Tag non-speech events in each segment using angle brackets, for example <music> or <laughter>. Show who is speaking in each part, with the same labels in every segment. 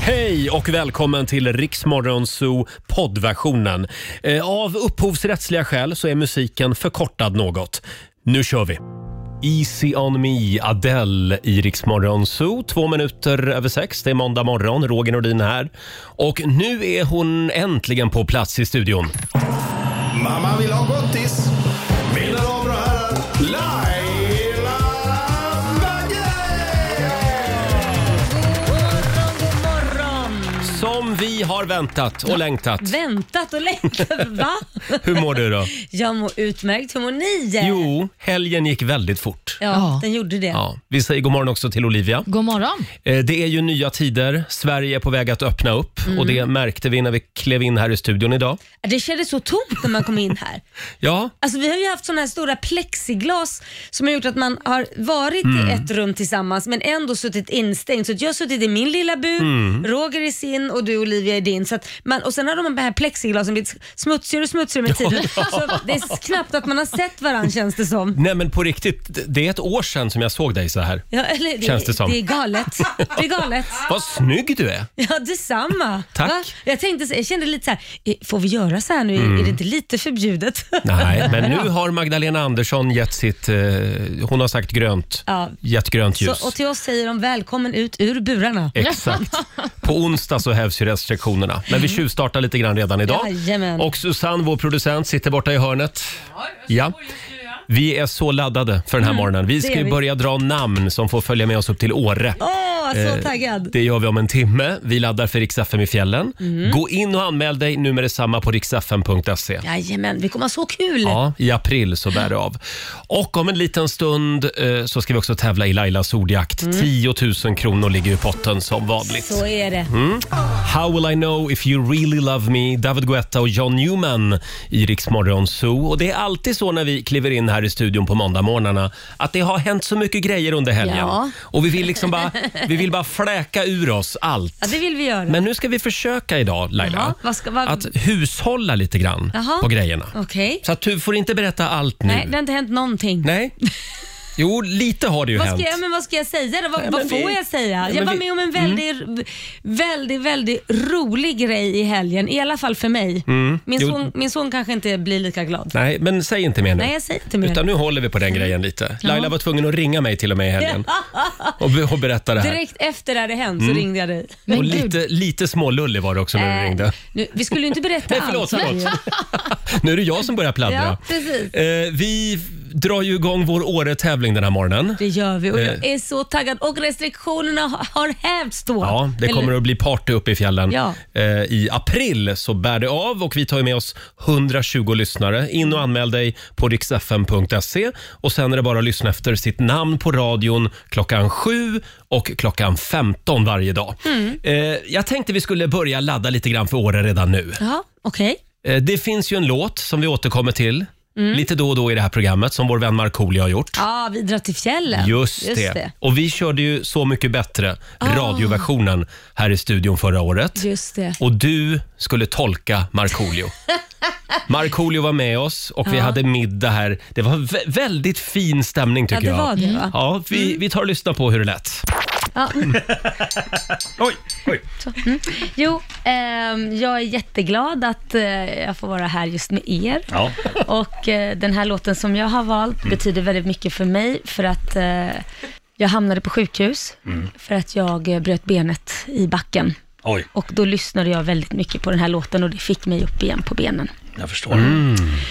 Speaker 1: Hej och välkommen till Riksmorgon Zoo poddversionen. Eh, Av upphovsrättsliga skäl så är musiken förkortad något. Nu kör vi! Easy on me, Adele i Riksmorgon Zoo. Två minuter över sex. Det är måndag morgon. Roger Nordin här. Och nu är hon äntligen på plats i studion.
Speaker 2: Mamma vill ha gottis. Mina damer och herrar, Laila
Speaker 3: God morgon!
Speaker 1: Som vi har väntat och längtat.
Speaker 3: Väntat och längtat, <laughs> va?
Speaker 1: Hur mår du då?
Speaker 3: Jag mår utmärkt. Hur mår ni?
Speaker 1: Jo, helgen gick väldigt fort.
Speaker 3: Ja,
Speaker 4: Ja.
Speaker 3: den gjorde det.
Speaker 1: Ja, vi säger god morgon också till Olivia.
Speaker 4: God morgon.
Speaker 1: Eh, Det är ju nya tider. Sverige är på väg att öppna upp
Speaker 3: Mm.
Speaker 1: och det märkte vi när vi klev in här i studion idag.
Speaker 3: Det kändes så tomt när man kom in här.
Speaker 1: Ja,
Speaker 3: Alltså, vi har ju haft såna här stora plexiglas som har gjort att man har varit
Speaker 1: Mm.
Speaker 3: i ett rum tillsammans men ändå suttit instängd. Så att jag har suttit i min lilla bur,
Speaker 1: Mm.
Speaker 3: Roger i sin och du Olivia i din. Så att man, och sen har de här plexiglasen blivit smutsigare och smutsigare med tiden. Så det är knappt att man har sett varandra känns det som.
Speaker 1: nej men på riktigt. d- Det är ett år sedan som jag såg dig så här.
Speaker 3: Ja, eller, det,
Speaker 1: Känns det som.
Speaker 3: Det är galet. Det är galet.
Speaker 1: Vad snygg du är!
Speaker 3: <laughs> Ja, detsamma.
Speaker 1: Tack.
Speaker 3: Va? Jag, tänkte, så- jag kände lite så här, eh, får vi göra så här nu? Är- Är det inte lite förbjudet? <laughs>
Speaker 1: Mm. Nej, men nu har Magdalena Andersson gett sitt... Eh, hon har sagt grönt.
Speaker 3: Ja.
Speaker 1: Gett grönt ljus.
Speaker 3: Så, och till oss säger de välkommen ut ur burarna.
Speaker 1: Eh. Exakt. På onsdag så hävs ju restriktionerna. Men vi tjuvstartar lite grann redan idag.
Speaker 3: Mm. Jajamän.
Speaker 1: Och Susanne, vår producent, sitter borta i hörnet. Ja. Vi är så laddade för den här morgonen. Vi ska
Speaker 3: Mm. det är
Speaker 1: ju
Speaker 3: vi.
Speaker 1: börja dra namn som får följa med oss upp till Åre.
Speaker 3: Åh, så taggad.
Speaker 1: Eh, Det gör vi om en timme. Vi laddar för Rix FM i fjällen.
Speaker 3: Mm.
Speaker 1: Gå in och anmäl dig nu med detsamma på riksfm.se.
Speaker 3: Jajamän, vi kommer ha så kul.
Speaker 1: E. Ja, i april så bär det av. Och om en liten stund eh, så ska vi också tävla i Lailas ordjakt.
Speaker 3: Mm.
Speaker 1: 10 000 kronor ligger i potten som vanligt.
Speaker 3: Så är det.
Speaker 1: Mm. How will I know if you really love me? David Guetta och John Newman i Rix Morgon Zoo. Och det är alltid så när vi kliver in här i studion på måndagmorgnarna att det har hänt så mycket grejer under helgen.
Speaker 3: Ja.
Speaker 1: Och vi vill liksom bara, vi vill bara fläka ur oss allt.
Speaker 3: Ja, det vill vi göra.
Speaker 1: Men nu ska vi försöka idag Laila,
Speaker 3: Jaha, vad ska- vad-
Speaker 1: att hushålla lite grann
Speaker 3: Jaha.
Speaker 1: på grejerna.
Speaker 3: Okej.
Speaker 1: Så att du får inte berätta allt nu.
Speaker 3: Nej, det har inte hänt någonting.
Speaker 1: Nej. Jo, lite har det ju
Speaker 3: Vad
Speaker 1: hänt.
Speaker 3: ska, jag, men vad ska jag säga då? Vad,
Speaker 1: Nej, men
Speaker 3: vad får
Speaker 1: vi-
Speaker 3: jag säga?
Speaker 1: Nej,
Speaker 3: jag
Speaker 1: men
Speaker 3: var
Speaker 1: vi- Mm.
Speaker 3: med om en väldigt, väldigt, väldigt rolig grej i helgen. I alla fall för mig. Min,
Speaker 1: Mm. Jo.
Speaker 3: son, min son kanske inte blir lika glad.
Speaker 1: Nej, men säg inte mer nu.
Speaker 3: Nej, jag säger inte mer. Mm.
Speaker 1: Utan nu håller vi på den grejen lite. Laila var tvungen att ringa mig till och med i helgen Mm. och, be- och berätta det här.
Speaker 3: <laughs> Direkt efter det hade hänt så ringde jag dig.
Speaker 4: Men
Speaker 1: och
Speaker 4: gud.
Speaker 1: lite, lite smålullig var det också när du
Speaker 3: Äh,
Speaker 1: ringde.
Speaker 3: Nu, vi skulle ju inte berätta
Speaker 1: Nej, förlåt,
Speaker 3: allt.
Speaker 1: förlåt. <laughs> nu är det jag som börjar pladdra.
Speaker 3: Ja, precis.
Speaker 1: eh, vi drar ju igång vår Åre-tävling den här morgonen.
Speaker 3: Det gör vi och jag
Speaker 1: Eh.
Speaker 3: är så taggad och restriktionerna har- har hävts då.
Speaker 1: Ja, det kommer att bli party uppe i fjällen.
Speaker 3: Ja.
Speaker 1: Eh, I april så bär det av och vi tar ju med oss 120 lyssnare. In och anmäl dig på riksfm.se och sen är det bara att lyssna efter sitt namn på radion klockan 7 och klockan 15 varje dag. Eh, jag tänkte vi skulle börja ladda lite grann för Åre redan nu.
Speaker 3: Ja, okej.
Speaker 1: Eh, det finns ju en låt som vi återkommer till lite då och då i det här programmet som vår vän Markoolio har gjort.
Speaker 3: Ja, vi drar till fjällen.
Speaker 1: Just, det. Och vi körde ju Så mycket bättre,
Speaker 3: Ah.
Speaker 1: radioversionen, här i studion förra året.
Speaker 3: Just det.
Speaker 1: Och du skulle tolka
Speaker 3: <laughs>
Speaker 1: Markoolio. Markoolio var med oss och vi hade middag här. Det var vä- väldigt fin stämning tycker
Speaker 3: Ja, det
Speaker 1: jag.
Speaker 3: var det, va? Mm.
Speaker 1: Ja, vi, vi tar och lyssnar på hur det lät. <laughs>
Speaker 3: Ja,
Speaker 1: Oj, oj.
Speaker 3: jo, ehm, jag är jätteglad att eh, jag får vara här just med er.
Speaker 1: Ja.
Speaker 3: <laughs> Och eh, den här låten som jag har valt
Speaker 4: Mm.
Speaker 3: betyder väldigt mycket för mig för att eh, jag hamnade på sjukhus
Speaker 4: Mm.
Speaker 3: för att jag eh, bröt benet i backen.
Speaker 5: Oj,
Speaker 3: Och då lyssnade jag väldigt mycket på den här låten och det fick mig upp igen på benen.
Speaker 5: jag förstår.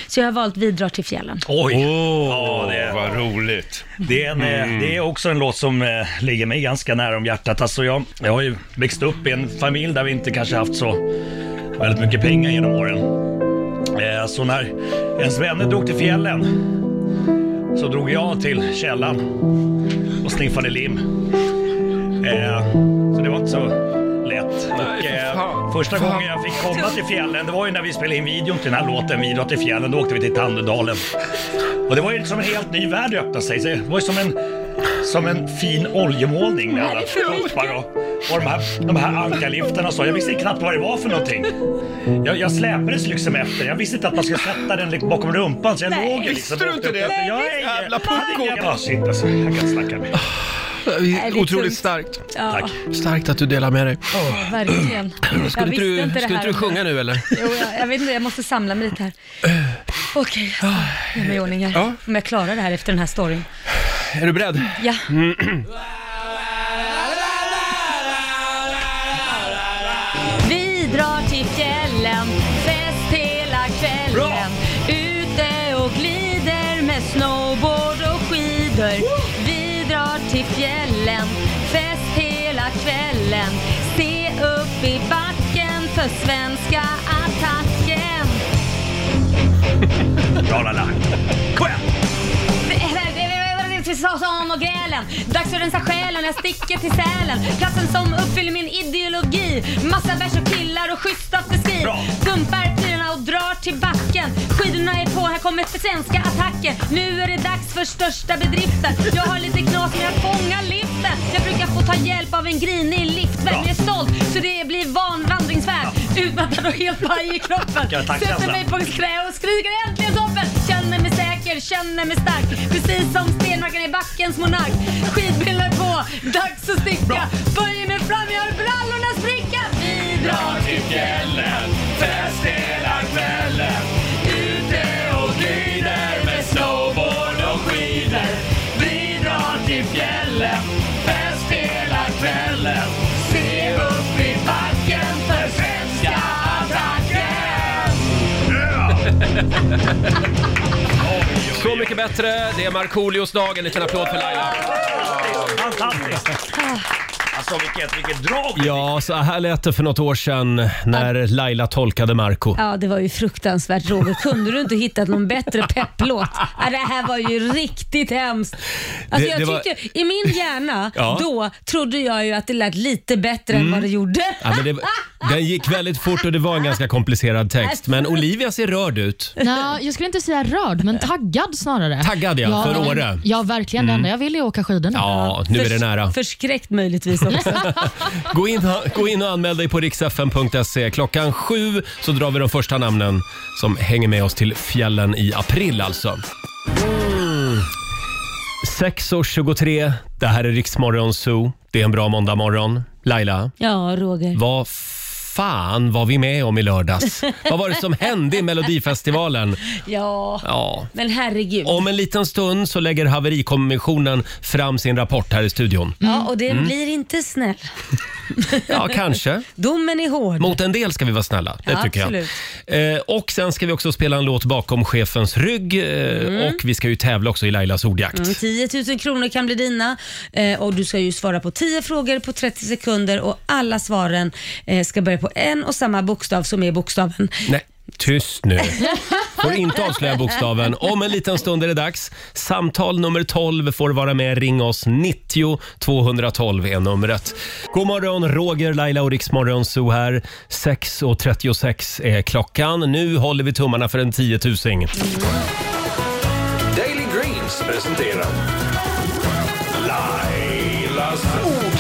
Speaker 3: Så jag har valt Vi drar till fjällen.
Speaker 5: Oj!
Speaker 1: Mm. Åh,
Speaker 5: Ja, det är-
Speaker 1: vad roligt. Mm.
Speaker 5: Det är, en, eh, det är också en låt som eh, ligger mig ganska nära om hjärtat. Alltså jag, jag har ju växt upp i en familj där vi inte kanske haft så väldigt mycket pengar genom åren. Eh, så när ens vänner drog till fjällen så drog jag till källan och sniffade lim. Eh, så det var inte så lätt. Och, eh, första gången jag fick komma till fjällen, det var ju när vi spelade in videon till den här låten, Vi drar till fjällen, då åkte vi till Tandedalen. Och det var ju som en helt ny värld öppnade sig. Så Det var ju som en, som en fin oljemålning med alla proppar och, och de här, de här ankarliftarna och så. Jag visste knappt vad det var för någonting. Jag, jag släpades liksom efter. Jag visste inte att man skulle sätta den liksom bakom rumpan så jag låg ju liksom...
Speaker 2: Visste du inte
Speaker 5: åkte upp
Speaker 2: det?
Speaker 5: efter. Jag är
Speaker 2: Jävla
Speaker 5: jag hade
Speaker 2: pucko.
Speaker 5: inga- Ja, shit alltså. Jag kan snacka med.
Speaker 3: det är tungt.
Speaker 4: Otroligt starkt.
Speaker 3: Ja,
Speaker 5: Tack.
Speaker 4: Starkt att du delar med dig.
Speaker 3: verkligen.
Speaker 4: <clears throat> Skulle inte
Speaker 3: jag
Speaker 4: du,
Speaker 3: visste inte det
Speaker 4: skulle inte
Speaker 3: här
Speaker 4: du
Speaker 3: om-
Speaker 4: sjunga nu eller?
Speaker 3: Jo, jag, jag vet inte, jag måste samla
Speaker 4: <clears throat>
Speaker 3: mig lite här. Okej, okay, jag mig i ordning här.
Speaker 4: Ja.
Speaker 3: Om jag klarar det här efter den här storyn.
Speaker 4: Är du beredd?
Speaker 3: Ja, Vi drar till fjällen, fest hela kvällen.
Speaker 5: Bra!
Speaker 3: Ute och glider med snowboard och skidor. Vi drar till fjällen, fest hela kvällen. Se upp i backen för svenska attacken.
Speaker 5: Bra Laila. Kom igen!
Speaker 3: Som och grälen. Dags för att rensa själen, jag sticker till Sälen. Platsen som uppfyller min ideologi. Massa bärs och killar och schysst afterski.
Speaker 5: Bra.
Speaker 3: Dumpar pirarna och drar till backen. Skidorna är på, här kommer för svenska attacken. Nu är det dags för största bedriften. Jag har lite knas men jag fångar liften. Jag brukar få ta hjälp av en grinig liftvän. Jag är stolt så det blir van vandringsfärd. Utmattad och helt paj i kroppen.
Speaker 5: Vilken taktkänsla.
Speaker 3: Sätter mig på ett knä och skriker äntligen toppen. Känner mig säker, känner mig stark. Precis som Stenmarken i backens monark. Skidbrillor på, dags att sticka. Böjer mig fram, gör brallorna spricka. Vi drar till fjällen, fest hela kvällen. Ute och glider med snowboard och skidor. Vi drar till fjällen, fest hela kvällen. Se upp i backen för svenska attacken.
Speaker 4: Så mycket bättre. Det är Markoolios dag. En liten applåd för Laila.
Speaker 5: Fantastiskt!
Speaker 2: Ah.
Speaker 5: Alltså vilket, vilket drag!
Speaker 1: Ja, så här lät det för något år sedan när Laila tolkade Marco.
Speaker 3: Ja, det var ju fruktansvärt Roger. Kunde du inte hittat någon bättre pepplåt? Ja, det här var ju riktigt hemskt. Alltså,
Speaker 1: Det-
Speaker 3: jag
Speaker 1: det var-
Speaker 3: tycker, I min hjärna
Speaker 1: <laughs> Ja. Mm.
Speaker 3: då trodde jag ju att det lät lite bättre än vad det gjorde.
Speaker 1: Ja, men det, den gick väldigt fort och det var en ganska komplicerad text. Men Olivia ser rörd ut.
Speaker 6: Nå, jag skulle inte säga rörd, men taggad snarare.
Speaker 1: Taggad, ja, för
Speaker 6: men-
Speaker 1: Åre. Mm.
Speaker 6: Ja, verkligen. Det enda jag vill är åka skidorna.
Speaker 1: Ja, nu är det
Speaker 3: Förs-
Speaker 1: nära.
Speaker 3: Förskräckt möjligtvis också.
Speaker 1: Gå in, gå in och anmäl dig på riksfn.se. Klockan sju så drar vi de första namnen som hänger med oss till fjällen i april alltså. Mm. 6.23, det här är Riksmorgon Zoo. Det är en bra måndagmorgon. Laila,
Speaker 3: <laughs> Ja, Roger.
Speaker 1: vad fan var vi med om i lördags? vad var det som hände i Melodifestivalen?
Speaker 3: Ja,
Speaker 1: Ja.
Speaker 3: men herregud.
Speaker 1: Om en liten stund så lägger haverikommissionen fram sin rapport här i studion.
Speaker 3: Ja, och det
Speaker 1: Mm.
Speaker 3: blir inte snäll.
Speaker 1: Ja, kanske.
Speaker 3: Domen är hård.
Speaker 1: Mot en del ska vi vara snälla, det
Speaker 3: Ja,
Speaker 1: tycker
Speaker 3: absolut.
Speaker 1: jag. Eh, och sen ska vi också spela en låt bakom chefens rygg eh, och vi ska ju tävla också i Lailas ordjakt.
Speaker 3: Mm, 10 000 kronor kan bli dina eh, och du ska ju svara på 10 frågor på 30 sekunder och alla svaren eh, ska börja på en och samma bokstav som är bokstaven.
Speaker 1: Nej, tyst nu. Får inte avslöja bokstaven. Om en liten stund är det dags. Samtal nummer 12 får vara med. Ring oss. 90 212 är numret. God morgon, Roger, Laila och Riksmorgon Zoo här. 6.36 är klockan. Nu håller vi tummarna för en 10 000.
Speaker 2: Daily Greens presenterar Lailas ordjakt.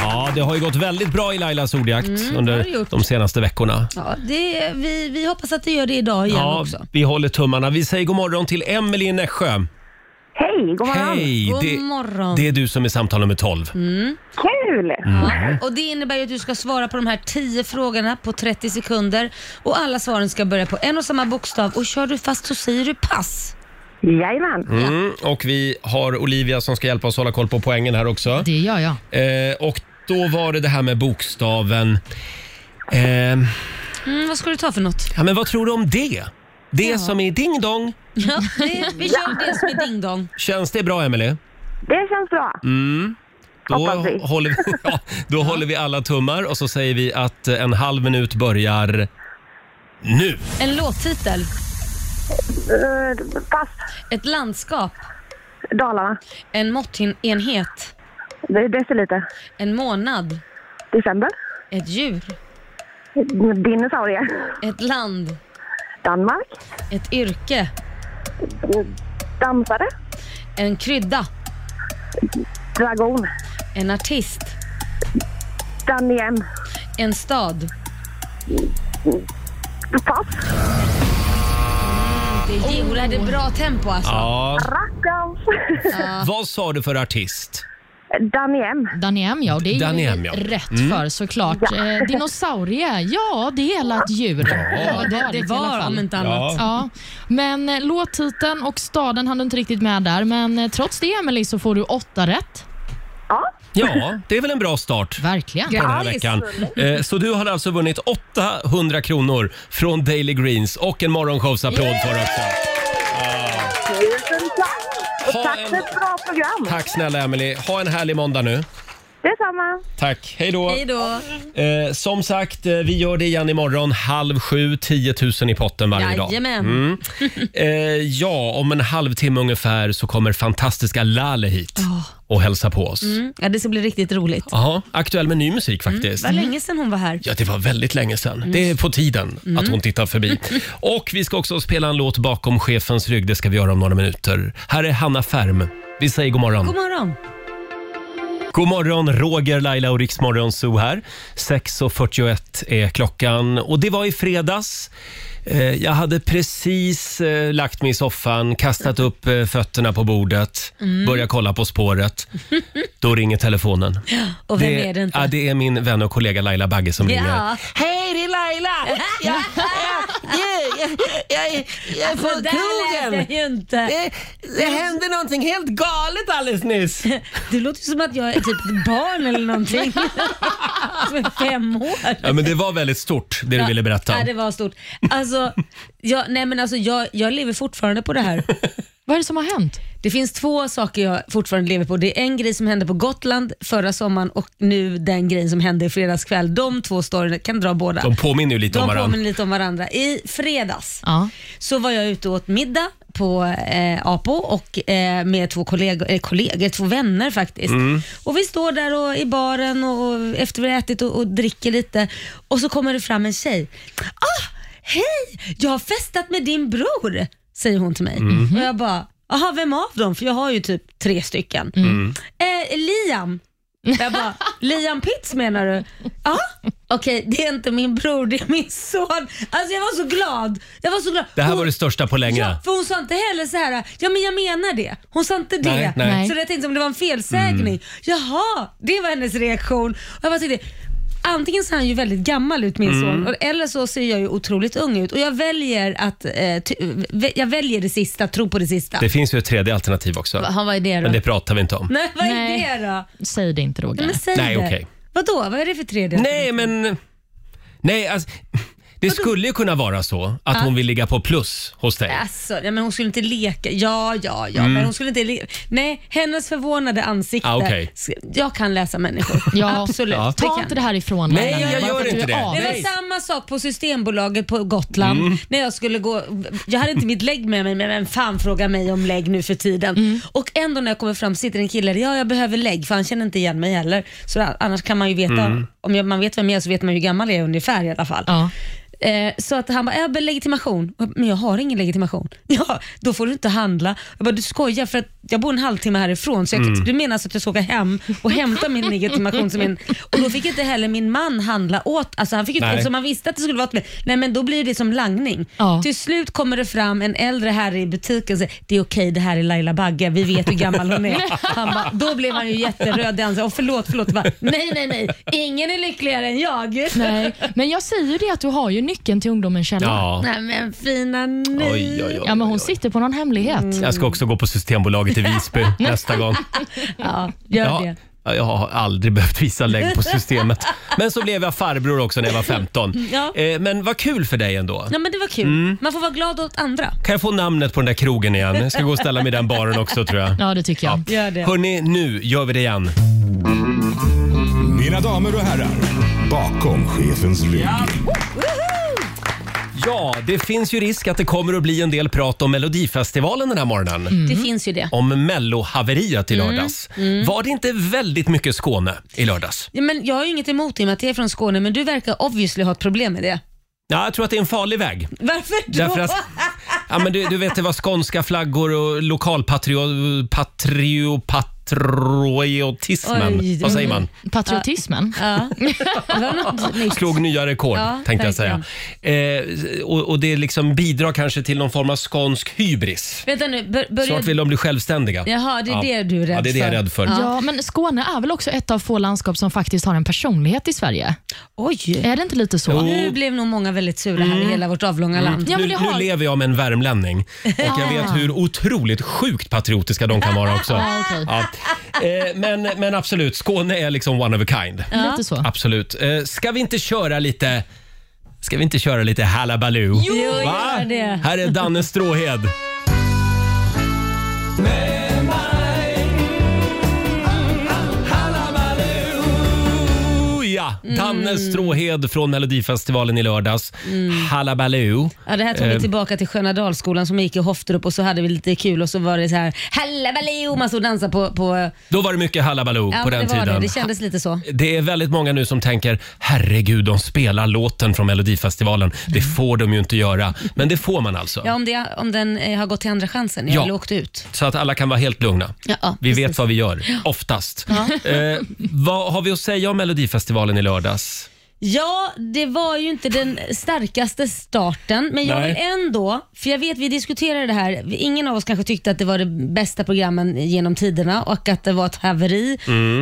Speaker 1: Ja, det har ju gått väldigt bra i Lailas ordjakt under
Speaker 3: Mm, det gjort.
Speaker 1: de senaste veckorna.
Speaker 3: Ja, det, vi, vi hoppas att det gör det idag igen
Speaker 1: Ja,
Speaker 3: också.
Speaker 1: vi håller tummarna. Vi säger god morgon till Emelie i Nässjö.
Speaker 7: Hej, god morgon.
Speaker 1: Hej!
Speaker 3: God
Speaker 1: det,
Speaker 3: morgon.
Speaker 1: det är du som är samtal nummer 12.
Speaker 7: Kul!
Speaker 3: Ja, och det innebär ju att du ska svara på de här 10 frågorna på 30 sekunder och alla svaren ska börja på en och samma bokstav och kör du fast så säger du pass.
Speaker 7: Jajamän.
Speaker 1: Mm. Och vi har Olivia som ska hjälpa oss hålla koll på poängen här också.
Speaker 6: Det gör jag.
Speaker 1: Eh, och då var det det här med bokstaven. Eh,
Speaker 3: Mm, vad ska du ta för något?
Speaker 1: ja, men vad tror du om det? Det som är ding dong.
Speaker 3: Ja, det, vi kör det som är ding dong.
Speaker 1: Känns det bra, Emelie? Mm.
Speaker 7: Det känns bra.
Speaker 1: Då,
Speaker 7: Hoppas vi.
Speaker 1: håller vi, <laughs> ja, då håller vi alla tummar och så säger vi att eh, en halv minut börjar nu.
Speaker 3: En låttitel,
Speaker 7: Eh, pass.
Speaker 3: ett landskap,
Speaker 7: Dalarna.
Speaker 3: en måttenhet,
Speaker 7: Det är deciliter.
Speaker 3: en månad,
Speaker 7: December.
Speaker 3: ett djur,
Speaker 7: Dinosaurie.
Speaker 3: ett land,
Speaker 7: Danmark.
Speaker 3: ett yrke,
Speaker 7: Dansare.
Speaker 3: en krydda,
Speaker 7: Dragon.
Speaker 3: en artist,
Speaker 7: Daniem.
Speaker 3: en stad.
Speaker 7: Pass.
Speaker 3: Det Hon hade bra tempo alltså.
Speaker 1: Ja.
Speaker 7: Rackarns.
Speaker 1: Vad sa du för artist?
Speaker 7: Danny M.
Speaker 6: Daniem, E ja. Och det är
Speaker 1: Danny E M,
Speaker 6: ju
Speaker 1: ja. Mm.
Speaker 6: rätt för såklart. Eh, dinosaurie, ja det är hela ett djur. Ja,
Speaker 3: Det, det var om inte annat.
Speaker 6: Ja, men eh, låttiteln och staden hann du inte riktigt med där, men eh, trots det Emily så får du åtta rätt.
Speaker 7: Ja,
Speaker 1: Ja, det är väl en bra start.
Speaker 6: Verkligen.
Speaker 1: på den här
Speaker 3: Grattis.
Speaker 1: veckan. Eh, Så du har alltså vunnit 800 kronor från Daily Greens och en morgonshowsapplåd för också.
Speaker 7: tusen tack!
Speaker 1: Ha
Speaker 7: Och tack
Speaker 1: en-
Speaker 7: för ett bra program.
Speaker 1: Tack snälla Emily. Ha en härlig måndag nu.
Speaker 7: Detsamma.
Speaker 1: Tack. Hej då.
Speaker 3: Hej då.
Speaker 1: Eh, som sagt, eh, vi gör det igen imorgon halv sju, 10 000 i potten varje dag.
Speaker 3: Jajamän.
Speaker 1: Eh, ja, om en halvtimme ungefär så kommer fantastiska Lale hit och hälsa på oss.
Speaker 3: Mm. Ja, det ska bli riktigt roligt.
Speaker 1: Jaha, aktuell med ny musik faktiskt.
Speaker 3: Det var länge sedan hon var här.
Speaker 1: Mm. Ja, det var väldigt länge sedan.
Speaker 3: Mm.
Speaker 1: Det är på tiden att hon
Speaker 3: <laughs>
Speaker 1: tittar förbi. Och vi ska också spela en låt bakom chefens rygg. Det ska vi göra om några minuter. Här är Hanna Färm. Vi säger god morgon.
Speaker 3: God morgon.
Speaker 1: God morgon, Roger, Laila och Riksmorgon Zoo här. 6.41 är klockan och det var i fredags. Eh, Jag hade precis eh, lagt mig i soffan, kastat upp eh, fötterna på bordet,
Speaker 3: Mm.
Speaker 1: börjat kolla
Speaker 3: <laughs>
Speaker 1: På spåret. Då ringer telefonen.
Speaker 3: Och vem är det inte?
Speaker 1: Ja, det är min vän och kollega Laila Bagge som ringer.
Speaker 3: Ja.
Speaker 8: Hej, det är Laila! Jag, jag, jag, jag, jag, jag är på
Speaker 3: Så där lät
Speaker 8: krogen.
Speaker 3: det ju inte.
Speaker 8: Det, Eh, det hände någonting helt galet alldeles nyss.
Speaker 3: Det låter ju som att jag är typ ett barn eller någonting. Som är fem år.
Speaker 1: <laughs> Ja, men det var väldigt stort, det du ville berätta.
Speaker 3: Ja, det var stort. Alltså, jag, nej men alltså, jag, jag lever fortfarande på det här.
Speaker 6: Vad är det som har hänt?
Speaker 3: Det finns två saker jag fortfarande lever på. Det är en grej som hände på Gotland förra sommaren och nu den grejen som hände i fredags kväll. De två storyna, kan dra båda.
Speaker 1: De påminner ju lite om
Speaker 3: De
Speaker 1: varandra.
Speaker 3: påminner lite om varandra. I fredags
Speaker 6: Ja.
Speaker 3: så var jag ute och åt middag på eh, Apo och eh, med två kollegor, eh, kollegor, två vänner faktiskt. Och vi står där och, i baren och, och efter vi har ätit och, och dricker lite och så kommer det fram en tjej. Ah, hej! Jag har festat med din bror, säger hon till mig. Och jag bara, jaha vem av dem? För jag har ju typ tre stycken. Eh, Liam. Jag bara, Liam Pitts menar du? Ja. Okej, det är inte min bror, det är min son. Alltså jag var så glad. Jag var så glad.
Speaker 1: Det här
Speaker 3: Hon-
Speaker 1: var det största på länge.
Speaker 3: Ja, för hon sa inte heller så här, ja men jag menar det. Hon sa inte det.
Speaker 1: Nej, nej. Mm.
Speaker 3: Så jag tänkte om det var en felsägning. Jaha, det var hennes reaktion. Och jag bara tänkte, antingen ser han ju väldigt gammal ut min
Speaker 1: Mm.
Speaker 3: son, eller så ser jag ju otroligt ung ut. Och jag väljer, att, eh, ty, vä- jag väljer det sista, tro på det sista.
Speaker 1: Det finns ju ett tredje alternativ också,
Speaker 3: Han var det då?
Speaker 1: men det pratar vi inte om.
Speaker 3: Nej, vad är
Speaker 6: Nej.
Speaker 3: det då?
Speaker 6: Säg det inte Roger.
Speaker 3: Men säg
Speaker 1: Nej,
Speaker 3: det.
Speaker 1: okej.
Speaker 3: Vadå, vad är det för tredje?
Speaker 1: Nej, men... Nej, alltså, det skulle ju kunna vara så att hon vill ligga på plus hos dig.
Speaker 3: Alltså, ja, men hon skulle inte leka. Ja, ja, ja. Men hon skulle inte leka. Nej, hennes förvånade ansikte.
Speaker 1: Mm. Ah, okej.
Speaker 3: Jag kan läsa människor.
Speaker 6: <laughs> Ja.
Speaker 3: Absolut.
Speaker 1: Ja.
Speaker 3: Det
Speaker 6: Ta
Speaker 3: kan
Speaker 6: inte det här ifrån
Speaker 1: Nej,
Speaker 6: Laila nu,
Speaker 1: jag
Speaker 6: bara för
Speaker 1: gör
Speaker 6: att du
Speaker 1: inte
Speaker 6: är
Speaker 1: det.
Speaker 6: av.
Speaker 3: Det var
Speaker 1: Nej.
Speaker 3: samma sak på Systembolaget på Gotland.
Speaker 1: Mm.
Speaker 3: När jag skulle gå, jag hade inte mitt lägg med mig, men vem fan frågar mig om lägg nu för tiden?
Speaker 6: Mm.
Speaker 3: Och ändå när jag kommer fram sitter en kille där, ja jag behöver lägg för han känner inte igen mig heller. Så annars kan man ju veta,
Speaker 1: Mm.
Speaker 3: om jag, man vet vem jag är så vet man hur gammal jag är ungefär i alla fall.
Speaker 6: Ja.
Speaker 3: Eh, Så att han bara, jag behöver legitimation. Och jag bara, Men jag har ingen legitimation. <laughs> Ja, då får du inte handla. Jag bara, du skojar för att jag bor en halvtimme härifrån. Så jag, Du menar alltså att jag ska åka hem och hämta min legitimation? Som min, <laughs> och då fick inte heller min man handla åt, alltså han fick ju,
Speaker 1: Nej.
Speaker 3: eftersom han visste att det skulle vara åt mig. Nej men då blir det som langning.
Speaker 6: Ja.
Speaker 3: Till slut kommer det fram en äldre herre i butiken och säger, det är okej det här är Laila Bagge, vi vet hur gammal hon är. Han bara, då blev han ju jätteröd i ansiktet. Och förlåt, förlåt. Jag Bara, nej, nej, nej, ingen är lyckligare än jag.
Speaker 6: Nej. Men jag säger ju det att du har ju nyckeln till ungdomens källa.
Speaker 1: Ja.
Speaker 3: Nej men fina ni.
Speaker 1: Oj, oj, oj.
Speaker 6: Ja, men hon sitter på någon hemlighet.
Speaker 3: Mm.
Speaker 1: Jag ska också gå på Systembolaget i
Speaker 3: <laughs>
Speaker 1: Visby nästa gång.
Speaker 3: Ja, gör
Speaker 1: Ja,
Speaker 3: det.
Speaker 1: jag har aldrig behövt
Speaker 3: <laughs>
Speaker 1: visa lägg på systemet. Men så blev jag farbror också när jag var 15.
Speaker 3: Mm, Ja.
Speaker 1: Eh, Men vad kul för dig ändå.
Speaker 3: Ja, men det var kul.
Speaker 1: Mm.
Speaker 3: Man får vara glad åt andra.
Speaker 1: Kan jag få namnet på den där krogen igen? Jag ska gå och ställa mig i den baren också tror jag.
Speaker 6: Ja, det tycker jag.
Speaker 3: Gör det.
Speaker 1: Hörni, nu gör vi det igen.
Speaker 2: Mina damer och herrar, bakom chefens rygg.
Speaker 1: Ja, det finns ju risk att det kommer att bli en del prat om Melodifestivalen den här morgonen.
Speaker 3: Det finns ju det.
Speaker 1: Om mellohaveriet
Speaker 3: Mm.
Speaker 1: i lördags. Var det inte väldigt mycket Skåne i lördags?
Speaker 3: Ja, men jag har ju inget emot i och med att jag är från Skåne, men du verkar obviously ha ett problem med det.
Speaker 1: Ja, jag tror att det är en farlig väg.
Speaker 3: Varför då?
Speaker 1: Därför att, ja, men du, du vet, det var skånska flaggor och lokalpatriot... Patrio, pat, patriotismen.
Speaker 3: Oj,
Speaker 1: Vad säger man?
Speaker 6: Patriotismen.
Speaker 3: Ja. Det var
Speaker 1: <laughs>
Speaker 3: något nytt.
Speaker 1: Slog nya rekord,
Speaker 3: Ja,
Speaker 1: tänkte jag säga. Eh, och, och det liksom bidrar kanske till någon form av skånsk hybris.
Speaker 3: Vänta nu, bör, börjar...
Speaker 1: Snart vill de bli självständiga.
Speaker 3: Jaha, det är det du är rädd
Speaker 1: Ja, det är det jag är
Speaker 3: för.
Speaker 1: rädd för.
Speaker 6: Ja, men Skåne är väl också ett av få landskap som faktiskt har en personlighet i Sverige?
Speaker 3: Oj!
Speaker 6: Är det inte lite så?
Speaker 3: Nu blev nog många väldigt sura
Speaker 1: Mm.
Speaker 3: här i hela vårt avlånga land.
Speaker 6: Ja,
Speaker 1: Nu,
Speaker 6: men det
Speaker 1: nu
Speaker 6: har...
Speaker 1: lever jag med en värmlänning och jag vet hur otroligt sjukt patriotiska de kan vara också.
Speaker 3: <laughs>
Speaker 6: Ja, okej.
Speaker 1: Ja. Eh, men, men absolut, Skåne är liksom one of a kind.
Speaker 6: Lite så.
Speaker 1: Absolut. Eh, ska vi inte köra lite... Ska vi inte köra lite Hallabaloo?
Speaker 3: Jo, gör det.
Speaker 1: Här är Danne Stråhed. Ja,
Speaker 3: Mm.
Speaker 1: Danne Stråhed från Melodifestivalen i lördags. Hallabaloo.
Speaker 3: Ja, det här
Speaker 1: Eh.
Speaker 3: tog mig tillbaka till Sköna som jag gick i Hofterup och så hade vi lite kul och så var det så här hallabaloo, man stod och dansade på... på
Speaker 1: Då var det mycket Hallabaloo
Speaker 3: ja,
Speaker 1: på
Speaker 3: men
Speaker 1: den
Speaker 3: det var
Speaker 1: tiden.
Speaker 3: Det. det kändes lite så.
Speaker 1: Det är väldigt många nu som tänker herregud, de spelar låten från Melodifestivalen. Det får de ju inte göra, men det får man alltså.
Speaker 3: Mm. Ja, om, det, om den eh, har gått till andra chansen
Speaker 1: Ja.
Speaker 3: eller åkt ut.
Speaker 1: Så att alla kan vara helt lugna.
Speaker 6: Ja,
Speaker 1: vi vet vad vi gör, oftast. Eh, vad har vi att säga om Melodifestivalen i lördags?
Speaker 3: Ja, det var ju inte den starkaste starten, men jag
Speaker 1: Nej.
Speaker 3: vill ändå, för jag vet vi diskuterade det här, ingen av oss kanske tyckte att det var det bästa programmen genom tiderna och att det var ett haveri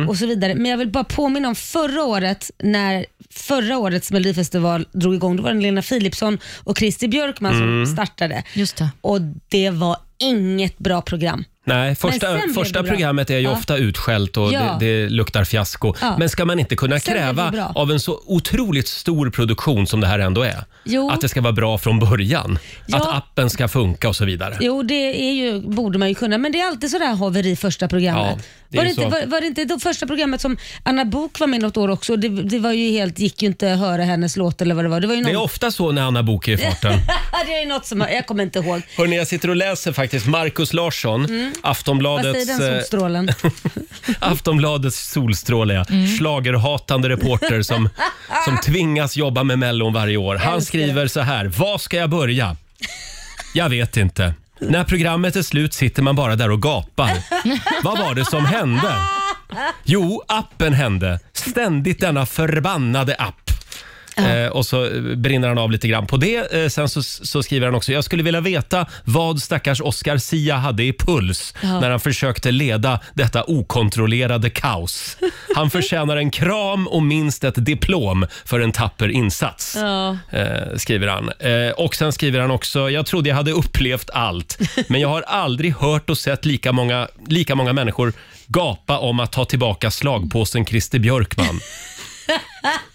Speaker 3: och så vidare. Men jag vill bara påminna om förra året när förra årets melodifestival drog igång. Då var det Lena Philipsson och Christer Björkman som startade
Speaker 6: Just det.
Speaker 3: och det var inget bra program.
Speaker 1: Nej,
Speaker 3: sen
Speaker 1: första,
Speaker 3: blev det
Speaker 1: första
Speaker 3: bra.
Speaker 1: programmet är ju
Speaker 3: Ja.
Speaker 1: ofta utskällt och
Speaker 3: Ja.
Speaker 1: det, det luktar fiasko.
Speaker 3: Ja.
Speaker 1: Men ska man inte kunna
Speaker 3: Sen blev det
Speaker 1: kräva
Speaker 3: bra.
Speaker 1: av en så otroligt stor produktion som det här ändå är?
Speaker 3: Jo.
Speaker 1: Att det ska vara bra från början?
Speaker 3: Ja.
Speaker 1: Att appen ska funka och så vidare?
Speaker 3: Jo, det är ju, borde man ju kunna, men det är alltid sådär haveri första programmet.
Speaker 1: Ja, det är
Speaker 3: var, det inte,
Speaker 1: ju så.
Speaker 3: var, var det inte det första programmet som Anna Bok var med något år också? Det, det var ju helt, gick ju inte att höra hennes låt eller vad det var. Det var ju någon,
Speaker 1: Det är ofta så när Anna Book är
Speaker 3: <laughs>
Speaker 1: i farten.
Speaker 3: det är ju något som, jag kommer inte
Speaker 1: <laughs>
Speaker 3: ihåg.
Speaker 1: Hörrni, jag sitter och läser faktiskt Markus Larsson,
Speaker 3: Mm. Vad säger
Speaker 1: Aftonbladets,
Speaker 3: den
Speaker 1: eh, <laughs>
Speaker 3: solstrålen?
Speaker 1: Aftonbladets solstråle, ja. schlagerhatande reporter som, som tvingas jobba med Mellon varje år. Han
Speaker 3: Älskar.
Speaker 1: skriver så här, var ska jag börja? Jag vet inte. När programmet är slut sitter man bara där och gapar. Vad var det som hände? Jo, appen hände. Ständigt denna förbannade app. Eh, och så eh, brinner han av lite grann på det. Eh, sen så, så skriver han också, jag skulle vilja veta vad stackars Oscar Sia hade i puls när han försökte leda detta okontrollerade kaos. Han förtjänar en kram och minst ett diplom för en tapper insats. Eh, skriver han. Eh, och sen skriver han också, jag trodde jag hade upplevt allt, men jag har aldrig hört och sett lika många, lika många människor gapa om att ta tillbaka slagpåsen Christer Björkman.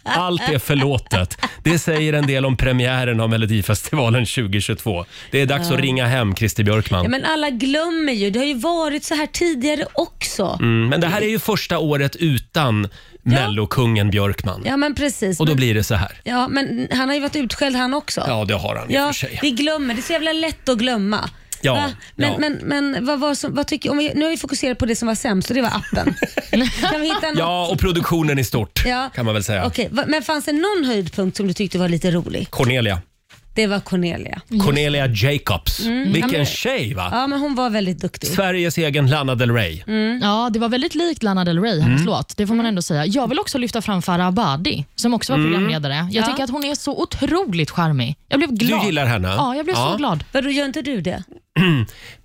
Speaker 1: Allt är förlåtet. Det säger en del om premiären av Melodifestivalen 2022. Det är dags att ringa hem Christer Björkman.
Speaker 3: Ja,
Speaker 1: Mm,
Speaker 3: men alla glömmer ju, det har ju varit så här tidigare också.
Speaker 1: Mm, men... det här är ju första året utan Mellokungen Björkman.
Speaker 3: Ja men precis.
Speaker 1: Och då
Speaker 3: Men-
Speaker 1: blir det så här.
Speaker 3: Ja, men han har ju varit utskälld han också.
Speaker 1: Ja, det har han i och
Speaker 3: Ja,
Speaker 1: för sig.
Speaker 3: vi glömmer. Det är så jävla lätt att glömma.
Speaker 1: Ja,
Speaker 3: Va? men,
Speaker 1: ja.
Speaker 3: men, men vad var som, vad tycker, om vi, nu har vi fokuserat på det som var sämst och det var
Speaker 1: <laughs>
Speaker 3: appen. kan vi hitta något?
Speaker 1: Ja, och produktionen i stort
Speaker 3: Ja.
Speaker 1: kan man väl säga.
Speaker 3: Okej, va- men fanns det någon höjdpunkt som du tyckte var lite rolig?
Speaker 1: Cornelia.
Speaker 3: Det var Cornelia.
Speaker 1: Cornelia Jacobs. Vilken tjej va?
Speaker 3: Mm. Ja, Mm. men hon var väldigt duktig.
Speaker 1: Sveriges egen Lana Del Rey.
Speaker 6: Ja, det var väldigt likt Lana Del Rey,
Speaker 1: Mm.
Speaker 6: hennes låt. Det får
Speaker 3: Mm.
Speaker 6: man ändå säga. Jag vill också lyfta fram Farah Abadi, som också
Speaker 1: Mm.
Speaker 6: var programledare. Jag tycker att hon är så otroligt charmig. Jag blev glad.
Speaker 1: Du gillar henne?
Speaker 6: Ja, jag blev
Speaker 1: Ja.
Speaker 6: så glad.
Speaker 3: Vadå, gör inte du det?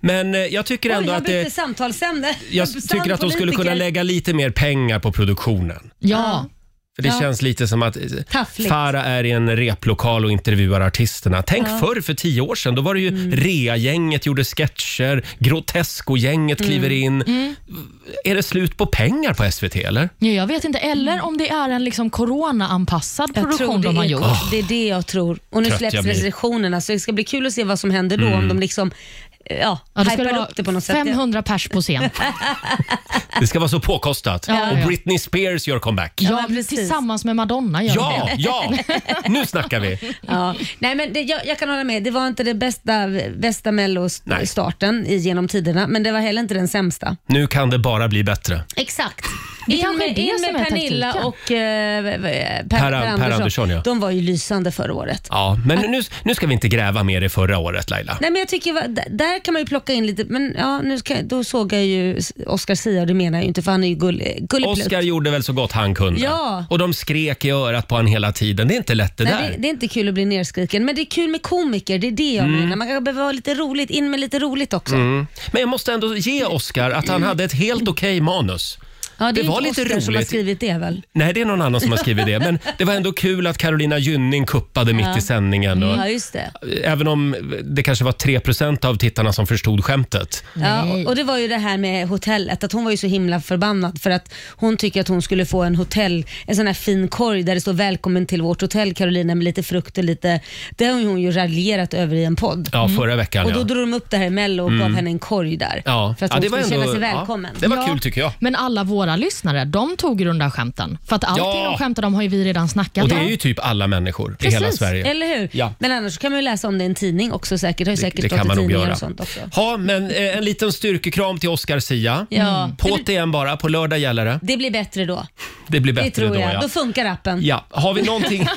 Speaker 1: Men eh, jag tycker
Speaker 3: Oj,
Speaker 1: ändå
Speaker 3: jag
Speaker 1: att
Speaker 3: bytte
Speaker 1: det,
Speaker 3: samtalsämne.
Speaker 1: jag
Speaker 3: Sann
Speaker 1: tycker att de skulle
Speaker 3: politiker.
Speaker 1: kunna lägga lite mer pengar på produktionen.
Speaker 6: Ja.
Speaker 1: För det känns lite som att eh,
Speaker 3: Taffligt.
Speaker 1: Farah är i en replokal och intervjuar artisterna. Tänk förr, för tio år sedan, då var det ju
Speaker 3: Mm.
Speaker 1: Rea-gänget gjorde sketcher, Grotesco-gänget
Speaker 3: Mm.
Speaker 1: kliver in. Är det slut på pengar på SVT eller?
Speaker 6: Ja, jag vet inte. Eller om det är en liksom corona-anpassad
Speaker 3: Mm. Jag tror
Speaker 6: produktion
Speaker 3: det,
Speaker 6: de har
Speaker 3: är,
Speaker 6: gjort.
Speaker 3: det är det jag tror. Och nu
Speaker 1: Trött jag
Speaker 3: släpps
Speaker 1: blir. Mm.
Speaker 3: restriktionerna så det ska bli kul att se vad som händer då om de liksom eh, ja,
Speaker 6: Ja, det skulle
Speaker 3: hypar
Speaker 6: vara
Speaker 3: upp det på något sätt.
Speaker 6: 500 pers
Speaker 3: <laughs>
Speaker 6: på scen.
Speaker 1: Det ska vara så påkostat.
Speaker 6: Ja,
Speaker 1: och
Speaker 6: ja.
Speaker 1: Britney Spears gör comeback.
Speaker 3: men
Speaker 6: Ja,
Speaker 3: precis.
Speaker 6: tillsammans med Madonna gör
Speaker 1: Ja,
Speaker 6: det.
Speaker 1: ja! Nu snackar vi.
Speaker 3: Ja. Nej, men det, jag, jag kan hålla med, det var inte den bästa, bästa
Speaker 1: Nej.
Speaker 3: mellostarten genom tiderna men det var heller inte den sämsta.
Speaker 1: Nu kan det bara bli bättre.
Speaker 3: Exakt.
Speaker 6: Det
Speaker 3: in
Speaker 6: kanske är
Speaker 3: med,
Speaker 6: det
Speaker 3: in
Speaker 6: som
Speaker 3: med
Speaker 6: är
Speaker 3: Pernilla
Speaker 6: taktiken.
Speaker 3: och eh, per, per,
Speaker 1: Per
Speaker 3: Andersson.
Speaker 1: Andersson, ja.
Speaker 3: De var ju lysande förra året.
Speaker 1: Ja, men nu, nu ska vi inte gräva mer i förra året Laila.
Speaker 3: Nej, men jag tycker, va- d- där kan man ju plocka in lite, men ja, nu ska, då såg jag ju S- Oscar Sia och det menar jag ju inte för han är ju gull, gulleplutt.
Speaker 1: Oscar gjorde väl så gott han kunde.
Speaker 3: Ja.
Speaker 1: Och de skrek i örat på honom hela tiden. Det är inte lätt det
Speaker 3: Nej,
Speaker 1: där.
Speaker 3: det, det är inte kul att bli nerskriken, men det är kul med komiker. Det är det
Speaker 1: Mm.
Speaker 3: jag menar. Man kan behöva ha lite roligt, in med lite roligt också.
Speaker 1: Men jag måste ändå ge Oscar att han hade ett helt okej manus.
Speaker 3: Ja, det,
Speaker 1: Det
Speaker 3: är
Speaker 1: var
Speaker 3: inte
Speaker 1: lite
Speaker 3: Oscar som har
Speaker 1: roligt.
Speaker 3: skrivit det väl?
Speaker 1: Nej, det är någon annan som har skrivit det. Men det var ändå kul att Carolina Gynning kuppade mitt i sändningen. Och,
Speaker 3: Ja, just det.
Speaker 1: Även om det kanske var 3 av tittarna som förstod skämtet.
Speaker 3: Ja,
Speaker 6: Nej.
Speaker 3: och- och det var ju det här med hotellet, att hon var ju så himla förbannad för att hon tycker att hon skulle få en hotell, en sån här fin korg där det står välkommen till vårt hotell Carolina med lite frukt och lite, det har hon ju raljerat över i en podd.
Speaker 1: Ja, förra veckan
Speaker 3: Mm. Och då
Speaker 1: ja. Mm.
Speaker 3: drog de upp det här i Mello och gav henne en korg där.
Speaker 1: ja.
Speaker 3: För att
Speaker 1: ja,
Speaker 3: hon skulle känna sig välkommen.
Speaker 1: Ja, det var
Speaker 6: Ja.
Speaker 1: kul tycker jag.
Speaker 6: Men alla våra lyssnare, de tog runda skämten. För att allting
Speaker 1: Ja.
Speaker 6: de skämtade om har ju vi redan snackat
Speaker 1: Och det
Speaker 6: om.
Speaker 1: är ju typ alla människor i hela
Speaker 6: Precis.
Speaker 1: Sverige.
Speaker 3: Eller hur?
Speaker 1: Ja.
Speaker 3: Men annars kan man ju läsa om det i en tidning också säkert. Det, har ju säkert
Speaker 1: det
Speaker 3: stått
Speaker 1: kan
Speaker 3: i
Speaker 1: man nog
Speaker 3: tidningar
Speaker 1: göra.
Speaker 3: Och sånt också.
Speaker 1: Ja, men eh, en liten styrkekram till Oscar Sia.
Speaker 3: Ja.
Speaker 1: På't igen bara, på lördag gäller det.
Speaker 3: Det blir bättre då.
Speaker 1: Det blir
Speaker 3: Det
Speaker 1: bättre
Speaker 3: tror
Speaker 1: då.
Speaker 3: jag.
Speaker 1: Ja.
Speaker 3: Då funkar appen.
Speaker 1: ja. Har vi någonting...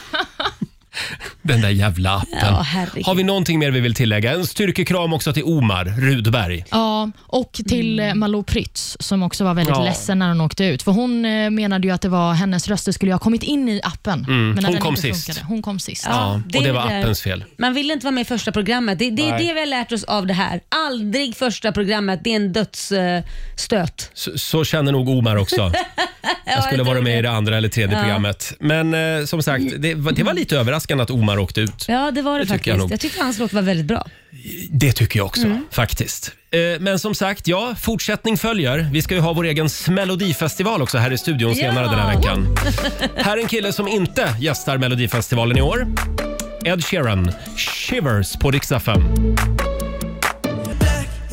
Speaker 1: Den där jävla appen.
Speaker 3: Ja, herregud.
Speaker 1: Har vi någonting mer vi vill tillägga? En styrkekram också till Omar Rudberg.
Speaker 6: Ja, och till
Speaker 3: Mm.
Speaker 6: eh, Malou Prytz som också var väldigt
Speaker 1: Ja.
Speaker 6: ledsen när hon åkte ut. För Hon eh, menade ju att det var hennes röster skulle ju ha kommit in i appen. Men att
Speaker 1: Mm. Hon
Speaker 6: den
Speaker 1: kom
Speaker 6: inte
Speaker 1: sist.
Speaker 6: funkade. Hon kom sist.
Speaker 1: Ja,
Speaker 3: det
Speaker 1: och det
Speaker 3: är
Speaker 1: var
Speaker 3: det där.
Speaker 1: appens fel.
Speaker 3: Man vill inte vara med i första programmet. Det, det är
Speaker 1: Nej.
Speaker 3: det vi har lärt oss av det här. Aldrig första programmet. Det är en dödsstöt.
Speaker 1: Så, så känner nog Omar också. Jag skulle vara med i det andra eller tredje programmet. Men eh, som sagt, det, var- det var lite överraskande att Omar åkte ut.
Speaker 3: Ja, det var det,
Speaker 1: Det tycker jag
Speaker 3: faktiskt. Jag,
Speaker 1: nog.
Speaker 3: tyckte hans låt var väldigt bra.
Speaker 1: Det tycker jag också, faktiskt. Eh, Men som sagt, ja, fortsättning följer. Vi ska ju ha vår egen Melodifestival också här i studion senare den här
Speaker 3: Ja!
Speaker 1: veckan. Här är en kille som inte gästar Melodifestivalen i år. Ed Sheeran, Shivers på riksdag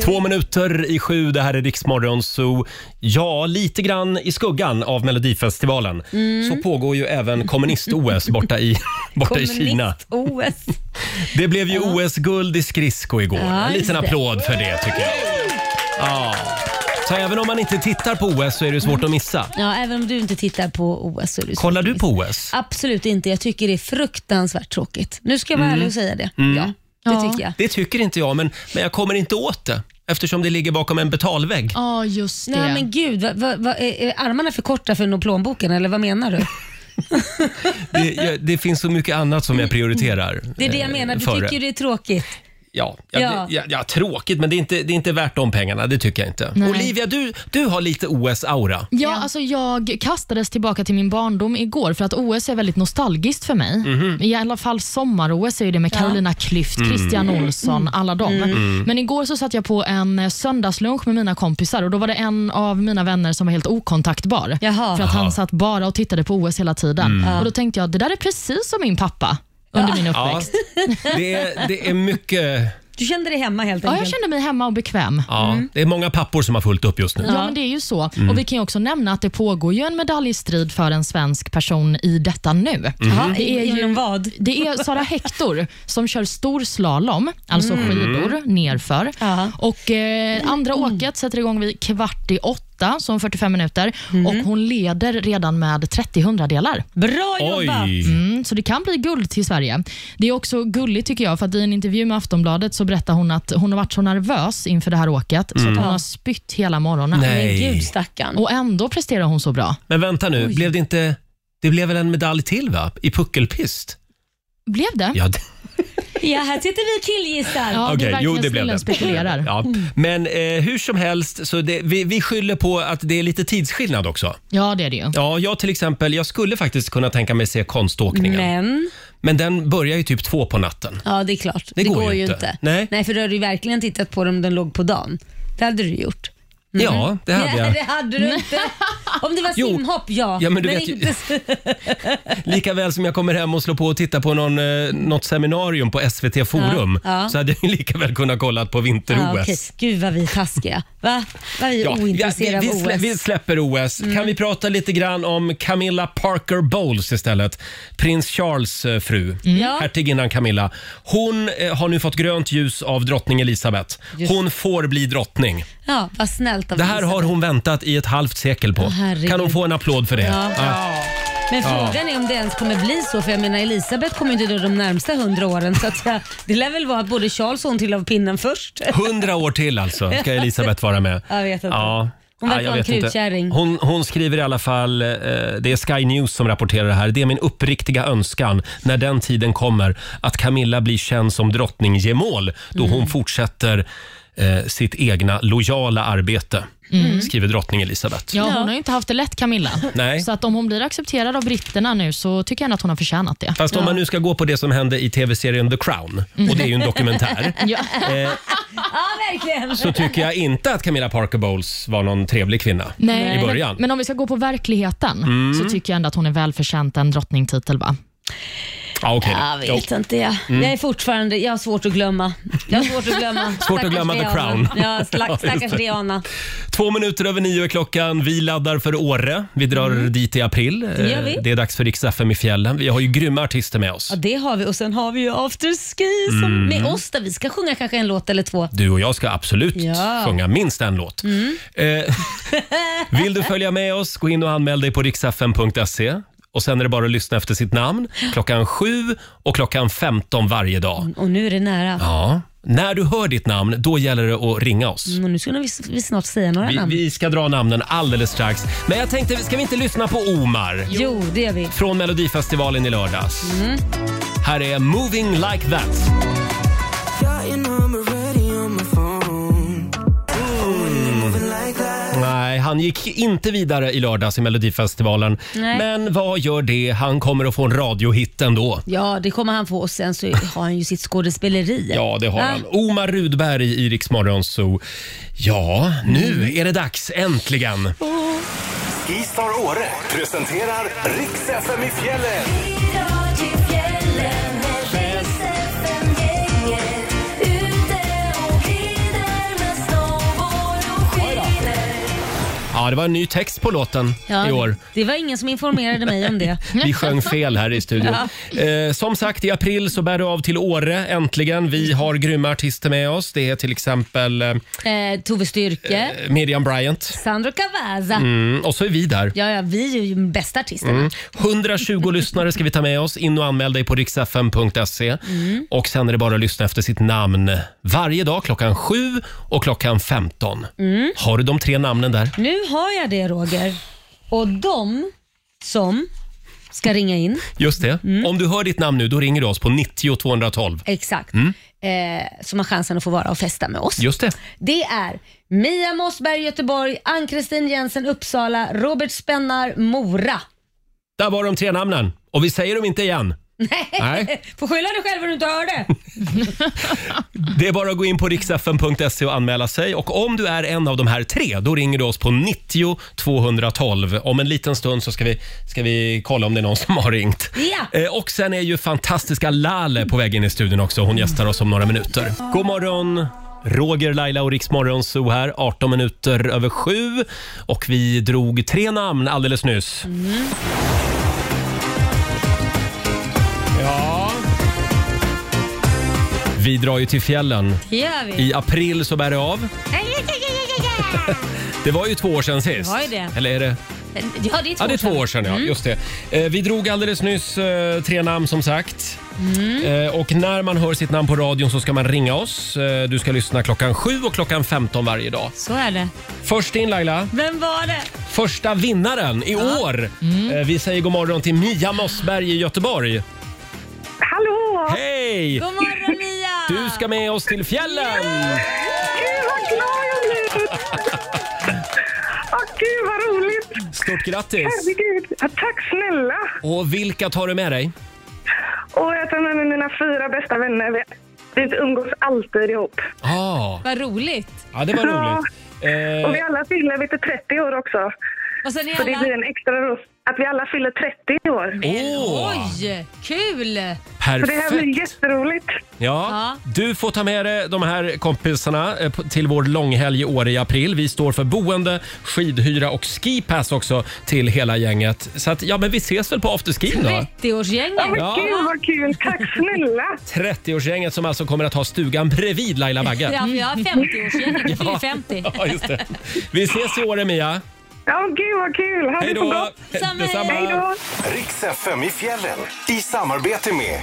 Speaker 1: Två minuter i sju, det här är Riksmorgon Zoo. Ja, lite grann i skuggan av Melodifestivalen så pågår ju även kommunist-OS borta i, <laughs> borta i Kina. <laughs>
Speaker 3: Kommunist-OS.
Speaker 1: Det blev ju OS-guld i skridsko igår.
Speaker 3: Ja,
Speaker 1: en liten
Speaker 3: just det.
Speaker 1: applåd för det tycker jag. Ja. Så även om man inte tittar på OS så är det svårt att missa.
Speaker 3: Ja, även om du inte tittar på OS så är du så
Speaker 1: Kollar du
Speaker 3: optimist.
Speaker 1: på OS?
Speaker 3: Absolut inte. Jag tycker det är fruktansvärt tråkigt. Nu ska jag
Speaker 1: Mm.
Speaker 3: vara ärlig och säga det. Ja, det
Speaker 6: Ja.
Speaker 3: tycker jag.
Speaker 1: Det tycker inte jag, men, men jag kommer inte åt det eftersom det ligger bakom en betalvägg.
Speaker 6: Ja, just det.
Speaker 3: Nej men gud, vad, vad, vad, är, är armarna för korta för att nå plånboken eller vad menar du?
Speaker 1: Det, jag, det finns så mycket annat som jag prioriterar.
Speaker 3: Det är det
Speaker 1: eh,
Speaker 3: jag menar. Du
Speaker 1: före.
Speaker 3: tycker ju det är tråkigt.
Speaker 1: Ja, ja,
Speaker 3: Ja.
Speaker 1: det- ja, ja, tråkigt, men det är, inte, det är inte värt de pengarna. Det tycker jag inte.
Speaker 6: Nej.
Speaker 1: Olivia, du, du har lite OS-aura.
Speaker 6: Ja, alltså jag kastades tillbaka till min barndom igår för att OS är väldigt nostalgiskt för mig.
Speaker 1: Mhm.
Speaker 6: I alla fall sommar-OS är ju det med Carolina Klüft,
Speaker 1: Mm.
Speaker 6: Christian Olsson, alla dem. Men igår så satt jag på en eh, söndagslunch med mina kompisar och då var det en av mina vänner som var helt okontaktbar.
Speaker 3: Jaha.
Speaker 6: För att
Speaker 1: Jaha. Mm.
Speaker 6: han satt bara och tittade på OS hela tiden. Och Då tänkte jag, det där är precis som min pappa under min
Speaker 1: Ja,
Speaker 6: uppväxt.
Speaker 1: det, är, det är mycket...
Speaker 3: Du kände dig hemma helt
Speaker 6: Ja,
Speaker 3: enkelt.
Speaker 6: jag kände mig hemma och bekväm.
Speaker 1: Ja,
Speaker 3: Mm.
Speaker 1: Det är många pappor som har fullt upp just nu.
Speaker 6: Ja, men det är ju så. Och Vi kan ju också nämnna att det pågår ju en medaljstrid för en svensk person i detta nu.
Speaker 3: Jaha,
Speaker 6: Det
Speaker 1: Mm.
Speaker 6: är ju-
Speaker 3: Inom vad?
Speaker 6: Det är Sara Hector som kör stor slalom, alltså skidor nerför.
Speaker 3: Ja.
Speaker 6: Och, eh, andra åket sätter igång vid kvart i åtta, så om 45 minuter. Och Hon leder redan med 30 hundradelar.
Speaker 3: Bra
Speaker 1: Oj!
Speaker 3: jobbat!
Speaker 6: Mm, så det kan bli guld till Sverige. Det är också gulligt tycker jag, för att i en intervju med Aftonbladet så berättar hon att hon har varit så nervös inför det här åket, så att hon har spytt hela morgonen.
Speaker 3: Men
Speaker 1: Nej.
Speaker 3: gud stackarn.
Speaker 1: Mm.
Speaker 6: Och ändå presterar hon så bra.
Speaker 1: Men vänta nu, blev det inte... Det blev väl en medalj till va? I puckelpist?
Speaker 6: Blev det?
Speaker 1: Ja, det,
Speaker 3: Ja, här sitter vi och killgissar.
Speaker 6: Ja, det är
Speaker 1: okej.
Speaker 6: verkligen snillen spekulerar.
Speaker 1: Ja. Men eh, hur som helst, så det, vi, vi skyller på att det är lite tidsskillnad också.
Speaker 6: Ja, det är det ju.
Speaker 1: Ja, jag till exempel, jag skulle faktiskt kunna tänka mig se konståkningen.
Speaker 3: Men,
Speaker 1: Men den börjar ju typ två på natten.
Speaker 3: ja det är klart. Det, går, ju inte.
Speaker 1: Nej.
Speaker 3: för då hade du verkligen tittat på dem den låg på dagen. Det hade du gjort.
Speaker 1: Ja, det hade
Speaker 3: Nej,
Speaker 1: jag.
Speaker 3: det hade du inte. Om det var
Speaker 1: Jo.
Speaker 3: simhopp, ja.
Speaker 1: Ja, men du vet ju-
Speaker 3: inte...
Speaker 1: Lika väl som jag kommer hem och slår på och tittar på någon, eh, något seminarium på SVT Forum
Speaker 3: Ja, ja.
Speaker 1: så hade jag ju lika väl kunnat kolla på
Speaker 3: Ja,
Speaker 1: vinter-OS.
Speaker 3: okej. Gud vad vi är taskiga. Va? Vad vi är
Speaker 1: Ja,
Speaker 3: ointresserade
Speaker 1: vi, vi,
Speaker 3: av Mm.
Speaker 1: slä,
Speaker 3: OS.
Speaker 1: vi släpper OS. Kan vi prata lite grann om Camilla Parker Bowles istället? Prins Charles eh, fru,
Speaker 3: Mm. Ja.
Speaker 1: hertiginnan Camilla. Hon eh, har nu fått grönt ljus av drottning Elizabeth. Hon får bli drottning.
Speaker 3: Ja, vad snällt av
Speaker 1: Det här
Speaker 3: Lisa.
Speaker 1: har hon väntat i ett halvt sekel på.
Speaker 3: herregud.
Speaker 1: Kan hon få en applåd för det?
Speaker 3: Ja.
Speaker 1: Ja.
Speaker 3: Men frågan är om det ens kommer bli så. För jag menar Elisabeth kommer ju inte dö de närmsta hundra åren. Så att, ja, det lär väl vara att både Charles och hon till av pinnen först.
Speaker 1: Hundra år till alltså ska Elisabeth
Speaker 3: <laughs>
Speaker 1: vara med.
Speaker 3: Jag vet inte.
Speaker 1: Ja.
Speaker 3: Hon verkar
Speaker 1: Nej, jag
Speaker 3: vara en
Speaker 1: vet inte.
Speaker 3: krutkärring.
Speaker 1: Hon, hon skriver i alla fall, eh, det är Sky News som rapporterar det här. Det är min uppriktiga önskan när den tiden kommer att Camilla blir känd som drottning Gemål då
Speaker 3: Mm.
Speaker 1: hon fortsätter eh, sitt egna lojala arbete,
Speaker 3: Mm.
Speaker 1: skriver drottning Elisabeth.
Speaker 6: Ja, hon har ju inte haft det lätt Camilla.
Speaker 1: Nej.
Speaker 6: Så att om hon blir accepterad av britterna nu så tycker jag ändå att hon har förtjänat
Speaker 1: <laughs>
Speaker 6: det.
Speaker 1: Fast om man nu ska gå på det som hände i tv-serien The Crown, och
Speaker 3: <laughs>
Speaker 1: det är ju en dokumentär,
Speaker 6: Ja.
Speaker 1: Eh,
Speaker 3: Ja, verkligen.
Speaker 1: så tycker jag inte att Camilla Parker Bowles var någon trevlig kvinna
Speaker 6: Nej,
Speaker 1: i början.
Speaker 6: Men,
Speaker 1: Mm.
Speaker 6: men om vi ska gå på verkligheten så tycker jag ändå att hon är välförtjänt en drottningtitel. Va?
Speaker 1: ja, okej då.
Speaker 3: Jag
Speaker 1: Jo. Mm.
Speaker 3: vet inte jag. Jag är fortfarande, jag har svårt att glömma. Jag har svårt att glömma.
Speaker 1: <laughs> Svårt att glömma The
Speaker 3: Stackars
Speaker 1: Crown.
Speaker 3: Diana.
Speaker 1: <laughs>
Speaker 3: Ja, slack,
Speaker 1: Ja,
Speaker 3: stackars
Speaker 1: just det.
Speaker 3: Diana.
Speaker 1: Två minuter över nio är klockan. Vi laddar för Åre. Vi drar dit i april.
Speaker 3: Mm. Det gör vi.
Speaker 1: Eh, Det är dags för Rix FM i fjällen. Vi har ju grymma artister med oss.
Speaker 3: Ja, det har vi och sen har vi ju afterski som
Speaker 1: Mm.
Speaker 3: med oss där vi ska sjunga kanske en låt eller två.
Speaker 1: Du och jag ska absolut
Speaker 3: Ja. Mm.
Speaker 1: sjunga minst en låt. Eh, vill du följa med oss, gå in och anmäl dig på riksfm.se. Och sen är det bara att lyssna efter sitt namn klockan 7 och klockan 15 varje dag.
Speaker 3: Och nu är det nära.
Speaker 1: Ja. När du hör ditt namn, då gäller det att ringa oss.
Speaker 3: Och nu ska vi, vi snart säga några
Speaker 1: Vi,
Speaker 3: namn.
Speaker 1: vi ska dra namnen alldeles strax. Men jag tänkte, ska vi inte lyssna på Omar?
Speaker 3: Jo, det gör vi.
Speaker 1: från Melodifestivalen i lördags. Här är Moving Like That. Nej, han gick inte vidare i lördags i Melodifestivalen.
Speaker 3: Nej.
Speaker 1: Men vad gör det? Han kommer att få en radiohit ändå.
Speaker 3: Ja, det kommer han få och sen så har han ju sitt skådespeleri.
Speaker 1: Ja, det har
Speaker 3: Va?
Speaker 1: han. Omar Rudberg i Rix Morgon Zoo. Ja, nu är det dags äntligen.
Speaker 2: Skistar Åre presenterar Riks FM i fjällen.
Speaker 1: Ja, det var en ny text på låten
Speaker 3: Ja,
Speaker 1: i år.
Speaker 3: Det var ingen som informerade mig om
Speaker 1: <laughs>
Speaker 3: det. <laughs>
Speaker 1: Vi sjöng fel här i studion. Eh, som sagt, i april så bär det av till Åre äntligen. Vi har grymma artister med oss. Det är till exempel eh,
Speaker 3: Eh, Tove Styrke,
Speaker 1: Miriam Bryant.
Speaker 3: Sandro Cavazza.
Speaker 1: Mm, och så är vi där.
Speaker 3: Ja, ja, vi är ju de bästa artisterna.
Speaker 1: 120 lyssnare ska vi ta med oss. In och anmäl dig på riksfm.se. Och sen är det bara att lyssna efter sitt namn varje dag klockan 7 och klockan 15. Har du de tre namnen där?
Speaker 3: Nu har jag det Roger. Och de som ska ringa in,
Speaker 1: Just det. Om du hör ditt namn nu, då ringer du oss på 90 212.
Speaker 3: exakt,
Speaker 1: Mm.
Speaker 3: eh, som har chansen att få vara och festa med oss.
Speaker 1: Just det.
Speaker 3: Det är Mia Mossberg, Göteborg, Ann-Kristin Jensen, Uppsala, Robert Spennar, Mora.
Speaker 1: Där var de tre namnen. Och vi säger dem inte igen. Nej.
Speaker 3: Eh, Får skylla dig själv om du inte hörde.
Speaker 1: Det är bara att gå in på riksfn.se och anmäla sig. Och om du är en av de här tre, då ringer du oss på 90 212. Om en liten stund så ska vi, ska vi kolla om det är någon som har ringt.
Speaker 3: Ja.
Speaker 1: Eh, Och sen är ju fantastiska Lale på väg in i studion också. Hon gästar oss om några minuter. God morgon! Roger, Laila och Riksmorgon Zoo här, 18 minuter över sju. Och vi drog tre namn alldeles nyss. Ja. Vi drar ju till fjällen.
Speaker 3: gör vi.
Speaker 1: I april så bär det av. Det var ju två år sedan sist.
Speaker 3: Det var ju det.
Speaker 1: Eller är det?
Speaker 3: Ja, det är två,
Speaker 1: Ja, det är två
Speaker 3: sedan. Mm.
Speaker 1: år sedan. Ja. Just det. Eh, vi drog alldeles nyss eh, tre namn som sagt.
Speaker 3: Mm.
Speaker 1: Eh, och när man hör sitt namn på radion så ska man ringa oss. Eh, du ska lyssna klockan 7 och klockan 15 varje dag.
Speaker 3: Så är det.
Speaker 1: Först in Laila,
Speaker 3: Vem var det?
Speaker 1: första vinnaren i år.
Speaker 3: Mm.
Speaker 1: Eh, vi säger god morgon till Mia Mossberg i Göteborg.
Speaker 7: Hallå!
Speaker 1: Hej!
Speaker 3: God morgon Mia!
Speaker 1: Du ska med oss till fjällen!
Speaker 7: Gud vad glad jag
Speaker 1: <laughs>
Speaker 7: blev! Åh gud vad roligt!
Speaker 1: Stort grattis!
Speaker 7: Herregud. Ja, tack snälla!
Speaker 1: Och vilka tar du med dig?
Speaker 7: Och jag tar med mig mina fyra bästa vänner. Vi, vi umgås alltid ihop.
Speaker 1: Ah,
Speaker 3: Vad roligt.
Speaker 1: ja, det var roligt. Eh,
Speaker 7: Och vi alla fyller lite 30 år också.
Speaker 3: Och sen är
Speaker 7: Så det blir
Speaker 3: alla...
Speaker 7: en extra roll att vi alla fyller 30 år.
Speaker 1: Åh,
Speaker 3: Oj, kul!
Speaker 7: Så det här blir
Speaker 1: perfekt!
Speaker 7: jätteroligt.
Speaker 1: Ja,
Speaker 3: Ja.
Speaker 1: Du får ta med dig de här kompisarna eh, på- till vår långhelg i år i april. Vi står för boende, skidhyra och skipass också till hela gänget. Så att, ja, men vi ses väl på afterskin då?
Speaker 3: 30-årsgänget.
Speaker 1: Ja.
Speaker 7: Gud vad kul! Tack snälla!
Speaker 1: 30-årsgänget som alltså kommer att ha stugan
Speaker 3: <laughs>
Speaker 1: bredvid Laila Bagge.
Speaker 3: Ja, för jag har 50-årsgänget. Du fyller 50.
Speaker 1: Ja, just det. Vi ses i år, Mia.
Speaker 7: Ja, gud vad kul. Ha
Speaker 4: Hej
Speaker 7: det så
Speaker 4: då!
Speaker 7: gott.
Speaker 3: Detsamma.
Speaker 7: Hej då.
Speaker 2: Riks FM i fjällen i samarbete med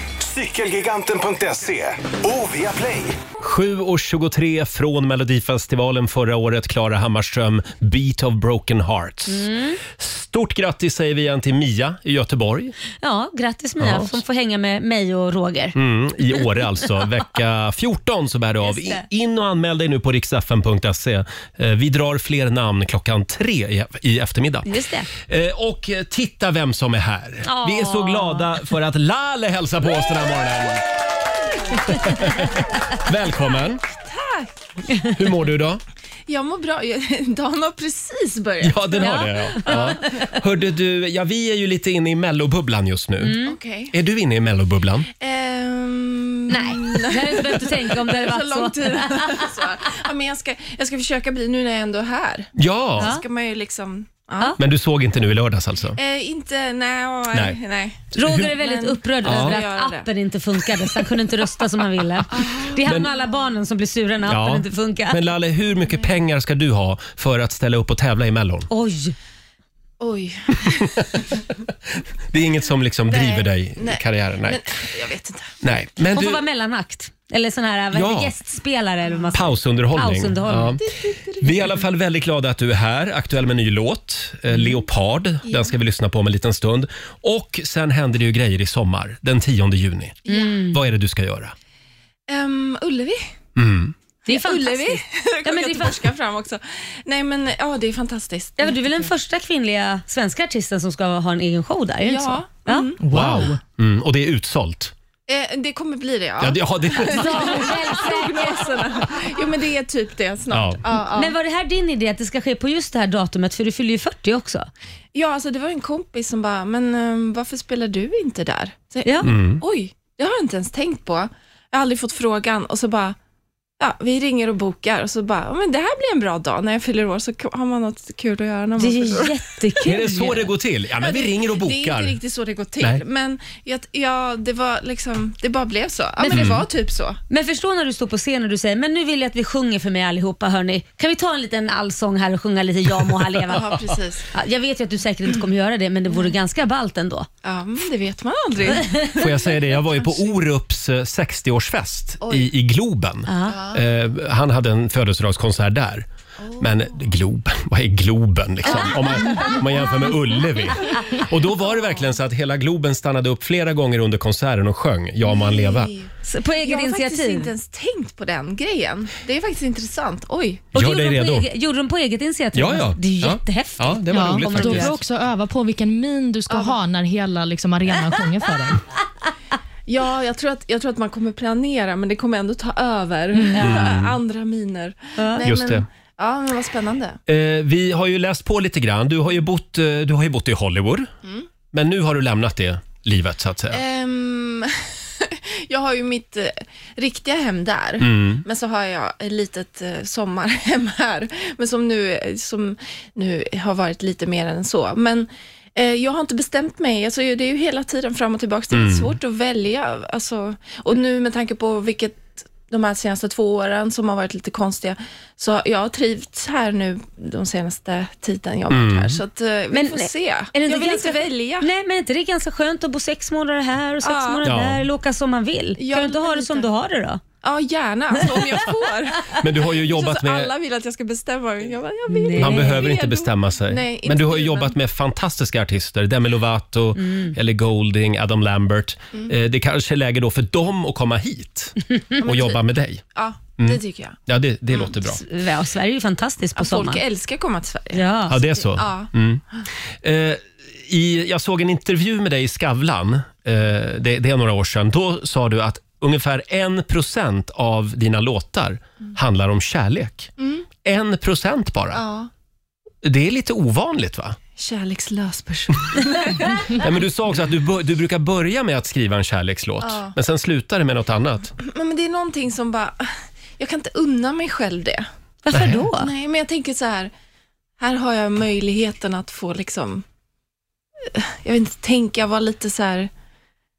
Speaker 2: cykelgiganten.se och Viaplay.
Speaker 1: 7.23 från Melodifestivalen förra året, Klara Hammarström, Beat of Broken Hearts.
Speaker 3: Mm.
Speaker 1: Stort grattis säger vi igen till Mia i Göteborg,
Speaker 3: Ja, grattis Mia
Speaker 1: Ja.
Speaker 3: som får hänga med mig och Roger.
Speaker 1: mm, i
Speaker 3: <laughs>
Speaker 1: Åre alltså. Vecka 14 så bär det av.
Speaker 3: Just det.
Speaker 1: In och anmäl dig nu på riksfn.se. Eh, Vi drar fler namn klockan tre i- i eftermiddag.
Speaker 3: Just det.
Speaker 1: Eh, Och eh, titta vem som är här.
Speaker 3: Ja.
Speaker 1: Vi är så glada för att Lale hälsar på oss den här morgonen.
Speaker 3: <laughs>
Speaker 1: Välkommen. Tack. Hur mår du idag?
Speaker 9: Jag <laughs> mår bra. Dagen har precis börjat.
Speaker 1: Ja, den har det. Ja. Ja. Hörde du, ja, vi är ju lite inne i mellobubblan just nu.
Speaker 3: Mm.
Speaker 9: Okej.
Speaker 1: Är du inne i mellobubblan?
Speaker 9: Ehm,
Speaker 3: Nej, det hade jag inte behövt tänka om det hade
Speaker 9: Så lång
Speaker 3: varit så.
Speaker 9: tid. <laughs> så. Ja, men jag, ska, jag ska försöka bli, nu när jag ändå är här,
Speaker 1: Ja.
Speaker 9: ska man ju liksom... Ja.
Speaker 1: Men du såg inte nu i lördags alltså?
Speaker 9: Eh, inte... Nej, ja,
Speaker 1: Nej.
Speaker 9: nej. nej.
Speaker 3: Roger är väldigt
Speaker 9: Men-
Speaker 3: upprörd
Speaker 1: Ja.
Speaker 3: över
Speaker 9: Göra
Speaker 3: att
Speaker 9: det.
Speaker 3: appen inte funkade så han kunde inte rösta som han
Speaker 1: <laughs>
Speaker 3: ville. Det är han och alla barnen som blir sura när appen inte funkar.
Speaker 1: Men Lalle, hur mycket pengar ska du ha för att ställa upp och tävla i mellon?
Speaker 3: Oj,
Speaker 9: Oj.
Speaker 1: Det är inget som liksom driver
Speaker 9: Nej.
Speaker 1: dig
Speaker 9: Eh, Nej.
Speaker 1: i karriären?
Speaker 9: Men,
Speaker 1: Nej. Men,
Speaker 9: jag vet inte.
Speaker 1: Nej. Men
Speaker 3: hon får vara
Speaker 1: du,
Speaker 3: mellanakt. Eller sån här vad
Speaker 1: Ja.
Speaker 3: heter, gästspelare eller vad man säger.
Speaker 1: pausunderhållning.
Speaker 3: Pausunderhållning.
Speaker 1: Ja. Vi är i alla fall väldigt glada att du är här. Aktuell med ny låt, eh, Leopard. Den ska vi lyssna på om en liten stund. Och sen händer det ju grejer i sommar, den 10 juni. Mm. Vad är det du ska göra?
Speaker 9: Ehm, Ullevi?
Speaker 3: Det är
Speaker 9: Ullevi? <laughs>
Speaker 3: fantastiskt.
Speaker 9: ja,
Speaker 3: men
Speaker 9: men
Speaker 3: det är
Speaker 9: jag torska fram också. Nej, men ja, det är fantastiskt.
Speaker 3: Ja, men du är väl den första kvinnliga svenska artisten som ska ha en egen show där? Är det inte så?
Speaker 9: Ja.
Speaker 3: Ja.
Speaker 1: Wow! Mm, och det är utsålt.
Speaker 9: Eh, det kommer bli det, ja.
Speaker 1: Ja, det, ja, det,
Speaker 9: Prognoserna. jo, men det är typ det snart. Ja.
Speaker 1: Ja.
Speaker 9: Ja, ja.
Speaker 3: Men var det här din idé att det ska ske på just det här datumet? För du fyller ju 40 också.
Speaker 9: Ja, alltså det var en kompis som bara, men ehm, varför spelar du inte där? Så, jag,
Speaker 3: Ja.
Speaker 1: Mm.
Speaker 9: Oj, det har jag inte ens tänkt på. Jag har aldrig fått frågan och så bara, ja, vi ringer och bokar och så bara, ja, men det här blir en bra dag. När jag fyller år så k- har man något kul att göra. När man
Speaker 3: Det är
Speaker 9: fyller år.
Speaker 3: ju jättekul.
Speaker 1: är det så det går till? Ja, men vi ringer och
Speaker 9: Det är
Speaker 1: bokar.
Speaker 9: inte riktigt så det går till,
Speaker 1: Nej.
Speaker 9: men jag, ja, det, var liksom, det bara blev så. Ja, men
Speaker 3: Mm.
Speaker 9: det var typ så.
Speaker 3: Men förstå när du står på scen och du säger men nu vill jag att vi sjunger för mig allihopa hörni. Kan vi ta en liten allsång här och sjunga lite Ja må han leva?
Speaker 9: <laughs> Ja, precis.
Speaker 3: Ja, Jag vet ju att du säkert inte kommer göra det men det vore ganska ballt ändå.
Speaker 9: Ja, men det vet man aldrig.
Speaker 1: Får jag säga det? Jag var ju på Orups eh, 60-årsfest i, i Globen. Eh, han hade en födelsedagskonsert där. Men Globen, <laughs> vad är Globen liksom? Om man, om man jämför med Ullevi. Och då var det verkligen så att hela Globen stannade upp flera gånger under konserten och sjöng Ja man leva.
Speaker 3: Så på
Speaker 9: Jag
Speaker 3: eget
Speaker 9: har faktiskt
Speaker 3: initiativ.
Speaker 9: inte ens tänkt på den grejen. Det är faktiskt intressant. Oj.
Speaker 3: Och
Speaker 1: Gör
Speaker 3: gjorde
Speaker 1: dig
Speaker 3: de på
Speaker 1: redo.
Speaker 3: Eget, gjorde de på eget initiativ?
Speaker 1: Ja, ja.
Speaker 3: Det är ju
Speaker 1: ja.
Speaker 3: jättehäftigt.
Speaker 1: Ja, det var
Speaker 6: Ja,
Speaker 1: roligt
Speaker 6: men då får
Speaker 1: faktiskt.
Speaker 6: du också öva på vilken min du ska ha när hela liksom,
Speaker 1: <laughs>
Speaker 6: arenan sjunger för dig.
Speaker 9: Ja, jag tror, att, jag tror att man kommer planera, men det kommer ändå ta över <laughs> andra miner. Nej,
Speaker 1: Mm. Just
Speaker 9: men,
Speaker 1: det.
Speaker 9: Ja, men vad spännande.
Speaker 1: Eh, vi har ju läst på lite grann. Du har ju bott, eh, du har ju bott i Hollywood. Men nu har du lämnat det livet så att säga.
Speaker 9: Ehm, <laughs> jag har ju mitt eh, riktiga hem där, men så har jag ett litet eh, sommarhem här, men som nu, eh, som nu har varit lite mer än så. Men eh, jag har inte bestämt mig, alltså, det är ju hela tiden fram och tillbaka, det är lite svårt att välja. Alltså, och nu med tanke på vilket de här senaste två åren som har varit lite konstiga, så jag har trivts här nu de senaste tiden jag har varit här, så att, eh, vi
Speaker 3: Men
Speaker 9: får
Speaker 3: är-
Speaker 9: se.
Speaker 3: det
Speaker 9: jag
Speaker 3: inte
Speaker 9: vill
Speaker 3: ganska-
Speaker 9: inte välja.
Speaker 3: Nej men är inte det är ganska skönt att bo sex månader här och sex
Speaker 9: Ja.
Speaker 3: månader
Speaker 1: Ja.
Speaker 3: där, eller åka som man vill?
Speaker 9: Ja,
Speaker 3: kan du inte ha det
Speaker 9: lite.
Speaker 3: som du har det då?
Speaker 9: Ja, gärna, alltså, om jag får.
Speaker 1: Men du har ju
Speaker 9: Så
Speaker 1: jobbat
Speaker 9: att
Speaker 1: med...
Speaker 9: alla vill att jag ska bestämma mig. Jag bara, jag vill.
Speaker 1: Man behöver inte
Speaker 9: Redo.
Speaker 1: bestämma sig.
Speaker 9: Eh, Nej, inte
Speaker 1: men du har ju
Speaker 9: nu,
Speaker 1: jobbat
Speaker 9: men- Mm.
Speaker 1: med fantastiska artister. Demi Lovato, Ellie Goulding, Adam Lambert. Eh, Det kanske är läge då för dem att
Speaker 9: <laughs>
Speaker 1: komma hit och
Speaker 9: typ.
Speaker 1: jobba med Mm. dig.
Speaker 9: Ja, det tycker jag.
Speaker 1: Ja, det, det låter bra.
Speaker 3: Ja, Sverige är ju fantastiskt på
Speaker 9: Att folk
Speaker 3: sommaren.
Speaker 9: älskar att komma till Sverige.
Speaker 1: Ja,
Speaker 3: Ja.
Speaker 1: det är så. Mm.
Speaker 9: Ja.
Speaker 1: Eh, I, jag såg en intervju med dig i Skavlan, eh, det, det är några år sedan. Då sa du att ungefär en procent av dina låtar handlar om kärlek. En procent bara.
Speaker 9: Mm. ja.
Speaker 1: Det är lite ovanligt va?
Speaker 9: Kärlekslös person. <laughs>
Speaker 1: Nej, men du sa också att du, bör- du brukar börja med att skriva en kärlekslåt,
Speaker 9: Ja.
Speaker 1: men sen slutar det med något annat.
Speaker 9: Men men det är någonting som bara, jag kan inte unna mig själv det.
Speaker 3: Varför då?
Speaker 9: Nej, men jag tänker så här, här har jag möjligheten att få liksom, eh, jag vet inte, tänka, vara lite så här,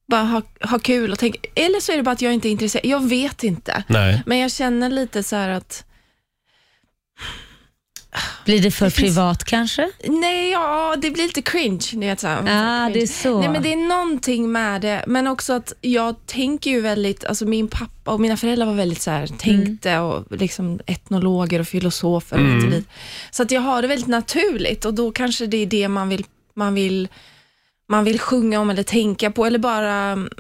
Speaker 9: bara ha, ha kul och tänka. Eller så är det bara att jag inte är intresserad. Jag vet inte.
Speaker 1: Nej.
Speaker 9: Men jag känner lite så här att
Speaker 3: Blir det för
Speaker 9: Det finns-
Speaker 3: privat kanske?
Speaker 9: Nej, ja, det blir lite cringe. Ni vet, så här,
Speaker 3: Ah,
Speaker 9: cringe.
Speaker 3: det är så.
Speaker 9: Nej, men det är någonting med det, men också att jag tänker ju väldigt, alltså min pappa och mina föräldrar var väldigt så här, tänkte
Speaker 3: Mm.
Speaker 9: och liksom etnologer och filosofer och hit och dit. Så att jag har det väldigt naturligt och då kanske det är det man vill, man vill, man vill sjunga om eller tänka på eller bara, mm,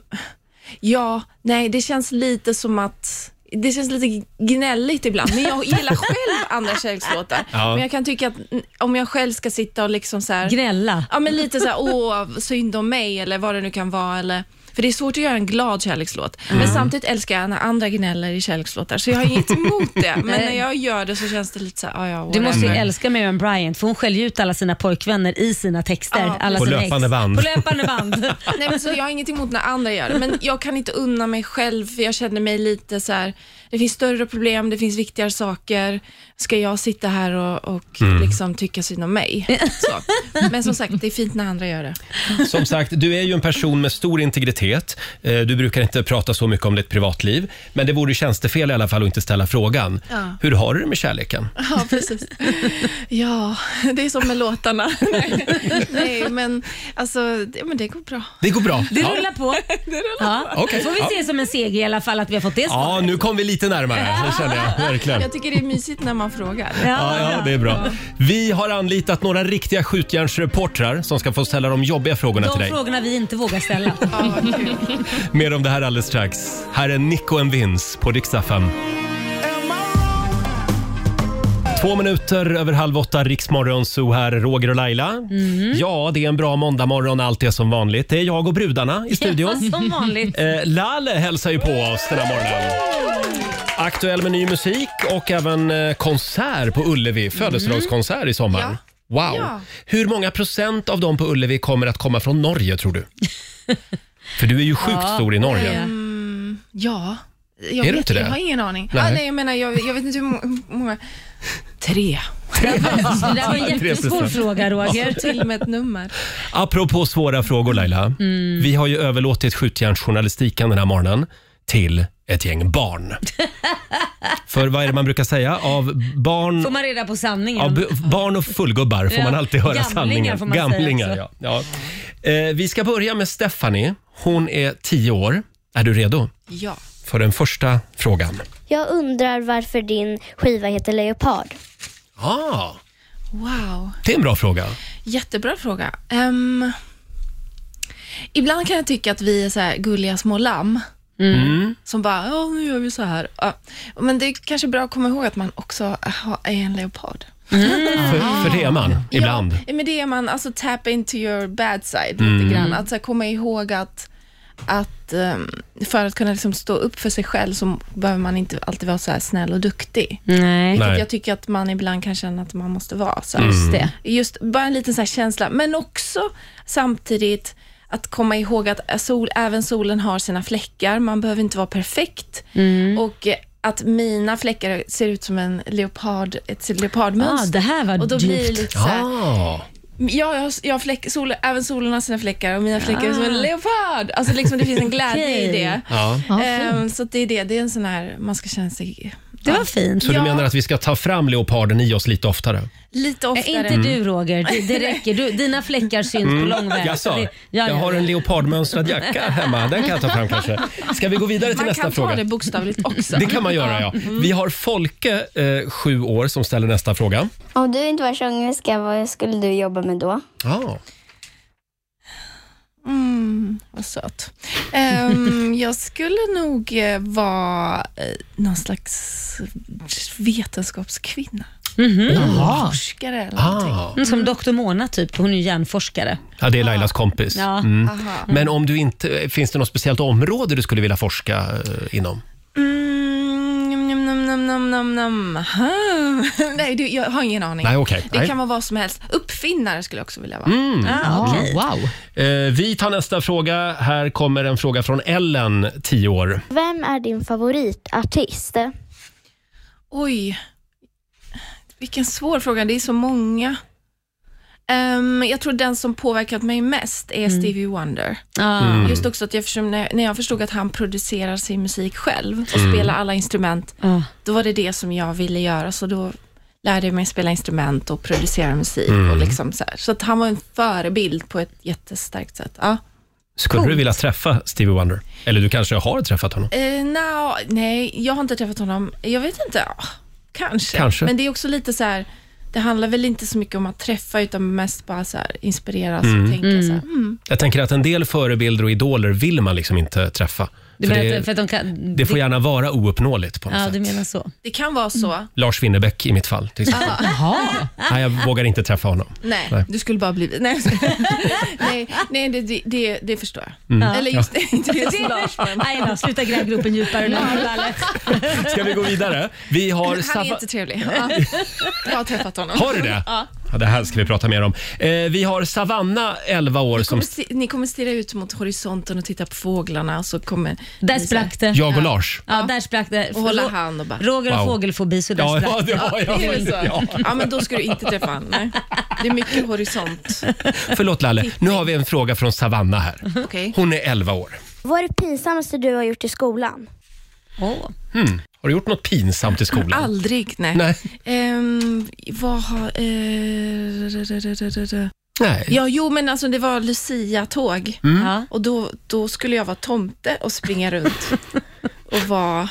Speaker 9: ja, nej, det känns lite som att det känns lite gnälligt ibland, men jag
Speaker 3: <laughs>
Speaker 9: gillar själv Anders Kjells låtar.
Speaker 1: Ja.
Speaker 9: Men jag kan tycka att mm, om jag själv ska sitta och liksom så här,
Speaker 3: Gnälla.
Speaker 9: Ja, men lite så här, åh, synd om mig eller vad det nu kan vara. Eller, för det är svårt att göra en glad kärlekslåt. Men
Speaker 3: Mm.
Speaker 9: samtidigt älskar jag när andra gnäller i kärlekslåtar, så jag har
Speaker 3: <laughs>
Speaker 9: inget emot det. Men när jag gör det så känns det lite så här, ja, ja,
Speaker 3: Du måste ju
Speaker 9: whatever.
Speaker 3: älska Miriam Bryant för hon skäller ut alla sina pojkvänner i sina texter.
Speaker 9: Ja,
Speaker 3: alla
Speaker 1: På
Speaker 3: sina
Speaker 1: löpande
Speaker 3: ex.
Speaker 1: band.
Speaker 3: På löpande band.
Speaker 1: <laughs>
Speaker 9: Nej, men så jag har inget emot när andra gör det, men jag kan inte unna mig själv, för jag känner mig lite så här, det finns större problem, det finns viktigare saker. Ska jag sitta här och, och
Speaker 1: Mm.
Speaker 9: liksom tycka synd om mig? Så. Men som sagt, det är fint när andra gör det.
Speaker 1: Som sagt, du är ju en person med stor integritet. Eh, Du brukar inte prata så mycket om ditt privatliv. Men det vore tjänstefel i alla fall att inte ställa frågan.
Speaker 9: Ja.
Speaker 1: Hur har du det med kärleken?
Speaker 9: Ja, precis. Ja, det är som med låtarna. Nej, nej men alltså, det, men det går bra.
Speaker 1: Det går bra.
Speaker 3: Det
Speaker 1: ja.
Speaker 3: rullar
Speaker 1: <laughs>
Speaker 3: på. Ja.
Speaker 1: Okej,
Speaker 3: Det får
Speaker 1: ja.
Speaker 3: vi se som en seger i alla fall att vi har fått det
Speaker 1: ja,
Speaker 3: svaret.
Speaker 1: nu kom vi lite närmare. Det känner jag verkligen.
Speaker 9: Jag tycker det är mysigt när man frågar.
Speaker 1: Ja, ja, det är bra. Vi har anlitat några riktiga skjutjärnsreportrar som ska få ställa de jobbiga frågorna till
Speaker 3: De
Speaker 1: dig.
Speaker 3: frågorna vi inte vågar ställa.
Speaker 9: Ja, vad kul.
Speaker 1: Mer om det här alldeles strax. Här är Nico and Vince på riksdag fem. Två minuter över halv åtta, Riksmorgon Zoo här, Roger och Laila.
Speaker 3: Mhm.
Speaker 1: Ja, det är en bra måndagmorgon, allt är som vanligt. Det är jag och brudarna <laughs> i studion.
Speaker 3: Ja, som vanligt.
Speaker 1: Eh, Lalle hälsar ju på oss den här morgonen. Aktuell med ny musik och även eh, konsert på Ullevi, födelsedagskonsert i sommar. Wow!
Speaker 9: Ja.
Speaker 1: Hur många procent av dem på Ullevi kommer att komma från Norge tror du? För du är ju sjukt
Speaker 3: Ja.
Speaker 1: stor i Norge.
Speaker 9: Ja. Jag,
Speaker 1: Är
Speaker 9: vet,
Speaker 1: du inte det?
Speaker 9: jag har ingen aning.
Speaker 1: Nej.
Speaker 9: Nej. Ah, nej, jag menar, jag, jag vet inte hur må- hur många... Tre.
Speaker 3: Det där var en jättesvår
Speaker 1: 3%.
Speaker 3: fråga Roger.
Speaker 9: Till med ett nummer.
Speaker 1: Apropå svåra frågor Laila. Vi har ju överlåtit skjutjärnsjournalistiken den här morgonen till ett gäng barn. För vad är det man brukar säga? Av barn
Speaker 3: Får man reda på
Speaker 1: Ja,
Speaker 3: sanningen.
Speaker 1: b- barn och fullgubbar får
Speaker 3: Ja.
Speaker 1: man alltid höra
Speaker 3: Gamlingar
Speaker 1: sanningen.
Speaker 3: får man säga
Speaker 1: Gamlingar,
Speaker 3: också.
Speaker 1: ja. ja. Eh, vi ska börja med Stephanie. Hon är tio år. Är du redo
Speaker 9: Ja.
Speaker 1: för den första frågan?
Speaker 7: Jag undrar varför din skiva heter Leopard.
Speaker 1: Ja, ah,
Speaker 9: Wow.
Speaker 1: det är en bra fråga.
Speaker 9: Jättebra fråga. Ehm, ibland kan jag tycka att vi är så här gulliga små lamm. Som bara, ja nu gör vi så här. Ja. Men det är kanske bra att komma ihåg att man också har- är en leopard. <laughs>
Speaker 1: För, för det är man ibland.
Speaker 9: Ja, men det är man, alltså tap into your bad side lite grann. Att så här, komma ihåg att, att ehm, för att kunna liksom stå upp för sig själv så behöver man inte alltid vara så här snäll och duktig.
Speaker 3: Nej.
Speaker 1: Nej. Mm.
Speaker 9: Jag tycker att man ibland kan känna att man måste vara så här.
Speaker 3: Just det.
Speaker 9: Just bara en liten så här känsla, men också samtidigt att komma ihåg att sol, även solen har sina fläckar. Man behöver inte vara perfekt.
Speaker 3: Mm.
Speaker 9: Och eh, att mina fläckar ser ut som en leopard, ett
Speaker 3: Ah,
Speaker 9: leopardmönster.
Speaker 3: det här var
Speaker 9: och då
Speaker 3: djupt.
Speaker 9: blir det lite så här,
Speaker 1: Ah,
Speaker 9: ja, jag, har- jag har fläck, sol, även solen har sina fläckar och mina fläckar är som en leopard. Alltså liksom, det finns en glädje
Speaker 3: <laughs>
Speaker 9: i det.
Speaker 1: ja.
Speaker 6: Ja,
Speaker 9: Ehm, så att det är det, det är en sån här, man ska känna sig
Speaker 3: Det var fint.
Speaker 1: Så
Speaker 9: Ja.
Speaker 1: du menar att vi ska ta fram leoparden i oss lite oftare?
Speaker 9: lite
Speaker 3: Äh,
Speaker 9: oftare.
Speaker 1: Mm.
Speaker 3: inte du Roger, det, det räcker. Du, dina fläckar syns på lång väg.
Speaker 1: Jag
Speaker 3: Det-
Speaker 1: sa,
Speaker 3: ja, ja.
Speaker 1: jag har en leopardmönstrad jacka hemma. Den kan jag ta fram kanske. Ska vi gå vidare till
Speaker 9: man
Speaker 1: nästa
Speaker 9: kan
Speaker 1: fråga?
Speaker 9: ta det Mm. bokstavligt också.
Speaker 1: Det kan man göra, ja. Vi har Folke, eh, sju år, som ställer nästa fråga.
Speaker 7: Om du inte var sångerska, vad skulle du jobba med då?
Speaker 1: Ja.
Speaker 9: Mm, vad söt.
Speaker 1: <laughs>
Speaker 9: Ehm, jag skulle nog eh, vara eh, någon slags vetenskapskvinna.
Speaker 6: Jaha.
Speaker 9: Forskare eller någonting.
Speaker 1: Mhm. Ah.
Speaker 3: Mm, Som Dr Mona typ, hon är ju hjärnforskare.
Speaker 1: Ja, det är Lailas kompis.
Speaker 3: Ja.
Speaker 1: Mm.
Speaker 9: Aha.
Speaker 1: Men om du inte, finns det något speciellt område du skulle vilja forska eh, inom?
Speaker 9: Mm, nam, nam, nam, nam, nam, nam. Ha. <laughs> Nej, du, jag har ingen aning.
Speaker 1: Nej, okej.
Speaker 9: Det
Speaker 1: Nej. Mm.
Speaker 9: kan vara vad som helst. Uppfinnare skulle jag också vilja vara.
Speaker 3: Ah,
Speaker 6: Ja,
Speaker 3: okej.
Speaker 6: wow.
Speaker 1: Eh, vi tar nästa fråga. Här kommer en fråga från Ellen, 10 år.
Speaker 7: Vem är din favoritartist?
Speaker 9: Oj, vilken svår fråga. Det är så många. Ehm, jag tror den som påverkat mig mest är
Speaker 1: Mm.
Speaker 9: Stevie Wonder.
Speaker 3: Ah.
Speaker 9: Just också att jag förstod, när när jag förstod att han producerar sin musik själv och spelar alla instrument,
Speaker 3: Ah.
Speaker 9: då var det det som jag ville göra. Så då lärde mig spela instrument och producera musik. Och liksom så här. så att han var en förebild på ett jättestarkt sätt. Ja.
Speaker 1: Skulle du vilja träffa Stevie Wonder? Eller du kanske har träffat honom?
Speaker 9: Eh, nja, nej, jag har inte träffat honom. Jag vet inte. Ah, kanske.
Speaker 1: Kanske.
Speaker 9: Men det är också lite så här, det handlar väl inte så mycket om att träffa, utan mest bara så här, inspireras och tänka så här. Mm.
Speaker 1: Jag tänker att en del förebilder och idoler vill man liksom inte träffa.
Speaker 3: Du
Speaker 1: för
Speaker 3: menar
Speaker 1: det,
Speaker 3: att- för att de kan...
Speaker 1: det får gärna vara ouppnåeligt på något
Speaker 3: Ja,
Speaker 1: sätt.
Speaker 3: du menar så.
Speaker 9: Det kan vara så.
Speaker 1: Lars Winnerbäck i mitt fall. Till exempel.
Speaker 6: Jaha.
Speaker 1: Nej, jag vågar inte träffa honom.
Speaker 9: Nej,
Speaker 1: Nej.
Speaker 9: du skulle bara blivit... <laughs> Nej, nej, nej det, det, det, det förstår jag.
Speaker 1: Mm.
Speaker 9: Eller just <laughs> det, <laughs> inte just Lars, men...
Speaker 3: Nej då, sluta gräva gropen djupare nu.
Speaker 1: Ska vi gå vidare? Vi har
Speaker 9: Han är
Speaker 1: Staffan...
Speaker 9: inte trevlig. Ja. Jag har träffat honom.
Speaker 1: Har du det?
Speaker 9: <laughs> Ja.
Speaker 1: Ja, det här ska vi prata mer om. Eh, vi har Savanna, 11 år, som...
Speaker 9: Kommer sti- Ni kommer stirra ut mot horisonten och titta på fåglarna och så kommer...
Speaker 3: Där
Speaker 9: ni så-
Speaker 3: sprack det.
Speaker 1: Jag och Lars.
Speaker 3: Ja, där sprack det.
Speaker 9: Och hålla hand och bara-
Speaker 3: Roger har
Speaker 1: Wow.
Speaker 3: fågelfobi, så där
Speaker 1: Ja,
Speaker 3: sprack
Speaker 1: ja,
Speaker 3: det.
Speaker 1: det var jag.
Speaker 9: Det är väl så?
Speaker 1: Ja.
Speaker 9: Ja. men då ska du inte träffa honom. Nej. Det är mycket horisont.
Speaker 1: Förlåt Lalle, nu har vi en fråga från Savanna här.
Speaker 9: Okej.
Speaker 1: Hon är 11 år.
Speaker 10: Vad är det pinsammaste du har gjort i skolan?
Speaker 3: Åh.
Speaker 1: Har du gjort något pinsamt i skolan?
Speaker 9: Aldrig, nej.
Speaker 1: Nej.
Speaker 9: Ehm, vad har... eh,
Speaker 1: Nej.
Speaker 9: Ja, jo, men alltså det var Lucia-tåg.
Speaker 1: Mm.
Speaker 3: Ja.
Speaker 9: Och då, då skulle jag vara tomte och springa runt och vara...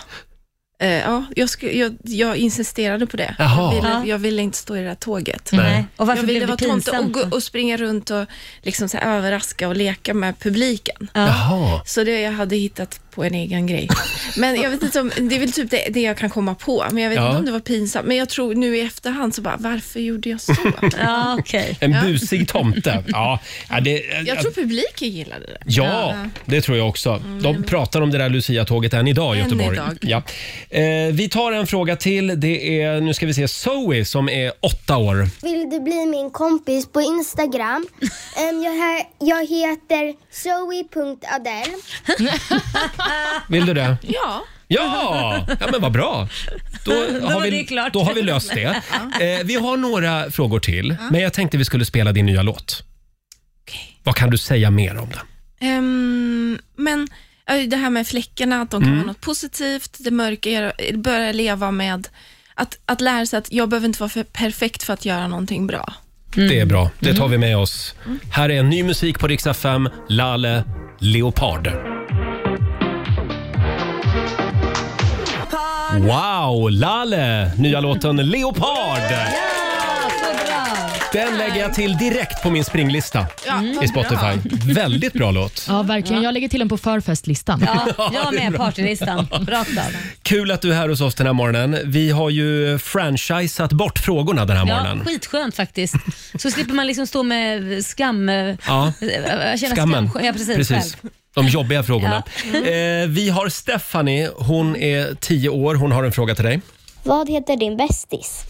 Speaker 9: Eh, ja, jag, sku, jag, jag insisterade på det.
Speaker 1: Jaha.
Speaker 9: Jag ville,
Speaker 3: Ja.
Speaker 9: jag ville inte stå i det där tåget.
Speaker 1: Nej.
Speaker 3: Nej. Och varför
Speaker 9: jag ville
Speaker 3: blev
Speaker 9: vara
Speaker 3: det
Speaker 9: tomte och,
Speaker 3: pinsamt?
Speaker 9: gå, och springa runt och liksom så här överraska och leka med publiken.
Speaker 1: <laughs> Jaha.
Speaker 9: Så det jag hade hittat på en egen grej. Men jag vet inte om, det är väl typ det, det jag kan komma på, men jag vet
Speaker 1: Ja.
Speaker 9: inte om det var pinsamt. Men jag tror nu i efterhand så bara, varför gjorde jag så?
Speaker 3: <laughs> Ja, okej.
Speaker 1: En busig tomte. Ja, ja, det,
Speaker 9: Jag tror publiken gillade det.
Speaker 1: ja, det tror jag också. De pratar om det där Lucia-tåget än idag i
Speaker 9: Än
Speaker 1: Göteborg.
Speaker 9: idag.
Speaker 1: Ja. Eh, vi tar en fråga till. Det är, nu ska vi se, Zoe som är åtta år.
Speaker 10: Vill du bli min kompis på <laughs> Instagram? Em, jag, he- jag heter zoe.adel.
Speaker 1: Vill du det?
Speaker 9: Ja,
Speaker 1: Ja, ja men vad bra. Då har,
Speaker 3: var
Speaker 1: vi,
Speaker 3: det klart.
Speaker 1: då har vi löst det. Eh, vi har några frågor till, men jag tänkte vi skulle spela din nya låt.
Speaker 9: Okej.
Speaker 1: Vad kan du säga mer om den?
Speaker 9: Ehm, men eh, det här med fläckarna, att de kan vara något positivt, det mörka, göra- börja leva med att, att lära sig att jag behöver inte vara för perfekt för att göra någonting bra.
Speaker 1: Det är bra. Det tar vi med oss. Här är ny musik på Rix FM. Lale Leopard. Wow, Lale! Nya låten Leopard.
Speaker 3: Ja, så bra.
Speaker 1: Den lägger jag till direkt på min springlista
Speaker 9: Ja, vad
Speaker 1: i
Speaker 9: bra.
Speaker 1: Spotify. Väldigt bra låt.
Speaker 6: Ja, verkligen. Jag lägger till den på förfestlistan.
Speaker 3: Ja, jag med partylistan. Bra Stav.
Speaker 1: Kul att du är här hos oss den här morgonen. Vi har ju franchisat bort frågorna den här
Speaker 3: Ja,
Speaker 1: morgonen.
Speaker 3: skitskönt faktiskt. Så slipper man liksom stå med skam... äh,
Speaker 1: Ja,
Speaker 3: Känna
Speaker 1: skammen.
Speaker 3: skam. Ja, precis. Själv.
Speaker 1: De jobbiga frågorna. Eh, vi har Stephanie. Hon är 10 år. Hon har en fråga till dig.
Speaker 10: Vad heter din bästis?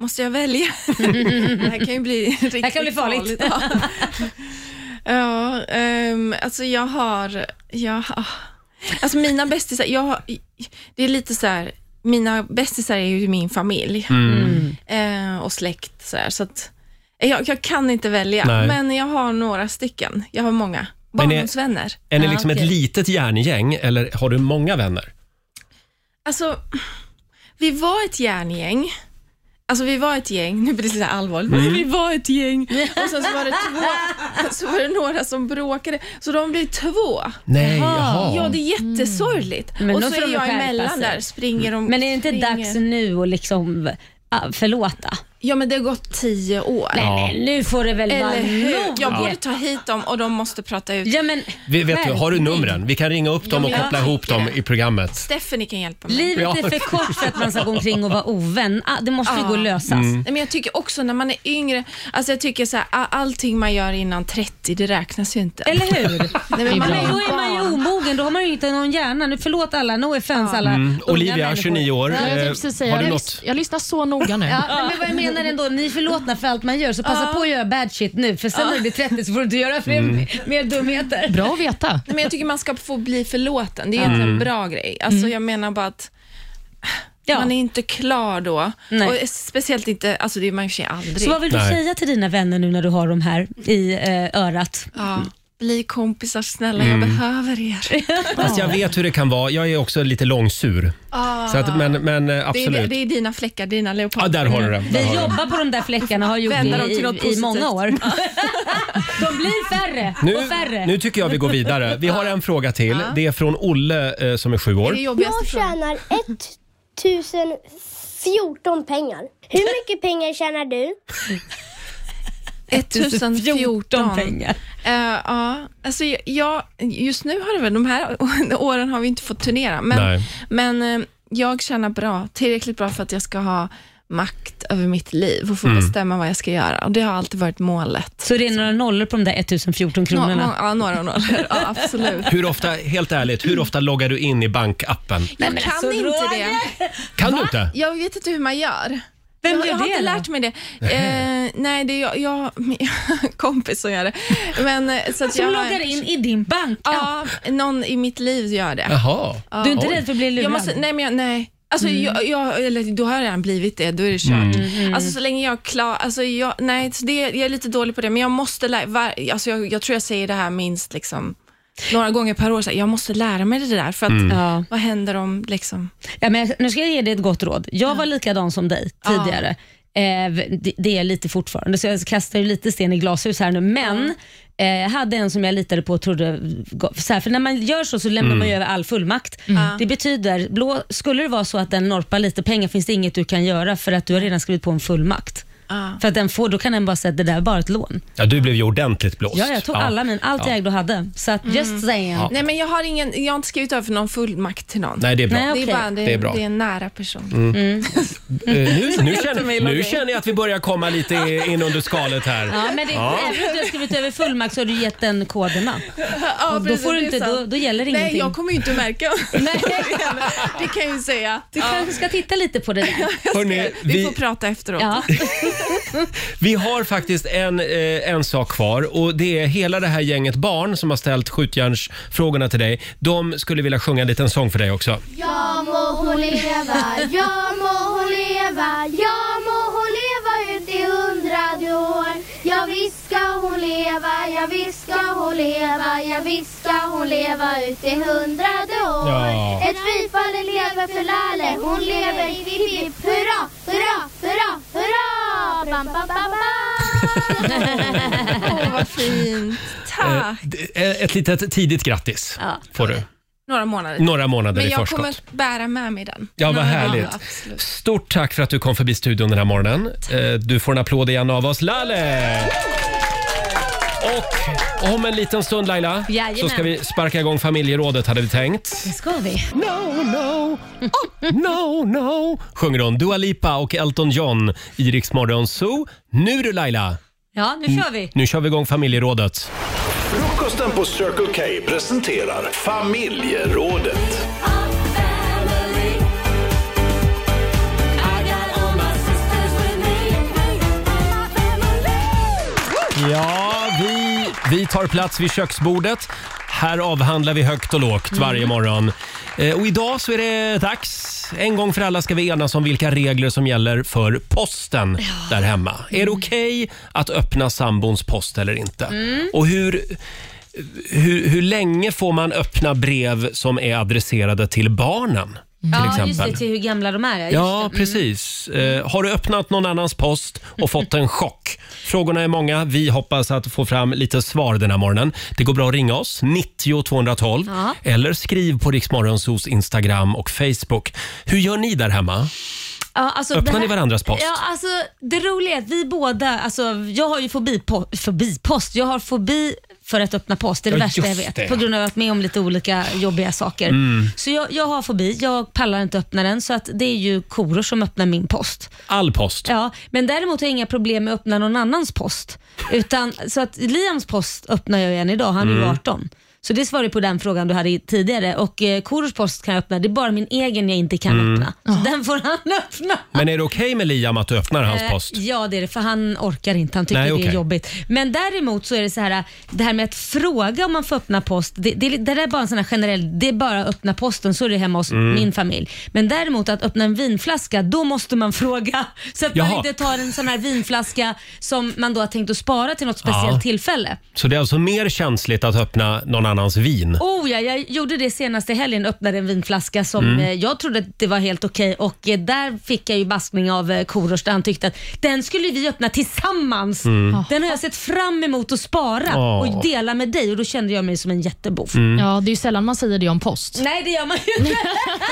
Speaker 9: Måste jag
Speaker 3: <laughs>
Speaker 9: välja? det här kan ju bli riktigt
Speaker 3: här kan bli farligt. <laughs>
Speaker 9: Ja, ja ehm, alltså jag har, jag har, alltså mina bästisar, jag har, det är lite så här, mina bästisar är ju min familj
Speaker 1: Mm.
Speaker 9: eh, och släkt så, här, så att eh, jag, jag kan inte välja,
Speaker 1: Nej.
Speaker 9: men jag har några stycken. Jag har många.
Speaker 1: Men är-
Speaker 9: Barndomsvänner.
Speaker 1: Är ni
Speaker 3: Ja,
Speaker 1: liksom ett
Speaker 3: okej.
Speaker 1: litet järngäng eller har du många vänner?
Speaker 9: Alltså, vi var ett järngäng. Alltså vi var ett gäng, nu blir det lite allvarligt,
Speaker 3: Mm.
Speaker 9: men vi var ett
Speaker 3: <laughs>
Speaker 9: gäng. Och sen så var, det två, så var det några som bråkade, så de blev två.
Speaker 1: Nej, jaha.
Speaker 9: Ja, det är jättesorgligt.
Speaker 3: Mm. Men
Speaker 9: och
Speaker 3: då
Speaker 9: så
Speaker 3: får
Speaker 9: är
Speaker 3: de
Speaker 9: jag
Speaker 3: skärpa
Speaker 9: emellan
Speaker 3: sig. Mm.
Speaker 9: där, springer om.
Speaker 3: Men är det inte
Speaker 9: springer.
Speaker 3: dags nu att liksom ah, förlåta?
Speaker 9: Ja, men det har gått tio år.
Speaker 1: Ja.
Speaker 3: Nej, nu får det väl vara
Speaker 9: Eller hur?
Speaker 3: nog.
Speaker 9: Jag borde ta hit dem och de måste prata ut.
Speaker 3: Ja, men
Speaker 1: Vi, vet du, har du
Speaker 3: Skärpning.
Speaker 1: numren? Vi kan ringa upp dem och
Speaker 9: men jag
Speaker 1: koppla ihop
Speaker 9: tycker
Speaker 1: dem
Speaker 9: det.
Speaker 1: i programmet.
Speaker 9: Stephanie kan hjälpa mig.
Speaker 3: Livet
Speaker 1: Ja.
Speaker 3: är för kort för att man ska gå omkring och vara ovän. Ah, det måste ju
Speaker 9: Ja.
Speaker 3: gå att lösas.
Speaker 1: Mm.
Speaker 9: Nej, men jag tycker också när man är yngre, alltså jag tycker så här, a- allting man gör innan 30, det räknas ju inte.
Speaker 3: Eller hur?
Speaker 9: Nej, men
Speaker 3: Men
Speaker 9: man
Speaker 3: då
Speaker 9: är ju
Speaker 3: är man ju
Speaker 9: barn.
Speaker 3: omogen, då har man ju inte någon hjärna. Nu, förlåt alla, no offense alla unga
Speaker 1: Mm. Olivia,
Speaker 3: människor.
Speaker 1: 29 år.
Speaker 6: Ja, jag
Speaker 1: Eh,
Speaker 6: tänkte precis säga,
Speaker 1: har du
Speaker 6: jag,
Speaker 1: något?
Speaker 6: lys- jag lyssnar så noga
Speaker 1: <laughs>
Speaker 6: nu.
Speaker 3: Ja, nej, men vad jag menar ändå, ni är förlåtna för allt man gör så passa på att göra bad shit nu för sen när du blir 30 så får du inte göra fler,
Speaker 1: Mm.
Speaker 3: mer dumheter.
Speaker 6: Bra att veta.
Speaker 9: Nej, men jag tycker man ska få bli förlåten. Det är
Speaker 1: Mm.
Speaker 9: egentligen en bra grej. Alltså, Jag menar bara att
Speaker 3: Mm. Ja.
Speaker 9: man är inte klar då.
Speaker 3: Nej.
Speaker 9: Och speciellt inte, alltså det är man i och för sig aldrig.
Speaker 3: Så vad vill du
Speaker 1: Nej.
Speaker 3: säga till dina vänner nu när du har dem här i eh, örat?
Speaker 9: ja. bli kompisar snälla, jag
Speaker 1: Mm.
Speaker 9: behöver er.
Speaker 3: <laughs>
Speaker 1: Fast jag vet hur det kan vara. Jag är också lite långsur.
Speaker 9: Ah.
Speaker 1: Så att, men, men eh,
Speaker 9: Det är,
Speaker 1: absolut.
Speaker 9: det är dina fläckar, dina leoparder.
Speaker 1: Ja, där har du det. Där har
Speaker 3: Mm. Vi
Speaker 1: du det.
Speaker 3: jobbar på de där fläckarna och har gjort
Speaker 9: Vända
Speaker 3: det
Speaker 9: dem till något
Speaker 3: i, i
Speaker 9: positivt.
Speaker 3: många år. <laughs> de blir färre och
Speaker 1: Nu,
Speaker 3: färre.
Speaker 1: nu tycker jag vi går vidare. Vi har en fråga till.
Speaker 3: Ja.
Speaker 1: Det är från Olle eh, som är sju år.
Speaker 10: Jag tjänar 1014 <laughs> pengar. Hur mycket pengar tjänar du?
Speaker 9: 1014
Speaker 3: typ pengar.
Speaker 9: Eh, ja, alltså jag- jag, just nu har det väl, de här <laughs> åren har vi inte fått turnera, men,
Speaker 11: Nej.
Speaker 9: men eh, jag tjänar bra, tillräckligt bra för att jag ska ha makt över mitt liv och få
Speaker 3: Mm.
Speaker 9: bestämma vad jag ska göra. Och det har alltid varit målet.
Speaker 3: Så det är några nollor på de där 1014 kronorna?
Speaker 9: Nå- ja, några
Speaker 3: <laughs>
Speaker 9: nollor. Ja, absolut.
Speaker 1: Hur ofta, helt ärligt, hur ofta loggar du in i bankappen?
Speaker 9: Jag
Speaker 3: alltså,
Speaker 9: kan inte det.
Speaker 1: Kan du inte?
Speaker 9: Jag vet inte hur man gör.
Speaker 3: Vem
Speaker 9: jag,
Speaker 3: gör
Speaker 9: jag har
Speaker 3: det
Speaker 9: inte
Speaker 3: då?
Speaker 9: lärt mig det. Eh, nej, det är jag, jag, min <laughs> kompis som gör det. Men, eh, så att
Speaker 3: Som
Speaker 9: jag
Speaker 3: loggar in i din bank?
Speaker 9: Ja, någon i mitt liv gör det.
Speaker 1: Jaha.
Speaker 9: Ja.
Speaker 3: Du är inte rädd för att bli lurad?
Speaker 9: Jag måste, nej, men jag, nej. Alltså, jag, jag, eller, då har jag redan blivit det, då är det kört.
Speaker 3: Mm. Mm.
Speaker 9: Alltså, så länge jag klarar, alltså, jag, nej, så det, jag är lite dålig på det, men jag måste lära, var, alltså, jag, jag tror jag säger det här minst liksom, några gånger per år, så här, jag måste lära mig det där, för att,
Speaker 3: Mm. Ja.
Speaker 9: vad händer om liksom,
Speaker 3: Ja, men jag- nu ska jag ge dig ett gott råd. Jag var likadan som dig tidigare. Eh, det, det är jag lite fortfarande, så jag kastar ju lite sten i glashus här nu. Men eh, hade en som jag litade på och trodde... Så här, för när man gör så så lämnar
Speaker 11: Mm.
Speaker 3: man ju över all fullmakt.
Speaker 11: Mm.
Speaker 3: Det betyder, blå, skulle det vara så att den norpar lite pengar finns det inget du kan göra för att du har redan skrivit på en fullmakt. För att den får, då kan den bara säga att det där är bara ett lån.
Speaker 1: Ja, du blev ju ordentligt blåst.
Speaker 3: Ja, jag tog alla min, allt jag ägde och hade. Så att, Mm. just saying.
Speaker 1: Ja.
Speaker 9: Nej, men jag har, ingen, jag har inte skrivit över för någon fullmakt till någon.
Speaker 1: Nej, det är bra.
Speaker 9: Det är, bara, det,
Speaker 1: Det är bra.
Speaker 9: det är en nära person.
Speaker 1: Mm. Eh,
Speaker 3: <laughs>
Speaker 1: Nu,
Speaker 9: Så
Speaker 1: nu,
Speaker 9: hjälper mig
Speaker 1: känner,
Speaker 9: logga
Speaker 1: nu
Speaker 9: in.
Speaker 1: känner jag att vi börjar komma lite i- in under skalet här.
Speaker 3: Ja, men det,
Speaker 1: Ja.
Speaker 3: även om du har skrivit över fullmakt så har du gett den koderna.
Speaker 9: Ja,
Speaker 3: Och då,
Speaker 9: precis,
Speaker 3: får
Speaker 9: det
Speaker 3: du
Speaker 9: är
Speaker 3: inte, då,
Speaker 9: sant.
Speaker 3: då gäller
Speaker 9: Nej,
Speaker 3: ingenting.
Speaker 9: jag kommer ju inte att märka.
Speaker 3: Nej.
Speaker 9: <laughs> det kan jag ju säga.
Speaker 3: Du kanske ska titta lite på det där.
Speaker 1: Hörrni, vi,
Speaker 9: prata efteråt.
Speaker 3: Ja.
Speaker 1: vi har faktiskt en, eh, en sak kvar och det är hela det här gänget barn som har ställt skjutjärnsfrågorna till dig. De skulle vilja sjunga en liten sång för dig också.
Speaker 11: Ja må hon leva, ja må hon leva, ja må hon leva ut i hundrade år. Ja visst ska hon leva, ja visst ska hon leva, ja visst ska hon leva ut i hundrade år.
Speaker 12: Ja.
Speaker 11: Ett frifall lever för Lalle, hon lever, hipp hipp hurra, hurra, hurra, hurra! Bam, bam, bam, bam.
Speaker 9: Åh, vad fint.
Speaker 1: Eh,
Speaker 9: Tack.
Speaker 1: d- eh, Ett litet tidigt grattis
Speaker 9: Ja.
Speaker 1: får du.
Speaker 9: Några månader till.
Speaker 1: Några månader
Speaker 9: Men
Speaker 1: i
Speaker 9: jag
Speaker 1: förskott.
Speaker 9: kommer bära med mig den.
Speaker 1: Ja, vad
Speaker 9: Några
Speaker 1: härligt.
Speaker 9: månader, absolut.
Speaker 1: Stort tack för att du kom förbi studion den här morgonen. Eh, Du får en applåd igen av oss. Lalle! Och om en liten stund Laila, så
Speaker 3: Jajamän.
Speaker 1: ska vi sparka igång familjerådet hade vi tänkt.
Speaker 3: Det ska vi.
Speaker 1: No, no, Oh, no, no. Sjunger hon Dua Lipa och Elton John i Rix Morgon Zoo. Nu du Laila!
Speaker 3: Ja, nu kör vi.
Speaker 1: N- Nu kör vi igång familjerådet.
Speaker 2: Frukosten på Circle K presenterar familjerådet.
Speaker 1: Ja, vi, vi tar plats vid köksbordet. Här avhandlar vi högt och lågt
Speaker 3: Mm.
Speaker 1: varje morgon. Eh, Och idag så är det dags. En gång för alla ska vi enas om vilka regler som gäller för posten där hemma. Är det
Speaker 3: Mm.
Speaker 1: okej att öppna sambons post eller inte?
Speaker 11: Mm.
Speaker 1: Och hur, hur, hur länge får man öppna brev som är adresserade till barnen? Till
Speaker 3: Ja, just
Speaker 1: exempel?
Speaker 3: det, till hur gamla de är. just
Speaker 1: Ja,
Speaker 3: det.
Speaker 1: precis. Eh, har du öppnat någon annans post och fått en chock? Frågorna är många. Vi hoppas att få fram lite svar den här morgonen. Det går bra att ringa oss, 90 212,
Speaker 11: Ja.
Speaker 1: eller skriv på Riksmorgonsos Instagram och Facebook. Hur gör ni där hemma?
Speaker 3: Ja, alltså
Speaker 1: Öppnar
Speaker 3: det
Speaker 1: ni varandras post?
Speaker 3: Ja, alltså, det roliga är att vi båda, alltså, jag har ju fobi, po, fobi post. Jag har fobi för att öppna post. Det är det
Speaker 11: Ja,
Speaker 3: värsta jag
Speaker 11: just
Speaker 3: vet.
Speaker 11: det.
Speaker 3: På grund av att jag varit med om lite olika jobbiga saker.
Speaker 11: Mm.
Speaker 3: Så jag, jag har fobi. Jag pallar inte öppna den. Så att det är ju koror som öppnar min post.
Speaker 1: All post?
Speaker 3: Ja, men däremot har jag inga problem med att öppna någon annans post. Utan, så att Liams post öppnar jag igen idag. Han är ju
Speaker 1: Mm.
Speaker 3: 18. Så det svarar på den frågan du hade tidigare. Och eh, Korosh post kan jag öppna, det är bara min egen jag inte kan
Speaker 1: Mm.
Speaker 3: öppna. Så den får han <laughs> öppna.
Speaker 1: Men är det okej med Liam att du öppnar hans
Speaker 3: Eh,
Speaker 1: post?
Speaker 3: Ja, det är det. För han orkar inte. Han tycker
Speaker 1: Nej,
Speaker 3: det är
Speaker 1: okej.
Speaker 3: jobbigt. Men däremot så är det så här, det här med att fråga om man får öppna post. Det, det, det där är bara en sån här generell, det är bara att öppna posten så är det hemma hos
Speaker 1: Mm.
Speaker 3: min familj. Men däremot att öppna en vinflaska, då måste man fråga. Så att
Speaker 1: Jaha.
Speaker 3: man inte tar en sån här vinflaska som man då har tänkt att spara till något speciellt
Speaker 1: Ja.
Speaker 3: tillfälle.
Speaker 1: Så det är alltså mer känsligt att öppna någon annans vin?
Speaker 3: Oh ja, jag gjorde det senast i helgen, öppnade en vinflaska som
Speaker 1: Mm.
Speaker 3: eh, jag trodde att det var helt okej och eh, där fick jag ju baskning av eh, Korosh där han tyckte att den skulle vi öppna tillsammans.
Speaker 1: Mm.
Speaker 3: Den har jag sett fram emot att spara
Speaker 6: Ja.
Speaker 3: och dela med dig och då kände jag mig som en jättebov.
Speaker 1: Mm.
Speaker 6: Ja, det är ju sällan man säger det om post.
Speaker 3: Nej, det gör man ju inte.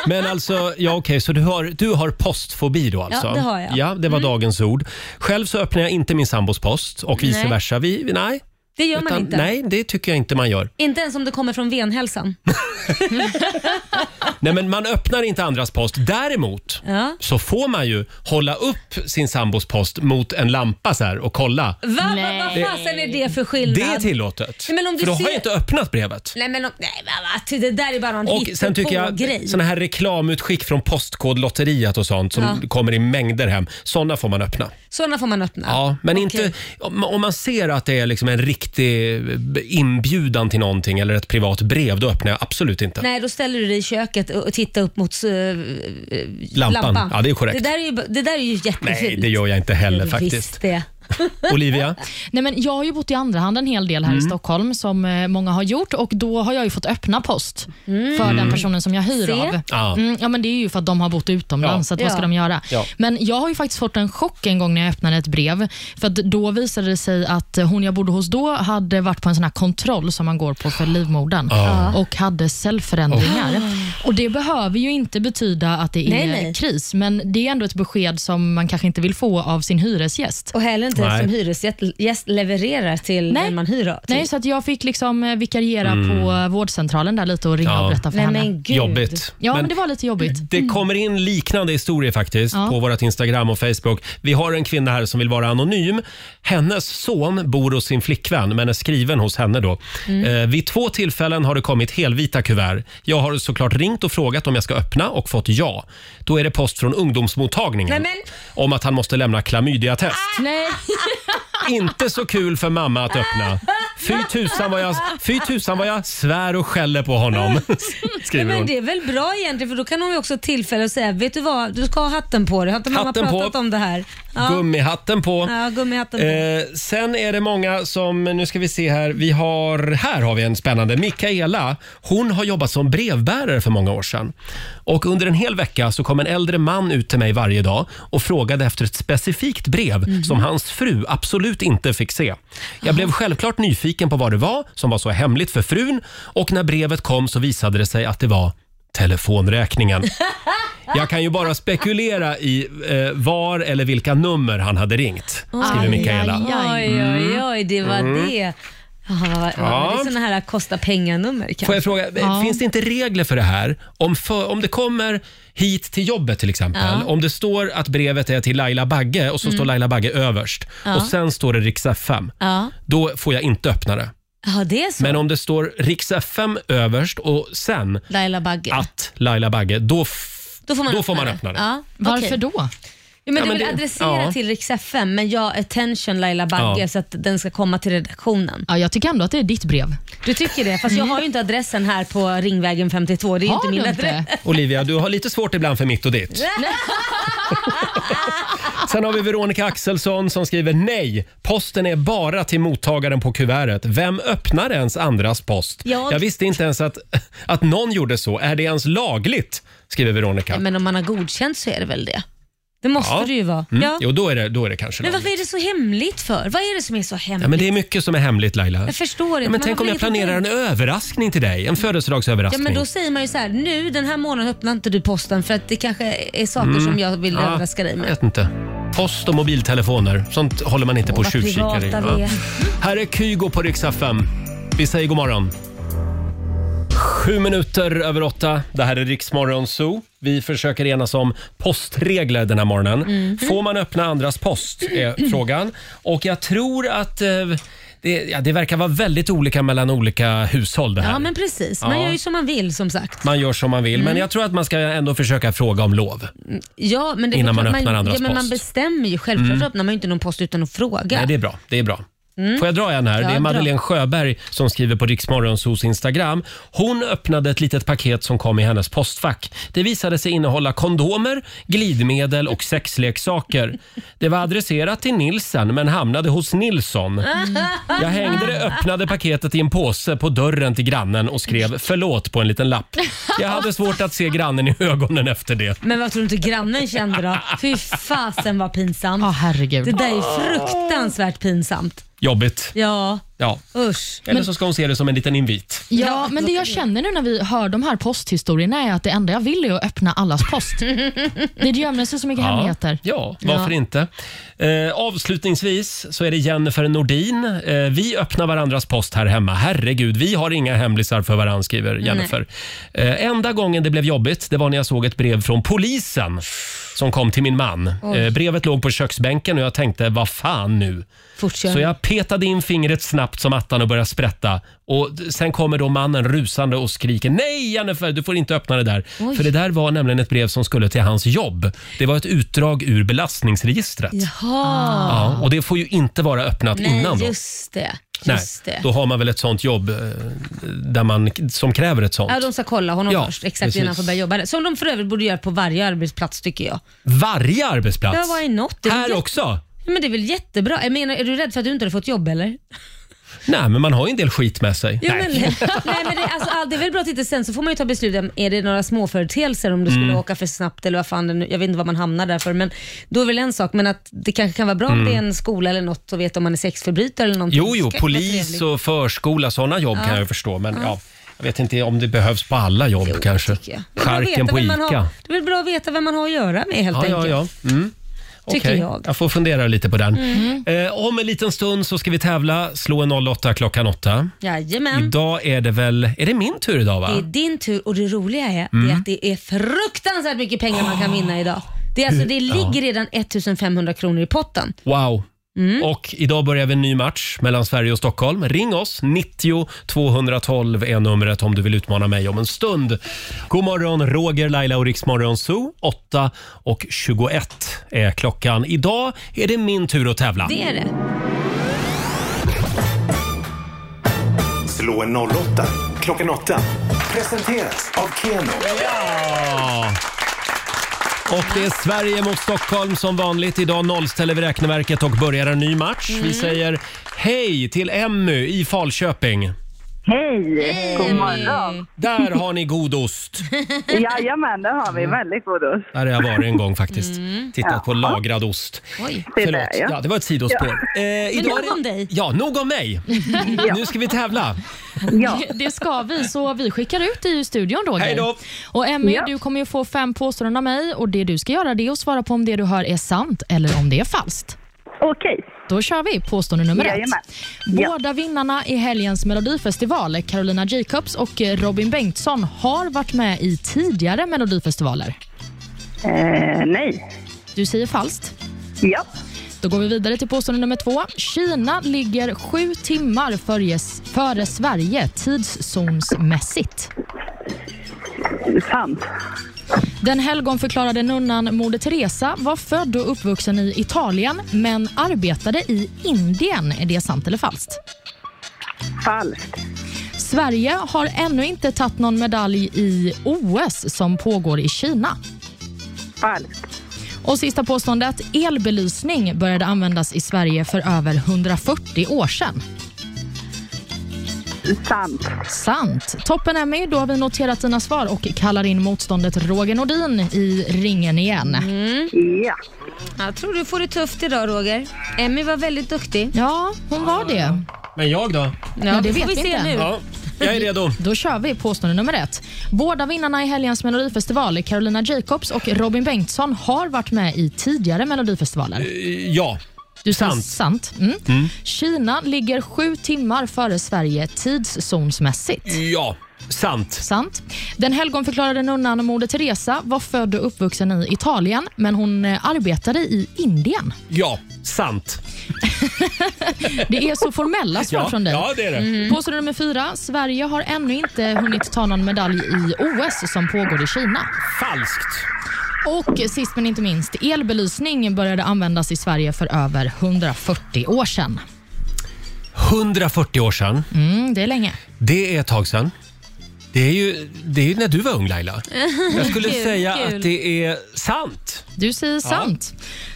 Speaker 1: Men alltså, ja okej, så du har, du har postfobi då alltså?
Speaker 3: Ja, det har jag. Mm.
Speaker 1: Ja, det var dagens ord. Själv så öppnar jag inte min sambos post och vice
Speaker 3: Nej.
Speaker 1: versa. Vi, vi- nej.
Speaker 3: Det gör man
Speaker 1: Utan-
Speaker 3: inte.
Speaker 1: Nej, det tycker jag inte man gör.
Speaker 3: Inte ens om det kommer från venhälsan.
Speaker 1: Nej, men man öppnar inte andras post. Däremot
Speaker 3: Ja.
Speaker 1: så får man ju hålla upp sin sambos post mot en lampa så här och kolla.
Speaker 3: Va, va, vad fasen är det för skillnad?
Speaker 1: Det är tillåtet.
Speaker 3: Nej, men om du
Speaker 1: för då har
Speaker 3: ser-
Speaker 1: jag inte öppnat brevet.
Speaker 3: Nej men om- nej, va, va, det där är bara en
Speaker 1: Och sen tycker jag
Speaker 3: grej.
Speaker 1: såna här reklamutskick från Postkodlotteriet och sånt som
Speaker 3: Ja.
Speaker 1: kommer i mängder hem. Såna får man öppna.
Speaker 3: Sådana får man öppna.
Speaker 1: Ja, men inte om om man ser att det är liksom en riktig eh, inbjudan till någonting eller ett privat brev, då öppnar jag absolut inte.
Speaker 3: Nej, då ställer du dig i köket och och tittar upp mot eh, eh,
Speaker 1: Lampan. Ja, det är korrekt.
Speaker 3: Det där är ju, det där är ju jättefult.
Speaker 1: Nej, det gör jag inte heller faktiskt.
Speaker 3: Visst det. <laughs>
Speaker 1: Olivia?
Speaker 6: Nej, men jag har ju bott i andra hand en hel del här
Speaker 1: Mm.
Speaker 6: i Stockholm som eh, många har gjort och då har jag ju fått öppna post för
Speaker 1: Mm.
Speaker 6: den personen som jag hyr
Speaker 1: Se.
Speaker 6: av.
Speaker 1: Ja.
Speaker 6: Mm, ja, men det är ju för att de har bott utomlands,
Speaker 1: Ja.
Speaker 6: så att vad ska
Speaker 1: Ja.
Speaker 6: de göra?
Speaker 1: Ja.
Speaker 6: Men jag har ju faktiskt fått en chock en gång när jag öppnade ett brev. För att då visade det sig att hon jag bodde hos då hade varit på en sån här kontroll som man går på för livmodern
Speaker 12: Ja.
Speaker 6: och hade cellförändringar.
Speaker 12: Oh.
Speaker 6: Och Det behöver ju inte betyda att det är
Speaker 12: Nej, nej.
Speaker 6: kris, men det är ändå ett besked som man kanske inte vill få av sin hyresgäst.
Speaker 3: Och heller inte
Speaker 6: Nej.
Speaker 3: som hyresgäst gäst levererar till den man hyr typ. av. till.
Speaker 6: Nej, så att jag fick liksom eh, vikariera
Speaker 1: Mm.
Speaker 6: på vårdcentralen där lite och ringa
Speaker 1: Ja.
Speaker 6: och berätta för
Speaker 1: Nej,
Speaker 6: henne.
Speaker 1: men gud. Jobbigt.
Speaker 6: Ja, men,
Speaker 1: Men-
Speaker 6: det var lite jobbigt. Mm.
Speaker 1: Det kommer in liknande historier faktiskt
Speaker 6: Ja.
Speaker 1: på vårt Instagram och Facebook. Vi har en kvinna här som vill vara anonym. Hennes son bor hos sin flickvän men är skriven hos henne då.
Speaker 4: Mm.
Speaker 1: Eh, vid två tillfällen har det kommit helvita kuvert. Jag har såklart ringt och frågat om jag ska öppna och fått ja. Då är det post från ungdomsmottagningen
Speaker 6: Nej, Ah!
Speaker 1: om att han måste lämna klamydiatest.
Speaker 6: Nej.
Speaker 1: Inte så kul för mamma att öppna. Fy tusan vad jag, fy tusan vad jag svär och skäller
Speaker 6: <laughs>
Speaker 1: på honom.
Speaker 3: Nej,
Speaker 1: Skriver
Speaker 3: men
Speaker 1: hon.
Speaker 3: det är väl bra egentligen för då kan hon ju också ha tillfälle att säga, vet du vad, du ska ha hatten på dig. Har inte mamma
Speaker 1: Hatten på.
Speaker 3: pratat om det här? Ja.
Speaker 1: Gummihatten på.
Speaker 3: Ja, gummihatten på.
Speaker 1: Eh, sen är det många som, nu ska vi se här, vi har, här har vi en spännande. Mikaela, hon har jobbat som brevbärare för många år sedan. Och under en hel vecka så kom en äldre man ut till mig varje dag och frågade efter ett specifikt brev
Speaker 4: Mhm.
Speaker 1: som hans fru absolut inte fick se. Jag blev självklart nyfiken på vad det var som var så hemligt för frun och när brevet kom så visade det sig att det var telefonräkningen. Jag kan ju bara spekulera i eh, var eller vilka nummer han hade ringt, skriver Mikaela.
Speaker 3: Oj, oj, oj, det var
Speaker 1: Mm.
Speaker 3: det. Ja,
Speaker 1: Ja.
Speaker 3: Det är sådana här kosta pengar-nummer kanske.
Speaker 1: Får jag fråga, eh, finns det inte regler för det här? Om, för, om det kommer hit till jobbet till exempel,
Speaker 3: Ja.
Speaker 1: om det står att brevet är till Laila Bagge och så
Speaker 3: Mm.
Speaker 1: står Laila Bagge överst
Speaker 3: Ja.
Speaker 1: och sen står det Rix FM,
Speaker 3: Ja.
Speaker 1: då får jag inte öppna det.
Speaker 3: ja, det är så.
Speaker 1: Men om det står Rix FM överst och sen
Speaker 3: Laila Bagge.
Speaker 1: att Laila Bagge, då, f-
Speaker 3: Då får man öppna det.
Speaker 1: öppna det.
Speaker 3: Ja,
Speaker 6: <laughs> Varför
Speaker 3: okej.
Speaker 6: då?
Speaker 3: Ja, men
Speaker 1: Ja,
Speaker 3: det är
Speaker 1: men
Speaker 3: väl
Speaker 1: det-
Speaker 3: adressera
Speaker 1: ja.
Speaker 3: till Rix FM, men jag attention Laila Bagge
Speaker 6: Ja.
Speaker 3: så att den ska komma till redaktionen.
Speaker 6: Ja, jag tycker ändå att det är ditt brev.
Speaker 3: Du tycker det?
Speaker 1: Mm.
Speaker 3: Fast jag har ju inte adressen här på Ringvägen 52. Det är ju inte min adress.
Speaker 1: Olivia, du har lite svårt ibland för mitt och ditt. Sen har vi Veronica Axelsson som skriver nej. Posten är bara till mottagaren på kuvertet. Vem öppnar ens andras post?
Speaker 3: Jag-
Speaker 1: Jag visste inte ens att, att någon gjorde så. Är det ens lagligt? Skriver Veronica.
Speaker 3: Men om man har godkänt så är det väl det? Det måste
Speaker 1: Ja.
Speaker 3: det ju vara.
Speaker 1: Mm.
Speaker 3: Ja.
Speaker 1: Jo, då är det, då är det kanske
Speaker 3: Men
Speaker 1: lagligt.
Speaker 3: varför är det så hemligt för? Vad är det som är så hemligt?
Speaker 1: Ja, men det är mycket som är hemligt Laila.
Speaker 3: Jag förstår inte.
Speaker 1: Ja, men tänk
Speaker 3: varför
Speaker 1: om
Speaker 3: är
Speaker 1: jag
Speaker 3: det
Speaker 1: planerar en
Speaker 3: förbjudet?
Speaker 1: överraskning till dig. En
Speaker 3: Ja,
Speaker 1: födelsedagsöverraskning.
Speaker 3: men då säger man ju så här, nu den här månaden öppnar inte du posten för att det kanske är saker
Speaker 1: Mm.
Speaker 3: som jag vill
Speaker 1: Ja,
Speaker 3: överraska dig
Speaker 1: Jag
Speaker 3: med.
Speaker 1: vet inte. Post och mobiltelefoner, sånt håller man inte på
Speaker 3: Åh,
Speaker 1: och
Speaker 3: vad
Speaker 1: tjuvkikar i.
Speaker 3: privata vi är.
Speaker 1: Här är Kygo på riksdag 5. Vi säger god morgon. Sju minuter över åtta. Det här är Riksmorgon Zoo. Vi försöker enas om postregler den här
Speaker 3: Mm.
Speaker 1: morgonen.
Speaker 4: Mhm.
Speaker 1: Får man öppna andras post? är frågan. Och jag tror att eh, det, ja, det verkar vara väldigt olika mellan olika hushåll det här.
Speaker 3: Ja men precis, man
Speaker 1: Ja.
Speaker 3: gör ju som man vill som sagt.
Speaker 1: Man gör som man vill, men
Speaker 3: Mm.
Speaker 1: jag tror att man ska ändå försöka fråga om lov.
Speaker 3: Ja, men det är
Speaker 1: Innan man
Speaker 3: klart,
Speaker 1: öppnar andras
Speaker 3: ja, men Man
Speaker 1: post.
Speaker 3: bestämmer ju, självklart
Speaker 1: Mm.
Speaker 3: öppnar man ju inte någon post utan att fråga.
Speaker 1: Nej, det är bra. Det är bra.
Speaker 3: Mm.
Speaker 1: Får jag dra en här?
Speaker 3: Ja,
Speaker 1: det är
Speaker 3: dra.
Speaker 1: Madeleine Sjöberg som skriver på Riksmorgons hos Instagram. Hon öppnade ett litet paket som kom i hennes postfack. Det visade sig innehålla kondomer, glidmedel och sexleksaker. Det var adresserat till Nilsen men hamnade hos Nilsson. Jag hängde det öppnade paketet i en påse på dörren till grannen och skrev förlåt på en liten lapp. Jag hade svårt att se grannen i ögonen efter det.
Speaker 3: Men vad tror du inte grannen kände då? Fy fasen vad pinsamt. herregud. Det där är ju fruktansvärt pinsamt.
Speaker 1: Jobbigt.
Speaker 3: Ja,
Speaker 1: Ja.
Speaker 3: usch.
Speaker 1: Eller så ska hon se det som en liten invit.
Speaker 6: Ja, men det jag känner nu när vi hör de här posthistorierna är att det enda jag vill är att öppna allas
Speaker 3: <laughs>
Speaker 6: post. Det gömmer sig så mycket hemligheter.
Speaker 1: Ja, varför inte? Eh, avslutningsvis så är det Jennifer Nordin. Eh, vi öppnar varandras post här hemma. Herregud, vi har inga hemlisar för varandra, skriver Jennifer. Eh, enda gången det blev jobbigt, det var när jag såg ett brev från polisen som kom till min man.
Speaker 4: Oj.
Speaker 1: Eh, brevet låg på köksbänken och jag tänkte, vad fan nu?
Speaker 3: Fortkör.
Speaker 1: Så jag petade in fingret snabbt som attan och började sprätta. Och d- sen kommer då mannen rusande och skriker “Nej Jennifer, du får inte öppna det där”.
Speaker 3: Oj.
Speaker 1: För det där var nämligen ett brev som skulle till hans jobb. Det var ett utdrag ur belastningsregistret.
Speaker 3: Jaha.
Speaker 1: Ja, och det får ju inte vara öppnat
Speaker 3: Nej,
Speaker 1: Ah, innan då.
Speaker 3: just det.
Speaker 1: Nej,
Speaker 3: Just det.
Speaker 1: då har man väl ett sånt jobb eh, där man, som kräver ett sånt.
Speaker 3: Ja, de ska kolla honom
Speaker 1: Ja,
Speaker 3: först, exakt
Speaker 1: precis.
Speaker 3: innan han får börja jobba där. Som de för övrigt borde göra på varje arbetsplats tycker jag.
Speaker 1: Varje arbetsplats.
Speaker 3: Ja, vad är något? Det är väl
Speaker 1: Här
Speaker 3: jätte-
Speaker 1: också?
Speaker 3: Ja, Men det är väl jättebra. Jag menar, är du rädd för att du inte har fått jobb eller?
Speaker 1: Nej, men man har ju en del skit med sig.
Speaker 3: Ja,
Speaker 1: Nej.
Speaker 3: men,
Speaker 1: <laughs>
Speaker 3: nej, men det, alltså, all- det är väl bra att inte sen så får man ju ta beslut om är det några småföreteelser om du skulle
Speaker 1: Mm.
Speaker 3: åka för snabbt eller vad fan det nu, jag vet inte vad man hamnar där för men då är väl en sak men att det kanske kan vara bra om
Speaker 1: Mm.
Speaker 3: det är en skola eller något och veta om man är sexförbrytare eller någonting.
Speaker 1: Jo, jo,
Speaker 3: Det ska ju vara
Speaker 1: polis
Speaker 3: trevligt.
Speaker 1: och förskola, sådana jobb
Speaker 3: Ja.
Speaker 1: kan jag förstå. Men
Speaker 3: Ja.
Speaker 1: ja. jag vet inte om det behövs på alla jobb kanske.
Speaker 3: Det är bra att
Speaker 1: Charken
Speaker 3: veta
Speaker 1: på
Speaker 3: vem
Speaker 1: ICA.
Speaker 3: man Har, det är väl bra att veta vem man har att göra med helt
Speaker 1: ja,
Speaker 3: enkelt.
Speaker 1: ja, ja. Mm.
Speaker 3: Tycker
Speaker 1: Okej,
Speaker 3: jag.
Speaker 1: Jag får fundera lite på den.
Speaker 3: Mm.
Speaker 1: Eh, om en liten stund så ska vi tävla. Slå en 08 klockan 8.
Speaker 3: Jajamän.
Speaker 1: Idag är det väl, är det min tur idag va?
Speaker 3: Mm. Det är din tur och det roliga är,
Speaker 1: Mm.
Speaker 3: det är att det är fruktansvärt mycket pengar man kan vinna idag. Det, är alltså, det
Speaker 1: Ja.
Speaker 3: ligger redan 1500 kronor i potten.
Speaker 1: Wow.
Speaker 3: Mm.
Speaker 1: Och idag börjar vi en ny match mellan Sverige och Stockholm. Ring oss, 90 212 är numret om du vill utmana mig om en stund. God morgon, Roger, Laila och Riksmorgon Zoo. 8 och 21 är klockan. Idag är det min tur att tävla.
Speaker 3: Det är det.
Speaker 2: Slå en 08 klockan 8. Presenteras av Keno.
Speaker 1: Ja! Och det är Sverige mot Stockholm som vanligt. Idag nollställer vi räkneverket och börjar en ny match.
Speaker 3: Mm.
Speaker 1: Vi säger hej till Emmy i Falköping.
Speaker 12: Hej! God morgon!
Speaker 3: <laughs>
Speaker 1: Där har ni god ost.
Speaker 12: Jajamän, där har vi väldigt god ost.
Speaker 1: Där har jag varit en gång faktiskt.
Speaker 6: Mm.
Speaker 1: Tittat på
Speaker 12: Ja.
Speaker 1: lagrad ost.
Speaker 12: Oj. Det
Speaker 1: Förlåt,
Speaker 12: där, ja.
Speaker 1: ja, det var ett sidospår.
Speaker 12: Ja.
Speaker 1: Eh,
Speaker 12: Men
Speaker 1: idag
Speaker 12: nog
Speaker 1: är det-
Speaker 12: om
Speaker 3: dig.
Speaker 1: Ja, nog
Speaker 12: <laughs>
Speaker 1: om mig.
Speaker 6: Ja.
Speaker 1: Nu ska vi tävla.
Speaker 6: <laughs> Det- Det ska vi, så vi skickar ut dig ur studion Roger.
Speaker 1: Hej då.
Speaker 6: Och Emmy,
Speaker 1: Ja.
Speaker 6: du kommer ju få fem påståenden av mig och det du ska göra det är att svara på om det du hör är sant eller om det är falskt.
Speaker 12: Okej.
Speaker 6: Då kör vi påstående nummer ett.
Speaker 12: Jajamän. Ja.
Speaker 6: Båda vinnarna i helgens melodifestival, Carolina Jacobs och Robin Bengtsson, har varit med i tidigare melodifestivaler.
Speaker 12: Eh, nej.
Speaker 6: Du säger falskt.
Speaker 12: Ja.
Speaker 6: Då går vi vidare till påstående nummer två. Kina ligger sju timmar före, före Sverige tidszonsmässigt.
Speaker 12: Sant.
Speaker 6: Den helgonförklarade nunnan Moder Teresa var född och uppvuxen i Italien men arbetade i Indien. Är det sant eller falskt?
Speaker 12: Falskt.
Speaker 6: Sverige har ännu inte tagit någon medalj i OS som pågår i Kina.
Speaker 12: Falskt.
Speaker 6: Och sista påståendet. Elbelysning började användas i Sverige för över 140 år sedan.
Speaker 12: Sant.
Speaker 6: Sant. Toppen Emmy, då har vi noterat dina svar och kallar in motståndet Roger Nordin i ringen igen.
Speaker 12: Ja.
Speaker 3: Jag tror du får det tufft idag Roger. Emmy var väldigt duktig.
Speaker 6: Ja, hon var det.
Speaker 1: Men jag då?
Speaker 6: Ja, det vet
Speaker 3: vi
Speaker 6: vi
Speaker 3: se
Speaker 6: inte.
Speaker 3: nu.
Speaker 1: Ja, jag är <laughs> redo.
Speaker 6: Då kör vi påstående nummer ett. Båda vinnarna i helgens melodifestival, Carolina Jacobs och Robin Bengtsson, har varit med i tidigare melodifestivaler.
Speaker 1: Eh, Ja.
Speaker 6: Du säger
Speaker 1: sant.
Speaker 6: sant. Mm.
Speaker 1: Mm.
Speaker 6: Kina ligger sju timmar före Sverige tidszonsmässigt.
Speaker 1: Ja, sant.
Speaker 6: Sant. Den helgonförklarade nunnan Moder Teresa var född och uppvuxen i Italien, men hon eh, arbetade i Indien.
Speaker 1: Ja, sant.
Speaker 6: Det är så formella svar
Speaker 1: <laughs> Ja,
Speaker 6: från dig.
Speaker 1: ja, det är det.
Speaker 6: Mm. Påstående nummer fyra. Sverige har ännu inte hunnit ta någon medalj i OS som pågår i Kina.
Speaker 1: Falskt.
Speaker 6: Och sist men inte minst, elbelysning började användas i Sverige för över 140 år sedan.
Speaker 1: 140 år sedan.
Speaker 6: Mm, det är länge.
Speaker 1: Det är ett tag sedan. Det är ju, det är ju när du var ung
Speaker 6: <laughs>
Speaker 1: Laila. Jag skulle
Speaker 6: Kul,
Speaker 1: säga
Speaker 6: kul.
Speaker 1: att det är sant.
Speaker 6: Du säger
Speaker 1: Ja.
Speaker 6: sant.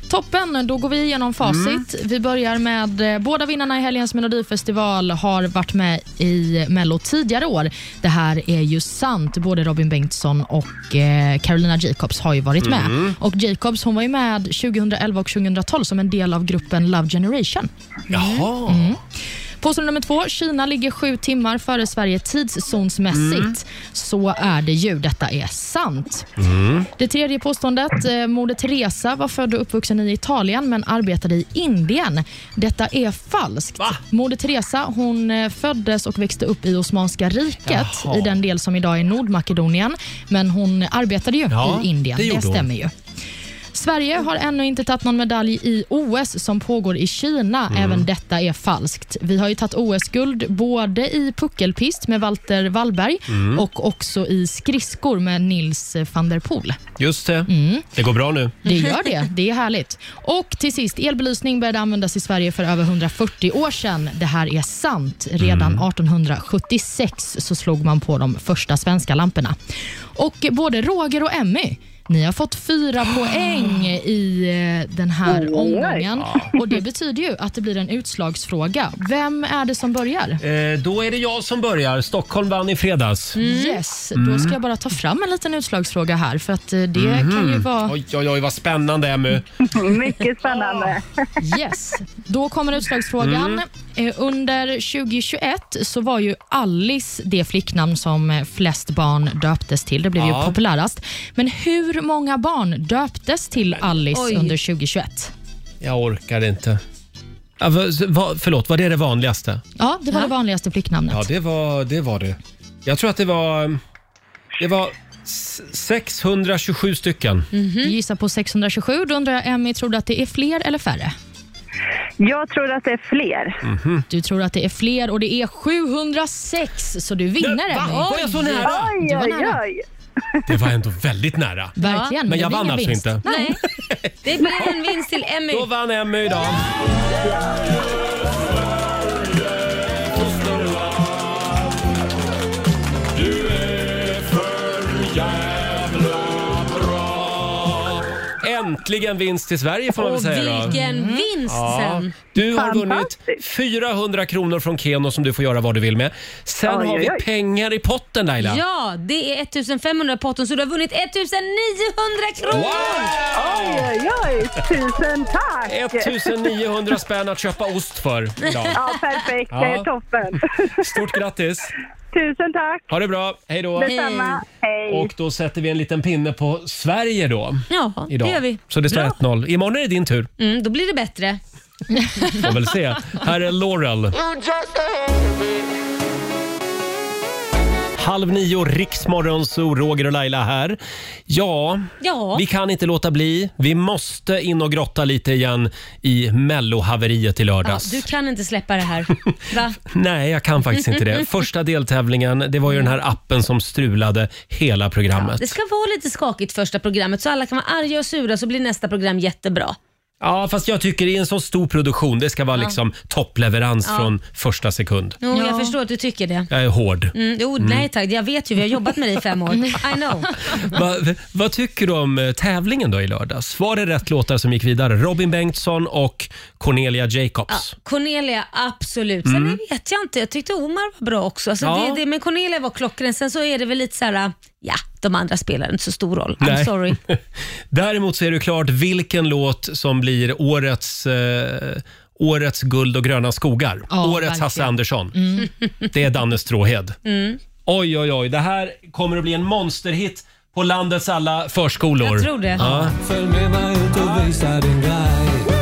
Speaker 6: Toppen, då går vi igenom facit. Vi börjar med eh, båda vinnarna i helgens Melodifestival har varit med i Mello tidigare år. Det här är ju sant. Både Robin Bengtsson och eh, Carolina Jacobs har ju varit med.
Speaker 8: Mm.
Speaker 6: Och Jacobs hon var ju med 2011 och 2012 som en del av gruppen Love Generation.
Speaker 1: Jaha.
Speaker 6: Mm. Påstående nummer två. Kina ligger sju timmar före Sverige tidszonsmässigt.
Speaker 8: Mm.
Speaker 6: Så är det ju. Detta är sant.
Speaker 8: Mm.
Speaker 6: Det tredje påståendet. eh, Moder Teresa var född och uppvuxen i Italien men arbetade i Indien. Detta är falskt. Moder Teresa hon eh, föddes och växte upp i Osmanska riket
Speaker 8: Jaha.
Speaker 6: i den del som idag är Nordmakedonien. Men hon arbetade ju
Speaker 8: Ja,
Speaker 6: i Indien.
Speaker 8: det
Speaker 6: Det,
Speaker 8: gjorde hon.
Speaker 6: stämmer ju. Sverige har ännu inte tagit någon medalj i OS som pågår i Kina.
Speaker 8: Mm.
Speaker 6: Även detta är falskt. Vi har ju tagit OS-guld både i puckelpist med Walter Wallberg
Speaker 1: Mm.
Speaker 6: och också i skridskor med Nils van der Poel.
Speaker 1: Just det.
Speaker 6: Mm.
Speaker 1: Det går bra nu.
Speaker 6: Det gör det. Det är härligt. Och till sist, elbelysning började användas i Sverige för över 140 år sedan. Det här är sant. Redan
Speaker 8: Mm.
Speaker 6: 1876 så slog man på de första svenska lamporna. Och både Roger och Emmy ni har fått fyra
Speaker 8: <gasps>
Speaker 6: poäng i eh, den här
Speaker 8: Oj.
Speaker 6: omgången. Och Det betyder ju att det blir en utslagsfråga. Vem är det som börjar?
Speaker 1: Eh, då är det jag som börjar. Stockholm vann i fredags.
Speaker 6: Yes,
Speaker 1: Mm.
Speaker 6: då ska jag bara ta fram en liten utslagsfråga här för att eh, det kan
Speaker 8: Mm-hmm.
Speaker 6: ju
Speaker 1: Mhm.
Speaker 6: vara...
Speaker 1: Oj, oj, oj, vad spännande Emmy.
Speaker 12: Mycket spännande.
Speaker 6: Yes. Då kommer utslagsfrågan.
Speaker 1: Mm.
Speaker 6: Eh, Under 2021 så var ju Alice det flicknamn som eh, flest barn döptes till. Det blev
Speaker 8: Ja.
Speaker 6: ju populärast. Men hur många barn döptes till Alice
Speaker 8: Oj.
Speaker 6: under 2021?
Speaker 1: Jag orkar inte. Ja, va, va, förlåt, var det det vanligaste?
Speaker 6: Ja, det var det vanligaste flicknamnet.
Speaker 1: Ja, det var, det var det. Jag tror att det var... Det var s- 627 stycken.
Speaker 12: Mm.
Speaker 6: Du gissar Mm. på 627. Då undrar jag, Emmy, tror du att det är fler eller färre?
Speaker 12: Jag tror att det är fler.
Speaker 6: Du tror att det är fler och det är 706, så du vinner,
Speaker 12: Nej, va?
Speaker 6: Emmy.
Speaker 12: Var jag så nära? Oj,
Speaker 6: Du var
Speaker 12: oj,
Speaker 6: nära.
Speaker 1: Det var ändå väldigt nära.
Speaker 6: Verkligen,
Speaker 1: Men
Speaker 6: men
Speaker 1: jag
Speaker 6: det är
Speaker 1: vann
Speaker 6: ingen
Speaker 1: alltså
Speaker 6: vinst.
Speaker 1: inte.
Speaker 3: Nej. Det blir en vinst till Emmy.
Speaker 1: Då vann Emmy idag. Äntligen vinst till Sverige får man väl
Speaker 3: Och
Speaker 1: säga. då. Mm.
Speaker 3: vilken vinst sen.
Speaker 1: Du har vunnit
Speaker 3: Fantastiskt.
Speaker 1: 400 kronor från Keno som du får göra vad du vill med. Sen
Speaker 3: Oj,
Speaker 1: har
Speaker 3: oj,
Speaker 1: vi
Speaker 3: oj.
Speaker 1: pengar i potten Laila.
Speaker 3: Ja, det är 1500 potten så du har vunnit 1900 kronor!
Speaker 12: Oj, oj, oj. Tusen tack!
Speaker 1: 1900 spänn att köpa ost för idag.
Speaker 12: Ja, perfekt. Det är
Speaker 1: Ja.
Speaker 12: toppen.
Speaker 1: Stort grattis!
Speaker 12: Tusen tack.
Speaker 1: Ha det bra, hej då!
Speaker 12: Detsamma. Hej.
Speaker 1: Och då sätter vi en liten pinne på Sverige då.
Speaker 3: Ja,
Speaker 1: Idag.
Speaker 3: det gör vi.
Speaker 1: Så det står
Speaker 3: Bra.
Speaker 1: 1-0. Imorgon är det din tur.
Speaker 3: Mm, då blir det bättre. Mm.
Speaker 1: Får väl se. Här är Laurel. Halv nio, Riksmorgon, så Roger och Laila här. Ja,
Speaker 3: Ja.
Speaker 1: vi kan inte låta bli. Vi måste in och grotta lite igen i mellohaveriet i
Speaker 3: Ja,
Speaker 1: lördags.
Speaker 3: du kan inte släppa det
Speaker 1: <laughs>
Speaker 3: här. Va?
Speaker 1: Nej, jag kan faktiskt
Speaker 3: <laughs>
Speaker 1: inte det. Första deltävlingen, det var ju den här appen som strulade hela programmet.
Speaker 3: Det ska vara lite skakigt första programmet så alla kan vara arga och sura så blir nästa program jättebra.
Speaker 1: Ja, fast jag tycker i en så stor produktion, det ska vara
Speaker 3: Ja.
Speaker 1: liksom toppleverans
Speaker 3: Ja.
Speaker 1: från första sekund.
Speaker 3: Jo, Jag förstår att du tycker det.
Speaker 1: Jag är hård.
Speaker 3: Mm, jo,
Speaker 1: Mm.
Speaker 3: Nej tack, jag vet ju. Vi har jobbat med dig i fem <laughs> år. I know.
Speaker 1: Va, vad tycker du om eh, tävlingen då i lördags? Var det rätt låtar som gick vidare? Robin Bengtsson och Cornelia Jacobs.
Speaker 3: Cornelia, absolut. Sen
Speaker 1: Mm.
Speaker 3: vet jag inte. Jag tyckte Omar var bra också. Alltså,
Speaker 1: Ja.
Speaker 3: det, det, men Cornelia var klockren. Sen så är det väl lite så här, ja, de andra spelar inte så stor roll. I'm
Speaker 1: Nej.
Speaker 3: sorry.
Speaker 1: <laughs> Däremot så är det klart vilken låt som blir årets, eh, årets guld och gröna skogar.
Speaker 3: Ja,
Speaker 1: årets
Speaker 3: verkligen.
Speaker 1: Hasse Andersson. Det är Danne Stråhed.
Speaker 3: Mm.
Speaker 1: Oj, oj, oj. Det här kommer att bli en monsterhit på landets alla förskolor.
Speaker 3: Jag tror det.
Speaker 1: Ja.
Speaker 13: Följ med mig ut och visa din grej.
Speaker 1: Woo!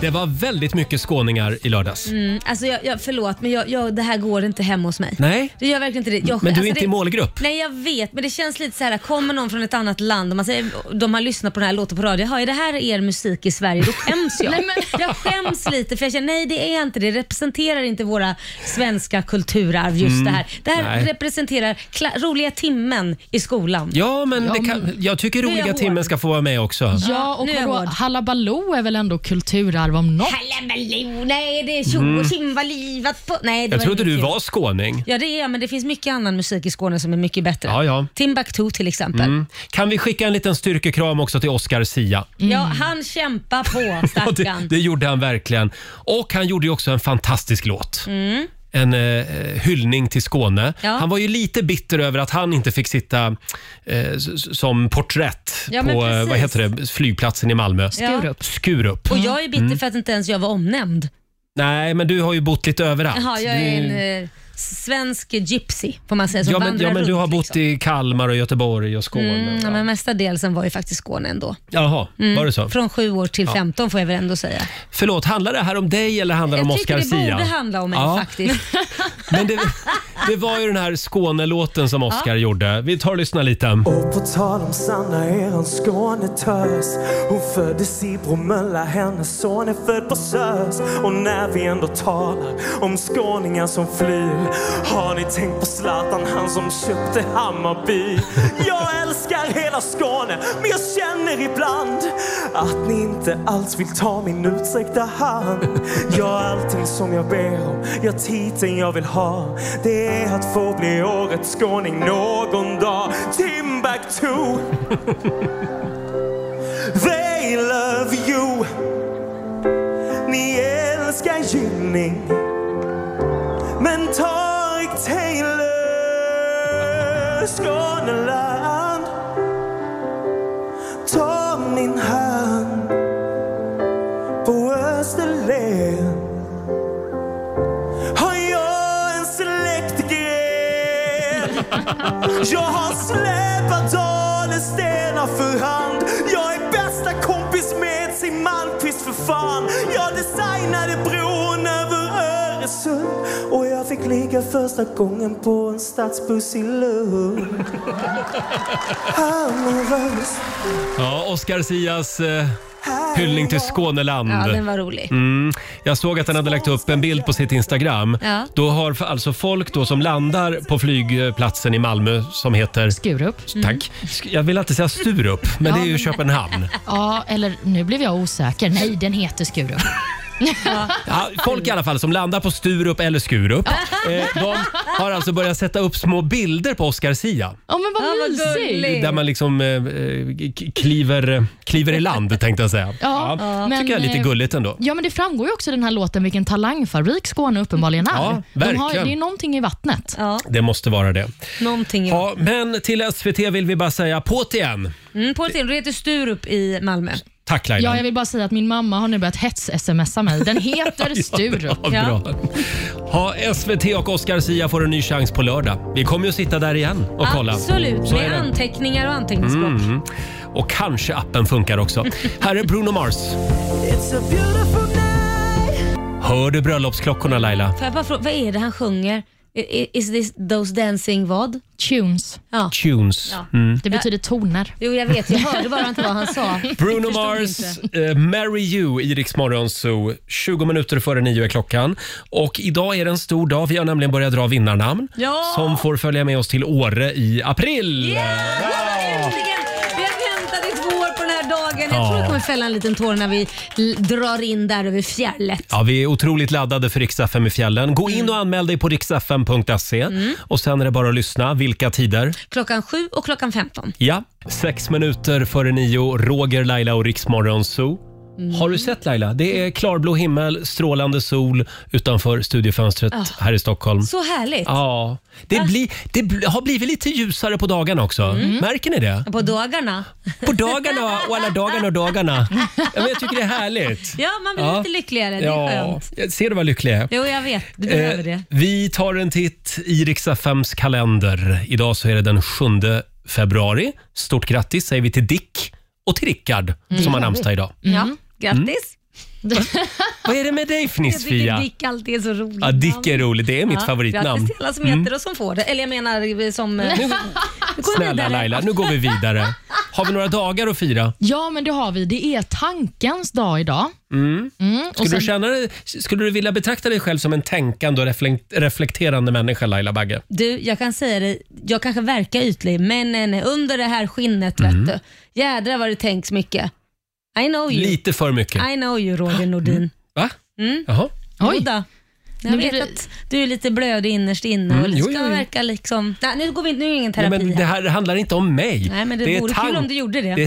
Speaker 1: Det var väldigt mycket skåningar i lördags.
Speaker 3: Mm, alltså jag, jag, förlåt, men jag, jag, det här går inte hem hos mig.
Speaker 1: Nej.
Speaker 3: Det gör verkligen inte det. Jag,
Speaker 1: Men du är
Speaker 3: alltså
Speaker 1: inte
Speaker 3: det,
Speaker 1: i målgrupp.
Speaker 3: Nej, jag vet, men det känns lite så här. Kommer någon från ett annat land och man säger de har lyssnat på den här låten på radio. Jaha, är det här er musik i Sverige? Då skäms jag.
Speaker 6: Nej,
Speaker 3: Jag skäms lite för jag känner nej, det är inte det. Det representerar inte våra svenska kulturarv just
Speaker 1: Mm,
Speaker 3: det här. Det här
Speaker 1: nej.
Speaker 3: representerar kla- roliga timmen i skolan.
Speaker 1: Ja, men det kan, jag tycker
Speaker 3: Nu är jag
Speaker 1: roliga
Speaker 3: hård.
Speaker 1: timmen ska få vara med också.
Speaker 6: Ja, och
Speaker 3: nu är jag
Speaker 6: vadå?
Speaker 3: hård.
Speaker 6: Hallabaloo är väl ändå kulturarv om något?
Speaker 3: Hallabaloo, nej det är tjo
Speaker 1: Mm.
Speaker 3: och tjimbalivat på... Nej, det
Speaker 1: Jag
Speaker 3: var
Speaker 1: trodde
Speaker 3: inget
Speaker 1: du
Speaker 3: kul.
Speaker 1: var skåning.
Speaker 3: Ja det är jag, men det finns mycket annan musik i Skåne som är mycket bättre.
Speaker 1: Ja, ja.
Speaker 3: Timbuktu till exempel.
Speaker 1: Mm. Kan vi skicka en liten styrkekram också till Oscar Sia? <laughs>
Speaker 3: Ja, han kämpar på
Speaker 1: Ja, det,
Speaker 3: stackarn.
Speaker 1: det gjorde han verkligen. Och han gjorde ju också en fantastisk låt.
Speaker 3: Mm.
Speaker 1: En eh, hyllning till Skåne.
Speaker 3: Ja.
Speaker 1: Han var ju lite bitter över att han inte fick sitta eh, s- s- som porträtt
Speaker 3: Ja, men
Speaker 1: på eh,
Speaker 3: precis.
Speaker 1: vad heter det, flygplatsen i Malmö.
Speaker 3: Skurup.
Speaker 1: Skurup.
Speaker 3: Och jag är bitter
Speaker 1: Mm.
Speaker 3: för att inte ens jag var omnämnd.
Speaker 1: Nej, men du har ju bott lite överallt.
Speaker 3: Jaha, jag
Speaker 1: Du-
Speaker 3: är en eh, svensk gypsy får man säga som
Speaker 1: ja, men,
Speaker 3: vandrar
Speaker 1: ja, men
Speaker 3: runt. liksom.
Speaker 1: du har bott i Kalmar och Göteborg och Skåne.
Speaker 3: Mm, ja, men mestadels var ju faktiskt Skåne ändå.
Speaker 1: Jaha,
Speaker 3: Mm.
Speaker 1: var det så?
Speaker 3: Från sju år till
Speaker 1: Ja.
Speaker 3: 15 får jag väl ändå säga.
Speaker 1: Förlåt, handlar det här om dig eller handlar det om
Speaker 3: jag
Speaker 1: Oscar
Speaker 3: tycker det
Speaker 1: Sia?
Speaker 3: borde handla om mig
Speaker 1: Ja.
Speaker 3: faktiskt.
Speaker 1: <laughs> Men det, det var ju den här Skånelåten som Oscar
Speaker 3: Ja.
Speaker 1: gjorde. Vi tar och lyssnar lite.
Speaker 13: Och på tal om Sanna, eran Skånetös Hon föddes i Bromölla, hennes son är född på SÖS Och när vi ändå talar om skåningar som flyr Har ni tänkt på Zlatan, han som köpte Hammarby? Jag älskar hela Skåne, men jag känner ibland att ni inte alls vill ta min utsträckta hand Ja, allting som jag ber om, ja, titeln jag vill ha Det är att få bli årets skåning någon dag Timbuktu They love you Ni älskar gynning Men Tareq Taylor Skåneland Ta min hand på Österlen Har jag en släktgren Jag har släpat Dalestäna för hand Jag är bästa kompis med sin Malmqvist för fan Jag designade bron över Öresund och jag fick ligga första gången på en stadsbuss i Lund Amorös
Speaker 1: Ja, Oscar Sias eh, hyllning till Skåneland.
Speaker 3: Ja, den var rolig.
Speaker 1: Mm. Jag såg att han hade lagt upp en bild på sitt Instagram.
Speaker 3: Ja.
Speaker 1: Då har f- alltså folk då som landar på flygplatsen i Malmö som heter...
Speaker 6: Skurup.
Speaker 3: Mm.
Speaker 1: Tack. Sk- Jag vill alltid säga Sturup, men det är ju Köpenhamn.
Speaker 6: Ja, eller nu blev jag osäker. Nej, den heter Skurup.
Speaker 1: Ja, folk i alla fall som landar på Sturup eller Skurup, eh, de har alltså börjat sätta upp små bilder på Oscar Sia.
Speaker 6: Ja, men vad
Speaker 3: Ja, vad
Speaker 6: mysigt.
Speaker 3: gulligt.
Speaker 1: Där man liksom eh, eh, k- kliver, kliver i land tänkte jag säga.
Speaker 6: Ja, men,
Speaker 1: tycker jag är lite
Speaker 6: eh,
Speaker 1: gulligt ändå.
Speaker 6: Ja, men det framgår ju också i den här låten vilken talangfabrik Skåne uppenbarligen är.
Speaker 1: Ja,
Speaker 6: De har,
Speaker 1: verkligen.
Speaker 6: det är någonting i vattnet.
Speaker 3: Ja,
Speaker 1: Det måste vara det.
Speaker 3: någonting.
Speaker 1: Ja, men till SVT vill vi bara säga på't igen.
Speaker 3: Mm, på till, det heter Sturup i Malmö.
Speaker 1: Tack Laila.
Speaker 6: Ja, jag vill bara säga att min mamma har nu börjat hets-smsa mig. Den
Speaker 1: <laughs> Ja,
Speaker 6: heter
Speaker 1: det
Speaker 6: Sturup.
Speaker 1: var bra. Ha, SVT och Oscar Sia får en ny chans på lördag. Vi kommer ju sitta där igen och kolla.
Speaker 3: Absolut,
Speaker 1: Så är
Speaker 3: med
Speaker 1: det.
Speaker 3: anteckningar och anteckningsblock.
Speaker 1: Mm. Och kanske appen funkar också. Här är Bruno Mars.
Speaker 13: It's a beautiful
Speaker 1: Hör du bröllopsklockorna Laila?
Speaker 3: Får jag bara fråga, vad är det han sjunger? I- i- Is this those dancing vad?
Speaker 6: Tunes.
Speaker 3: Ja.
Speaker 1: Tunes.
Speaker 3: Ja.
Speaker 1: Mm.
Speaker 6: Det betyder toner.
Speaker 3: Jo, jag vet. Jag hörde bara inte vad han sa.
Speaker 1: Bruno
Speaker 3: Förstod
Speaker 1: Mars,
Speaker 3: inte.
Speaker 1: eh, Marry You i Rix Morgon Zoo. 20 minuter före nio är klockan. Och idag är det en stor dag. Vi har nämligen börjat dra vinnarnamn
Speaker 3: Ja!
Speaker 1: som får följa med oss till Åre i april.
Speaker 3: Äntligen! Vi har väntat i två år på den här dagen. Jag
Speaker 1: Ja.
Speaker 3: tror jag kommer fälla en liten tår när vi l- drar in där över fjället.
Speaker 1: Ja, vi är otroligt laddade för Rix FM i fjällen. Gå in och anmäl dig på rixfm.se. E.
Speaker 3: Mm.
Speaker 1: Och sen är det bara att lyssna. Vilka tider?
Speaker 3: Klockan sju och klockan 15.
Speaker 1: Ja, sex minuter före nio. Roger, Laila och Rix Morgon Zoo.
Speaker 3: Mm.
Speaker 1: Har du sett Laila? Det är klarblå himmel, strålande sol utanför studiofönstret
Speaker 3: Ah.
Speaker 1: här i Stockholm.
Speaker 3: Så Ah. härligt.
Speaker 1: Ja, det, blir, det bl- har blivit lite ljusare på dagarna också.
Speaker 3: Mm.
Speaker 1: Märker ni det?
Speaker 3: På dagarna.
Speaker 1: På dagarna och alla dagarna
Speaker 3: <laughs>
Speaker 1: och dagarna. Ja, men jag tycker det är härligt.
Speaker 3: Ja, man blir
Speaker 1: Ja.
Speaker 3: lite lyckligare. Det är
Speaker 1: Ja,
Speaker 3: skönt.
Speaker 1: jag ser du vad lycklig jag är?
Speaker 3: Jo, jag vet. Du behöver
Speaker 1: Eh,
Speaker 3: det.
Speaker 1: Vi tar en titt i Riksaffems kalender. Idag så är det den 7 februari. Stort grattis säger vi till Dick och till Rickard
Speaker 3: Mm.
Speaker 1: som har namnsdag idag.
Speaker 3: Ja, grattis.
Speaker 1: Vad är det med dig Fnissfia?
Speaker 3: Jag tycker Dick alltid är så roligt.
Speaker 1: Ja, Dick är rolig. Det är mitt favoritnamn.
Speaker 3: Grattis till alla som
Speaker 1: Mm.
Speaker 3: heter och som får det. Eller jag menar som...
Speaker 1: <laughs>
Speaker 6: Nu-
Speaker 3: Vi går
Speaker 1: Snälla
Speaker 3: vidare.
Speaker 1: Laila, nu går vi vidare. Har vi några dagar att fira?
Speaker 6: Ja, men det har vi. Det är tankens dag idag.
Speaker 1: Mm.
Speaker 6: Mm, och
Speaker 1: Skulle,
Speaker 6: sen-
Speaker 1: du känna, dig- skulle du vilja betrakta dig själv som en tänkande och reflekt- reflekterande människa Laila Bagge?
Speaker 3: Du, jag kan säga dig, jag kanske verkar ytlig, men nej, nej, under det här skinnet
Speaker 1: Mm.
Speaker 3: vet du. Jädrar vad det tänks mycket. I know you.
Speaker 1: Lite för mycket.
Speaker 3: I know you Roger Nordin.
Speaker 1: Va?
Speaker 3: Mm.
Speaker 1: Jaha.
Speaker 3: Oj. Då. Jag
Speaker 6: Nu
Speaker 3: vet
Speaker 6: blir det-
Speaker 3: att du är lite blöd innerst inne och
Speaker 1: Mm, jo,
Speaker 3: ska
Speaker 1: jo, jo.
Speaker 3: verka liksom... Nej, nu går vi inte, nu är det ingen
Speaker 1: Nej,
Speaker 3: terapi
Speaker 1: men det här handlar inte om mig.
Speaker 3: Nej, men det
Speaker 1: är
Speaker 3: vore kul
Speaker 1: tank-
Speaker 3: om du gjorde det.
Speaker 1: Det är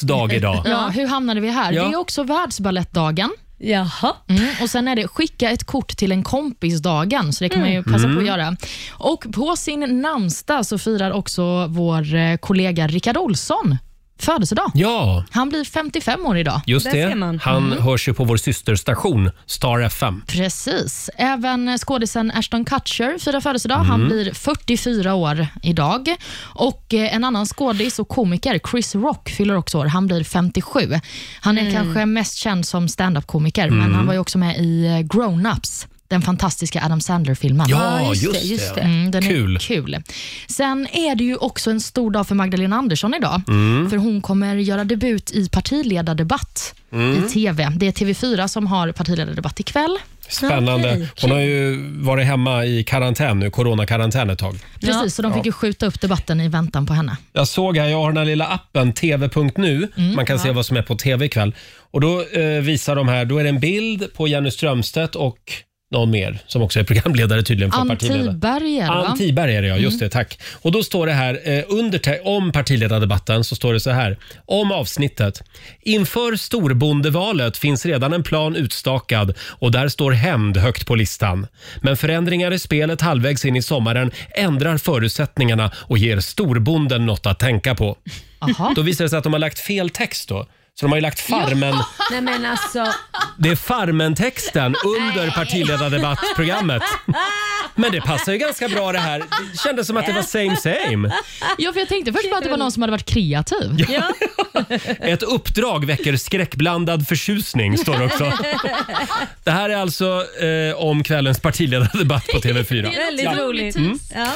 Speaker 3: <laughs>
Speaker 1: dag idag.
Speaker 6: Ja, hur hamnade vi här?
Speaker 1: Ja.
Speaker 6: Det är också världsbalettdagen.
Speaker 3: Jaha.
Speaker 6: Mm, och sen är det skicka ett kort till en kompis-dagen, så det kan man ju
Speaker 14: Mm.
Speaker 6: passa på
Speaker 14: Mm.
Speaker 6: att göra. Och på sin namnsdag så firar också vår eh, kollega Rickard Olsson födelsedag.
Speaker 1: Ja.
Speaker 6: Han blir 55 år idag.
Speaker 1: Just det. Han
Speaker 3: Mhm.
Speaker 6: Mm.
Speaker 1: hörs ju på vår systerstation Star FM.
Speaker 6: Precis. Även skådisen Ashton Kutcher firar födelsedag.
Speaker 1: Mm.
Speaker 6: Han blir 44 år idag. Och eh, En annan skådis och komiker, Chris Rock, fyller också år. Han blir 57. Han är kanske mest känd som stand-up-komiker, men
Speaker 1: Mm.
Speaker 6: han var ju också med i eh, Grown Ups, den fantastiska Adam Sandler-filmen.
Speaker 1: Ja, Ja, just just det, just det. det.
Speaker 6: Mm, den
Speaker 1: Kul.
Speaker 6: Är kul. Sen är det ju också en stor dag för Magdalena Andersson idag,
Speaker 1: Mm.
Speaker 6: för hon kommer göra debut i partiledardebatt
Speaker 1: Mm.
Speaker 6: i TV. Det är TV4 som har partiledardebatt ikväll.
Speaker 1: Spännande. Hon har ju varit hemma i karantän nu, coronakarantän ett tag.
Speaker 6: Precis, så de fick ju skjuta upp debatten i väntan på henne.
Speaker 1: Jag såg här, jag har den här lilla appen tv.nu.
Speaker 3: Mm,
Speaker 1: Man kan se vad som är på tv ikväll. Och då eh, visar de här, då är det en bild på Jenny Strömstedt och någon mer som också är programledare tydligen för
Speaker 6: Ann
Speaker 1: partiledare.
Speaker 6: Tiberg är det, va?
Speaker 1: Ann Tiberg är det ja, just det, tack. Och då står det här, eh, under te- om partiledardebatten så står det så här, om avsnittet. Inför storbondevalet finns redan en plan utstakad och där står hämnd högt på listan. Men förändringar i spelet halvvägs in i sommaren ändrar förutsättningarna och ger storbonden något att tänka på.
Speaker 6: Aha.
Speaker 1: Då visar det sig att de har lagt fel text då. Så de har ju lagt Farmen,
Speaker 3: Nej men
Speaker 1: <laughs>
Speaker 3: alltså...
Speaker 1: det
Speaker 3: <laughs>
Speaker 1: är Farmen-texten under partiledardebattprogrammet. Men det passar ju ganska bra det här. Det kändes som att det var same same.
Speaker 6: Ja, för jag tänkte först bara att det var någon som hade varit kreativ.
Speaker 1: Ja. Ett uppdrag väcker skräckblandad förtjusning, står det också. Det här är alltså eh, om kvällens partiledardebatt på TV4.
Speaker 3: Det är väldigt
Speaker 1: Ja.
Speaker 3: roligt.
Speaker 1: Mm.
Speaker 3: <laughs> Ja.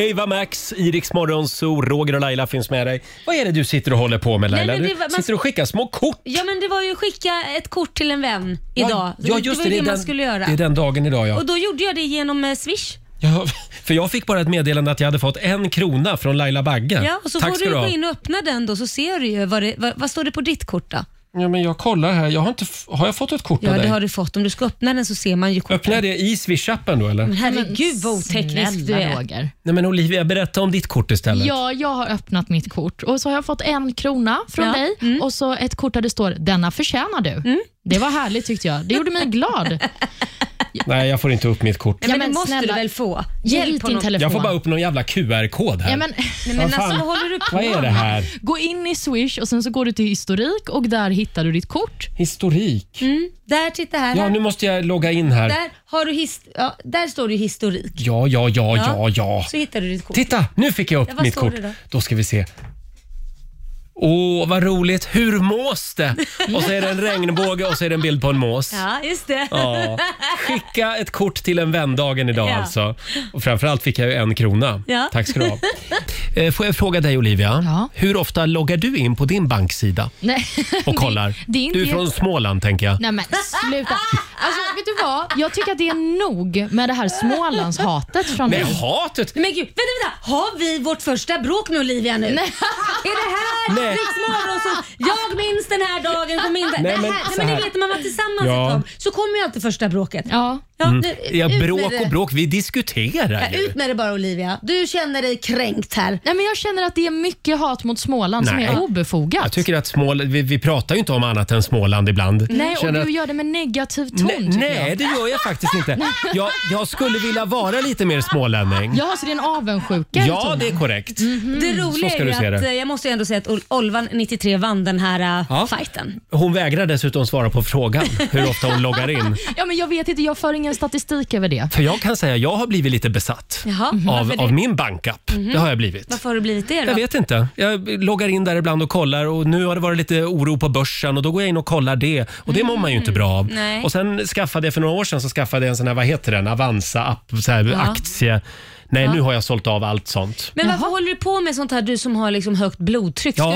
Speaker 1: Eva Max, Iriks morgonzoo, Roger och Laila finns med dig. Vad är det du sitter och håller på med Laila?
Speaker 3: Nej, men det
Speaker 1: du
Speaker 3: var- man-
Speaker 1: sitter och skickar små kort.
Speaker 3: ja men det var ju skicka ett kort till en vän idag.
Speaker 1: Ja,
Speaker 3: det var
Speaker 1: just
Speaker 3: ju
Speaker 1: det,
Speaker 3: det,
Speaker 1: är
Speaker 3: man
Speaker 1: den-
Speaker 3: skulle göra.
Speaker 1: Det är den dagen idag ja.
Speaker 3: Och då gjorde jag det genom eh, Swish.
Speaker 1: ja. För jag fick bara ett meddelande att jag hade fått en krona från Laila Bagge.
Speaker 3: Ja, och så
Speaker 1: Tack
Speaker 3: får
Speaker 1: ska
Speaker 3: du
Speaker 1: ha.
Speaker 3: gå in och öppna den då så ser du ju vad, det, vad, vad står det på ditt kort då?
Speaker 1: Ja, men jag kollar här. Jag har, inte f- har jag fått ett kort
Speaker 3: Ja,
Speaker 1: av
Speaker 3: det
Speaker 1: dig?
Speaker 3: har du fått. Om du ska öppna den så ser man ju kortet.
Speaker 1: Öppnar jag det i Swish-appen då eller?
Speaker 3: Men herregud vad oteknisk du
Speaker 6: Snälla
Speaker 3: är.
Speaker 6: Roger.
Speaker 1: Nej men Olivia, berätta om ditt kort istället.
Speaker 6: Ja, jag har öppnat mitt kort och så har jag fått en krona från
Speaker 3: Ja. Mm.
Speaker 6: dig och så ett kort där det står “Denna förtjänar du”. Det var härligt tyckte jag. Det gjorde
Speaker 3: <laughs>
Speaker 6: mig glad.
Speaker 1: Nej, jag får inte upp mitt kort.
Speaker 3: Ja, men det måste du väl få?
Speaker 6: Ge
Speaker 3: Hjälp
Speaker 6: hit din
Speaker 3: honom.
Speaker 6: telefon.
Speaker 1: Jag får bara upp någon jävla QR-kod här.
Speaker 6: Ja, men, <laughs>
Speaker 1: men Vad fan? alltså, vad håller du på Vad är det här? med?
Speaker 6: Gå in i Swish och sen så går du till historik och där hittar du ditt kort.
Speaker 1: Historik.
Speaker 3: Mm, där, titta här.
Speaker 1: Ja,
Speaker 3: här.
Speaker 1: nu måste jag logga in här.
Speaker 3: Där, har du his- ja, där står det ju historik.
Speaker 1: Ja, ja, ja, ja, ja.
Speaker 3: Så hittar du ditt kort.
Speaker 1: Titta, nu fick jag upp
Speaker 3: Ja, vad
Speaker 1: mitt
Speaker 3: står
Speaker 1: kort.
Speaker 3: det då?
Speaker 1: Då? ska vi se. Åh, vad roligt. Hur mås det? Och så är det en regnbåge och så är det en bild på en mås.
Speaker 3: Ja, just det.
Speaker 1: Ja. Skicka ett kort till en vändagen idag
Speaker 3: Ja.
Speaker 1: alltså. Och framförallt fick jag ju en krona.
Speaker 3: Ja.
Speaker 1: Tack ska du ha. Eh, Får jag fråga dig Olivia, hur ofta loggar du in på din banksida
Speaker 6: <laughs> Nej.
Speaker 1: och kollar?
Speaker 6: Det, det är inte
Speaker 1: du är från Småland tänker jag.
Speaker 6: Nej men sluta. Alltså, vet du vad? Jag tycker att det är nog med det här Smålandshatet från
Speaker 1: Nej,
Speaker 6: dig.
Speaker 1: hatet!
Speaker 3: Men gud, vänta, vänta! Har vi vårt första bråk med Olivia nu?
Speaker 6: Nej.
Speaker 3: <laughs> Är det här
Speaker 1: Nej.
Speaker 3: Riksmorgon som jag minns den här dagen, kom in där.
Speaker 1: Nej,
Speaker 3: det här,
Speaker 1: men
Speaker 3: nej,
Speaker 1: så
Speaker 3: men ni
Speaker 1: här.
Speaker 3: vet när man var tillsammans
Speaker 1: Ja.
Speaker 3: ett tag så kommer ju alltid första bråket.
Speaker 6: Ja.
Speaker 1: Mm.
Speaker 3: nu,
Speaker 1: Ja,
Speaker 3: ut med
Speaker 1: bråk
Speaker 3: det.
Speaker 1: och bråk, vi diskuterar
Speaker 3: Ja,
Speaker 1: ju.
Speaker 3: ut med det bara Olivia. Du känner dig kränkt här.
Speaker 6: Nej, men jag känner att det är mycket hat mot Småland som
Speaker 1: Nej.
Speaker 6: är obefogat.
Speaker 1: Jag tycker att Småland, vi, vi pratar ju inte om annat än Småland ibland.
Speaker 6: Nej, och
Speaker 1: Känner
Speaker 6: du
Speaker 1: att-
Speaker 6: gör det med negativ ton
Speaker 1: Nej,
Speaker 6: tycker
Speaker 1: nej,
Speaker 6: jag.
Speaker 1: det gör jag faktiskt inte.
Speaker 6: <laughs>
Speaker 1: Jag, jag skulle vilja vara lite mer smålänning.
Speaker 6: Ja, så det är en avundsjuka Liksom. i
Speaker 1: Ja,
Speaker 6: tonen.
Speaker 1: det är korrekt.
Speaker 3: Det
Speaker 1: Så
Speaker 3: roliga
Speaker 1: ska
Speaker 3: är ju
Speaker 1: du se
Speaker 3: att
Speaker 1: det.
Speaker 3: eh, jag måste ju ändå säga att Ol- Olvan 93 vann den här eh,
Speaker 1: Ja.
Speaker 3: fighten. <laughs>
Speaker 1: Hon vägrar dessutom svara på frågan hur ofta hon loggar in.
Speaker 6: Ja, men jag vet inte, jag för ingen ingen statistik över det.
Speaker 1: För jag kan säga, jag har blivit lite besatt
Speaker 6: Jaha, Mhm.
Speaker 1: av,
Speaker 6: varför det?
Speaker 1: av min bankapp.
Speaker 6: Mhm.
Speaker 1: Det har jag blivit.
Speaker 3: Varför har du blivit det då?
Speaker 1: Mm. Jag vet inte. Jag loggar in där ibland och kollar och nu har det varit lite oro på börsen och då går jag in och kollar det och det mår man ju inte bra av.
Speaker 3: Mm. Nej.
Speaker 1: Och sen skaffade jag för några år sedan så skaffade jag en sån här, vad heter den, Avanza-app, så här,
Speaker 3: Ja.
Speaker 1: aktie. Nej,
Speaker 3: Ja.
Speaker 1: nu har jag sålt av allt sånt.
Speaker 3: Men varför håller du på med sånt här, du som har liksom högt blodtryck? eh,
Speaker 1: Ja,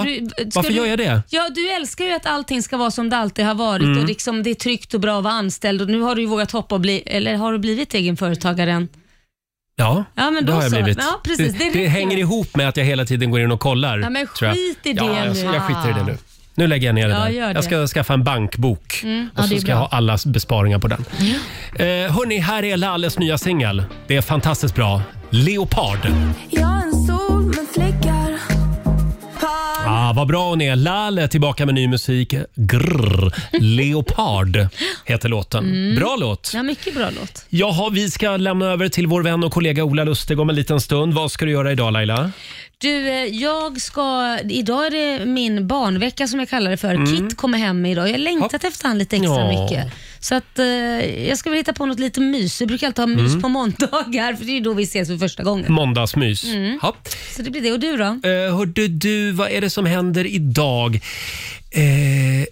Speaker 1: varför gör jag det?
Speaker 3: Ja, du älskar ju att allting ska vara som det alltid har varit
Speaker 1: Mm.
Speaker 3: och liksom det är tryggt och bra att vara anställd och nu har du ju vågat hoppa och bli, eller har du blivit egenföretagare än?
Speaker 1: Ja,
Speaker 3: Ja, men
Speaker 1: det
Speaker 3: då
Speaker 1: har jag
Speaker 3: så.
Speaker 1: blivit.
Speaker 3: Ja, precis. Det
Speaker 1: det,
Speaker 3: räcker.
Speaker 1: hänger ihop med att jag hela tiden går in och kollar.
Speaker 3: Ja, men
Speaker 1: tror jag.
Speaker 3: skit i det
Speaker 1: ja, jag,
Speaker 3: nu.
Speaker 1: Jag skiter i det nu. Nu lägger jag ner det
Speaker 3: Ja,
Speaker 1: där.
Speaker 3: gör det.
Speaker 1: Jag ska skaffa en bankbok
Speaker 3: Mm.
Speaker 1: och
Speaker 3: Ja, det
Speaker 1: så
Speaker 3: är
Speaker 1: ska jag
Speaker 3: bra.
Speaker 1: ha alla besparingar på den. Eh, hörni, här är Lalles nya singel. Det är fantastiskt bra. Leopard.
Speaker 14: Jag är en sol med fläckar
Speaker 1: Ah, vad bra hon är. Lalle tillbaka med ny musik. Grrr. Leopard heter låten. Bra låt.
Speaker 3: Mm. Ja, mycket bra låt.
Speaker 1: Jaha, vi ska lämna över till vår vän och kollega Ola Lustig om en liten stund. Vad ska du göra idag Laila?
Speaker 3: Du, eh, jag ska, idag är det min barnvecka som jag kallar det för.
Speaker 1: Mm.
Speaker 3: Kit kommer hem idag. Jag har längtat efter han lite extra
Speaker 1: Ja.
Speaker 3: mycket. Så att eh, jag ska väl hitta på något lite mys. Jag brukar alltid ha mys
Speaker 1: Mm.
Speaker 3: på måndagar för det är ju då vi ses för första gången.
Speaker 1: Måndagsmys.
Speaker 3: Mm.
Speaker 1: Ja.
Speaker 3: Så det blir det. Och du då?
Speaker 1: Eh, hörde du, vad är det som händer idag? Eh,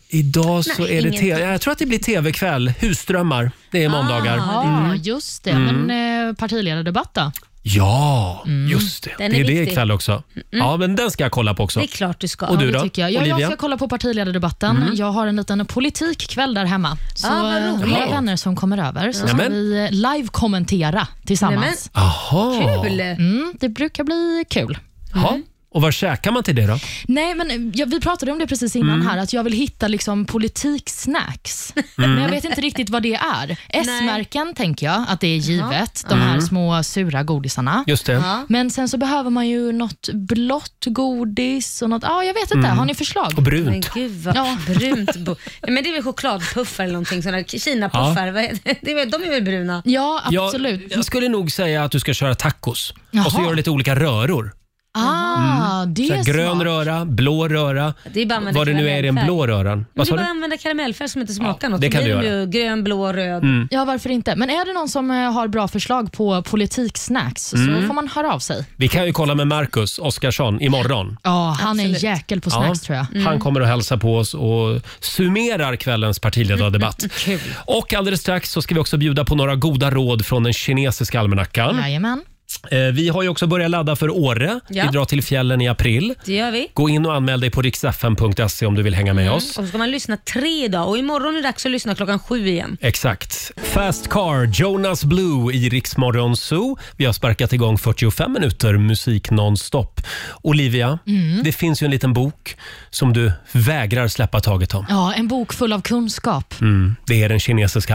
Speaker 1: idag så
Speaker 6: Nej,
Speaker 1: är det
Speaker 6: ingenting.
Speaker 1: te- Jag tror att det blir tv-kväll. Husdrömmar. Det är måndagar.
Speaker 6: Ah,
Speaker 1: Mm.
Speaker 6: Just det,
Speaker 1: Mm.
Speaker 6: men eh, partiledardebatt då?
Speaker 1: Ja, just det.
Speaker 6: Den
Speaker 1: det
Speaker 6: är
Speaker 1: är det
Speaker 6: viktig.
Speaker 1: ikväll också. Ja, men den ska jag kolla på också.
Speaker 6: Det är
Speaker 3: klart du ska.
Speaker 1: Och du
Speaker 6: ja,
Speaker 1: då?
Speaker 6: det tycker jag. Ja, jag
Speaker 1: Olivia?
Speaker 6: ska kolla på partiledardebatten.
Speaker 1: Mm.
Speaker 6: Jag har en liten politikkväll där hemma. Så
Speaker 3: Ah, vad
Speaker 6: eh,
Speaker 3: roligt.
Speaker 6: några vänner som kommer över så ska
Speaker 1: Nämen.
Speaker 6: vi eh, live-kommentera tillsammans.
Speaker 1: Aha.
Speaker 6: Mm, det brukar bli kul.
Speaker 1: Ja. Och vad käkar man till det då?
Speaker 6: Nej, men eh, ja, vi pratade om det precis innan
Speaker 1: Mm.
Speaker 6: här, att jag vill hitta liksom politiksnacks.
Speaker 1: <laughs> Mm.
Speaker 6: Men jag vet inte riktigt vad det är. S-märken tänker jag att det är givet,
Speaker 1: Ja.
Speaker 6: de här
Speaker 1: Mm.
Speaker 6: små sura godisarna.
Speaker 1: Just det. Ja.
Speaker 6: Men sen så behöver man ju något blått godis och något, ja jag vet inte,
Speaker 1: Mm.
Speaker 6: har ni förslag?
Speaker 1: Och brunt.
Speaker 3: Men gud vad brunt. bo- Nej, Men det är väl chokladpuffar eller någonting sånt. Kinapuffar, vad är det? <laughs> Det är väl- de är väl bruna?
Speaker 6: Ja,
Speaker 1: Jag, jag skulle nog säga att du ska köra tacos. Och så
Speaker 3: Jaha.
Speaker 1: gör du lite olika röror.
Speaker 3: Ah,
Speaker 1: Mm. Så här, grön röra, blå röra.
Speaker 3: Det är bara att använda
Speaker 1: Vad det nu är i den
Speaker 3: karamellfärg.
Speaker 1: blå röran.
Speaker 3: Men
Speaker 1: Vad
Speaker 3: det är
Speaker 1: sa
Speaker 3: bara
Speaker 1: du?
Speaker 3: att använda karamellfärg som inte smakar något.
Speaker 1: det
Speaker 3: Då
Speaker 1: kan
Speaker 3: blir
Speaker 1: du
Speaker 3: de
Speaker 1: göra.
Speaker 3: ju grön, blå, röd.
Speaker 1: Mm.
Speaker 6: Ja, varför inte? Men är det någon som eh, har bra förslag på politiksnacks
Speaker 1: Mm.
Speaker 6: så får man höra av sig.
Speaker 1: Vi kan ju kolla med Marcus Oskarsson imorgon.
Speaker 6: Ja, han är en jäkel på snacks
Speaker 1: Ja,
Speaker 6: tror jag. Mm.
Speaker 1: Han kommer att hälsa på oss och summerar kvällens partiledardebatt.
Speaker 6: <laughs> Kul.
Speaker 1: Och alldeles strax så ska vi också bjuda på några goda råd från den kinesiska almanackan.
Speaker 6: Jajamän.
Speaker 1: Eh, Vi har ju också börjat ladda för Åre.
Speaker 3: Ja.
Speaker 1: Vi drar till fjällen i april.
Speaker 3: Det gör vi.
Speaker 1: Gå in och anmäl dig på riksfn.se om du vill hänga med
Speaker 3: Mm.
Speaker 1: oss.
Speaker 3: Och så ska man lyssna tre idag och imorgon är det dags att lyssna klockan sju igen.
Speaker 1: Exakt. Fast Car, Jonas Blue i Riksmorgon Zoo. Vi har sparkat igång 45 minuter musik nonstop. Olivia,
Speaker 6: Mm.
Speaker 1: det finns ju en liten bok som du vägrar släppa taget om.
Speaker 6: Ja, en bok full av kunskap.
Speaker 1: Mm, det är den kinesiska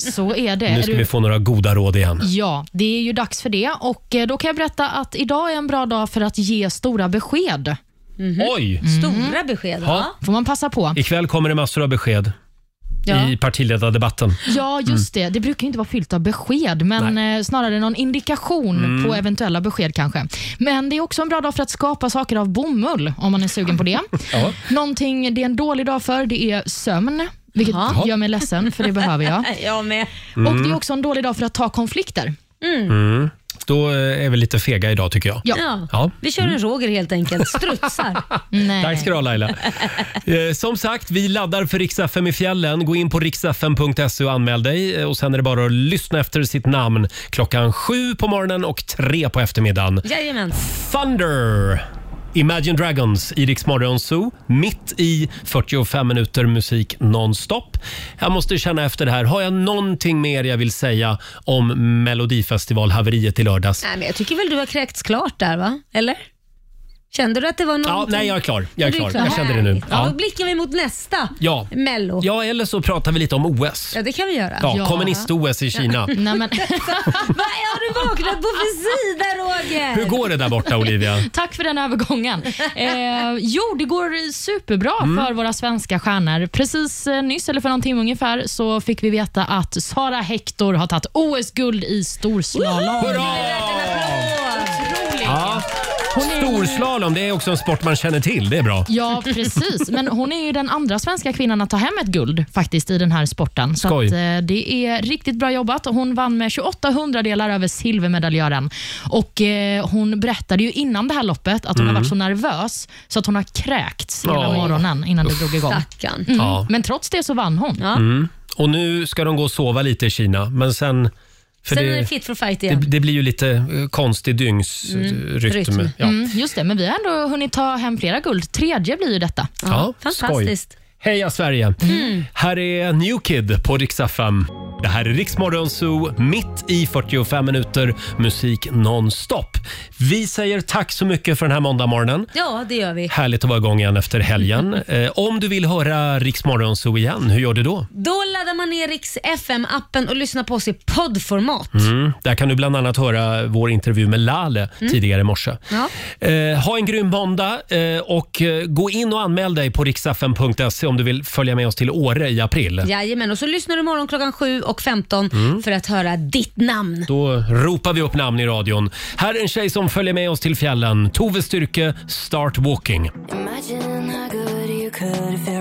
Speaker 6: <laughs> Så är det.
Speaker 1: Nu
Speaker 6: Är
Speaker 1: ska
Speaker 6: du-
Speaker 1: vi få några goda råd igen.
Speaker 6: Ja, det är ju dags för det och eh, då kan jag berätta att idag är en bra dag för att ge stora besked. Mm.
Speaker 1: Oj!
Speaker 3: Stora besked.
Speaker 1: Ja.
Speaker 6: Får man passa på.
Speaker 1: Ikväll kommer det massor av besked
Speaker 6: Ja.
Speaker 1: i partiledardebatten.
Speaker 6: Ja, just det. Det brukar ju inte vara fyllt av besked, men eh, snarare någon indikation
Speaker 1: Mm.
Speaker 6: på eventuella besked kanske. Men det är också en bra dag för att skapa saker av bomull, om man är sugen på det.
Speaker 1: <laughs> Ja.
Speaker 6: Någonting det är en dålig dag för, det är sömn, vilket
Speaker 3: Jaha.
Speaker 6: gör mig ledsen, för det behöver jag.
Speaker 3: jag med.
Speaker 6: Och
Speaker 1: Mm.
Speaker 6: det är också en dålig dag för att ta konflikter.
Speaker 1: Mm. Då eh, är vi lite fega idag tycker jag.
Speaker 3: Ja.
Speaker 1: Ja. Mm.
Speaker 3: Vi kör en Roger helt enkelt. Strutsar.
Speaker 1: <laughs> Tack ska du ha Laila. Eh, Som sagt, vi laddar för Rix FM i fjällen. Gå in på riksfm.se och anmäl dig. Eh, Och sen är det bara att lyssna efter sitt namn klockan sju på morgonen och tre på eftermiddagen.
Speaker 3: Jajamän.
Speaker 1: Thunder! Imagine Dragons i Rix Morgon Zoo, mitt i 45 minuter musik nonstop. Jag måste känna efter det här. Har jag någonting mer jag vill säga om Melodifestivalhaveriet i lördags?
Speaker 3: Nej, men jag tycker väl du har kräkts klart där, va? Eller? Kände du att det var någonting?
Speaker 1: Ja, nej, jag är klar. Jag är
Speaker 3: Du
Speaker 1: klar. Jag kände det nu.
Speaker 3: Härligt. Ja.
Speaker 1: Ja.
Speaker 3: Då blickar vi mot nästa
Speaker 1: Ja.
Speaker 3: Mello.
Speaker 1: ja, eller så pratar vi lite om OS.
Speaker 3: Ja, <laughs> det kan vi göra.
Speaker 1: Ja, kommunist-OS i Kina.
Speaker 6: Nej, men...
Speaker 3: Vad har du vaknat på för sida, Roger?
Speaker 1: Hur går det där borta, Olivia?
Speaker 6: Tack för den övergången. Eh, jo, det går superbra
Speaker 1: Mm.
Speaker 6: för våra svenska stjärnor. Precis eh, nyss, eller för någon timme ungefär, så fick vi veta att Sara Hector har tagit OS-guld i storslalom.
Speaker 1: Hurra! Ja. Storslalom, det är också en sport man känner till. Det är bra.
Speaker 6: Ja, precis. Men hon är ju den andra svenska kvinnan att ta hem ett guld faktiskt i den här sporten. Så
Speaker 1: Skoj.
Speaker 6: att, eh, det är riktigt bra jobbat. Hon vann med 28 hundradelar över silvermedaljören. Och, eh, hon berättade ju innan det här loppet att hon
Speaker 1: Mm.
Speaker 6: har varit så nervös så att hon har kräkts hela
Speaker 1: Oj.
Speaker 6: morgonen innan
Speaker 1: Uff.
Speaker 6: det drog igång.
Speaker 3: Stackarn.
Speaker 6: Mm.
Speaker 1: Ja.
Speaker 6: Men trots det så vann hon.
Speaker 1: Mm. Och nu ska de gå och sova lite i Kina, men sen... för
Speaker 6: Sen
Speaker 1: det,
Speaker 6: är det
Speaker 3: Fit for fight
Speaker 1: det,
Speaker 3: igen.
Speaker 1: det blir ju lite eh, konstig dygnsrytm.
Speaker 3: rytm.
Speaker 1: Ja.
Speaker 6: Mm, just det, men vi har ändå hunnit ta hem flera guld. Tredje blir ju detta.
Speaker 1: Ja, Skoj. Heja Sverige!
Speaker 3: Mm.
Speaker 1: Här är New Kid på Rix FM. Det här är Rix Morgon Zoo, mitt i 45 minuter musik nonstop. Vi säger tack så mycket för den här måndagmorgonen.
Speaker 3: Ja, det gör vi.
Speaker 1: Härligt att vara igång igen efter helgen. eh, om du vill höra Rix Morgon Zoo igen, hur gör du då?
Speaker 3: Då laddar man ner Rix FM-appen och lyssnar på oss i poddformat.
Speaker 1: Mm. Där kan du bland annat höra vår intervju med Lale
Speaker 3: Mm.
Speaker 1: tidigare i morse.
Speaker 3: Ja.
Speaker 1: Eh, ha en grym måndag eh, och eh, gå in och anmäl dig på riksfm.se om du vill följa med oss till Åre i april.
Speaker 3: Jajamän, och så lyssnar du imorgon klockan 7 och 15
Speaker 1: Mm.
Speaker 3: för att höra ditt namn.
Speaker 1: Då ropar vi upp namn i radion. Här är en tjej som följer med oss till fjällen. Tove Styrke, Start Walking.
Speaker 14: Imagine how good you could have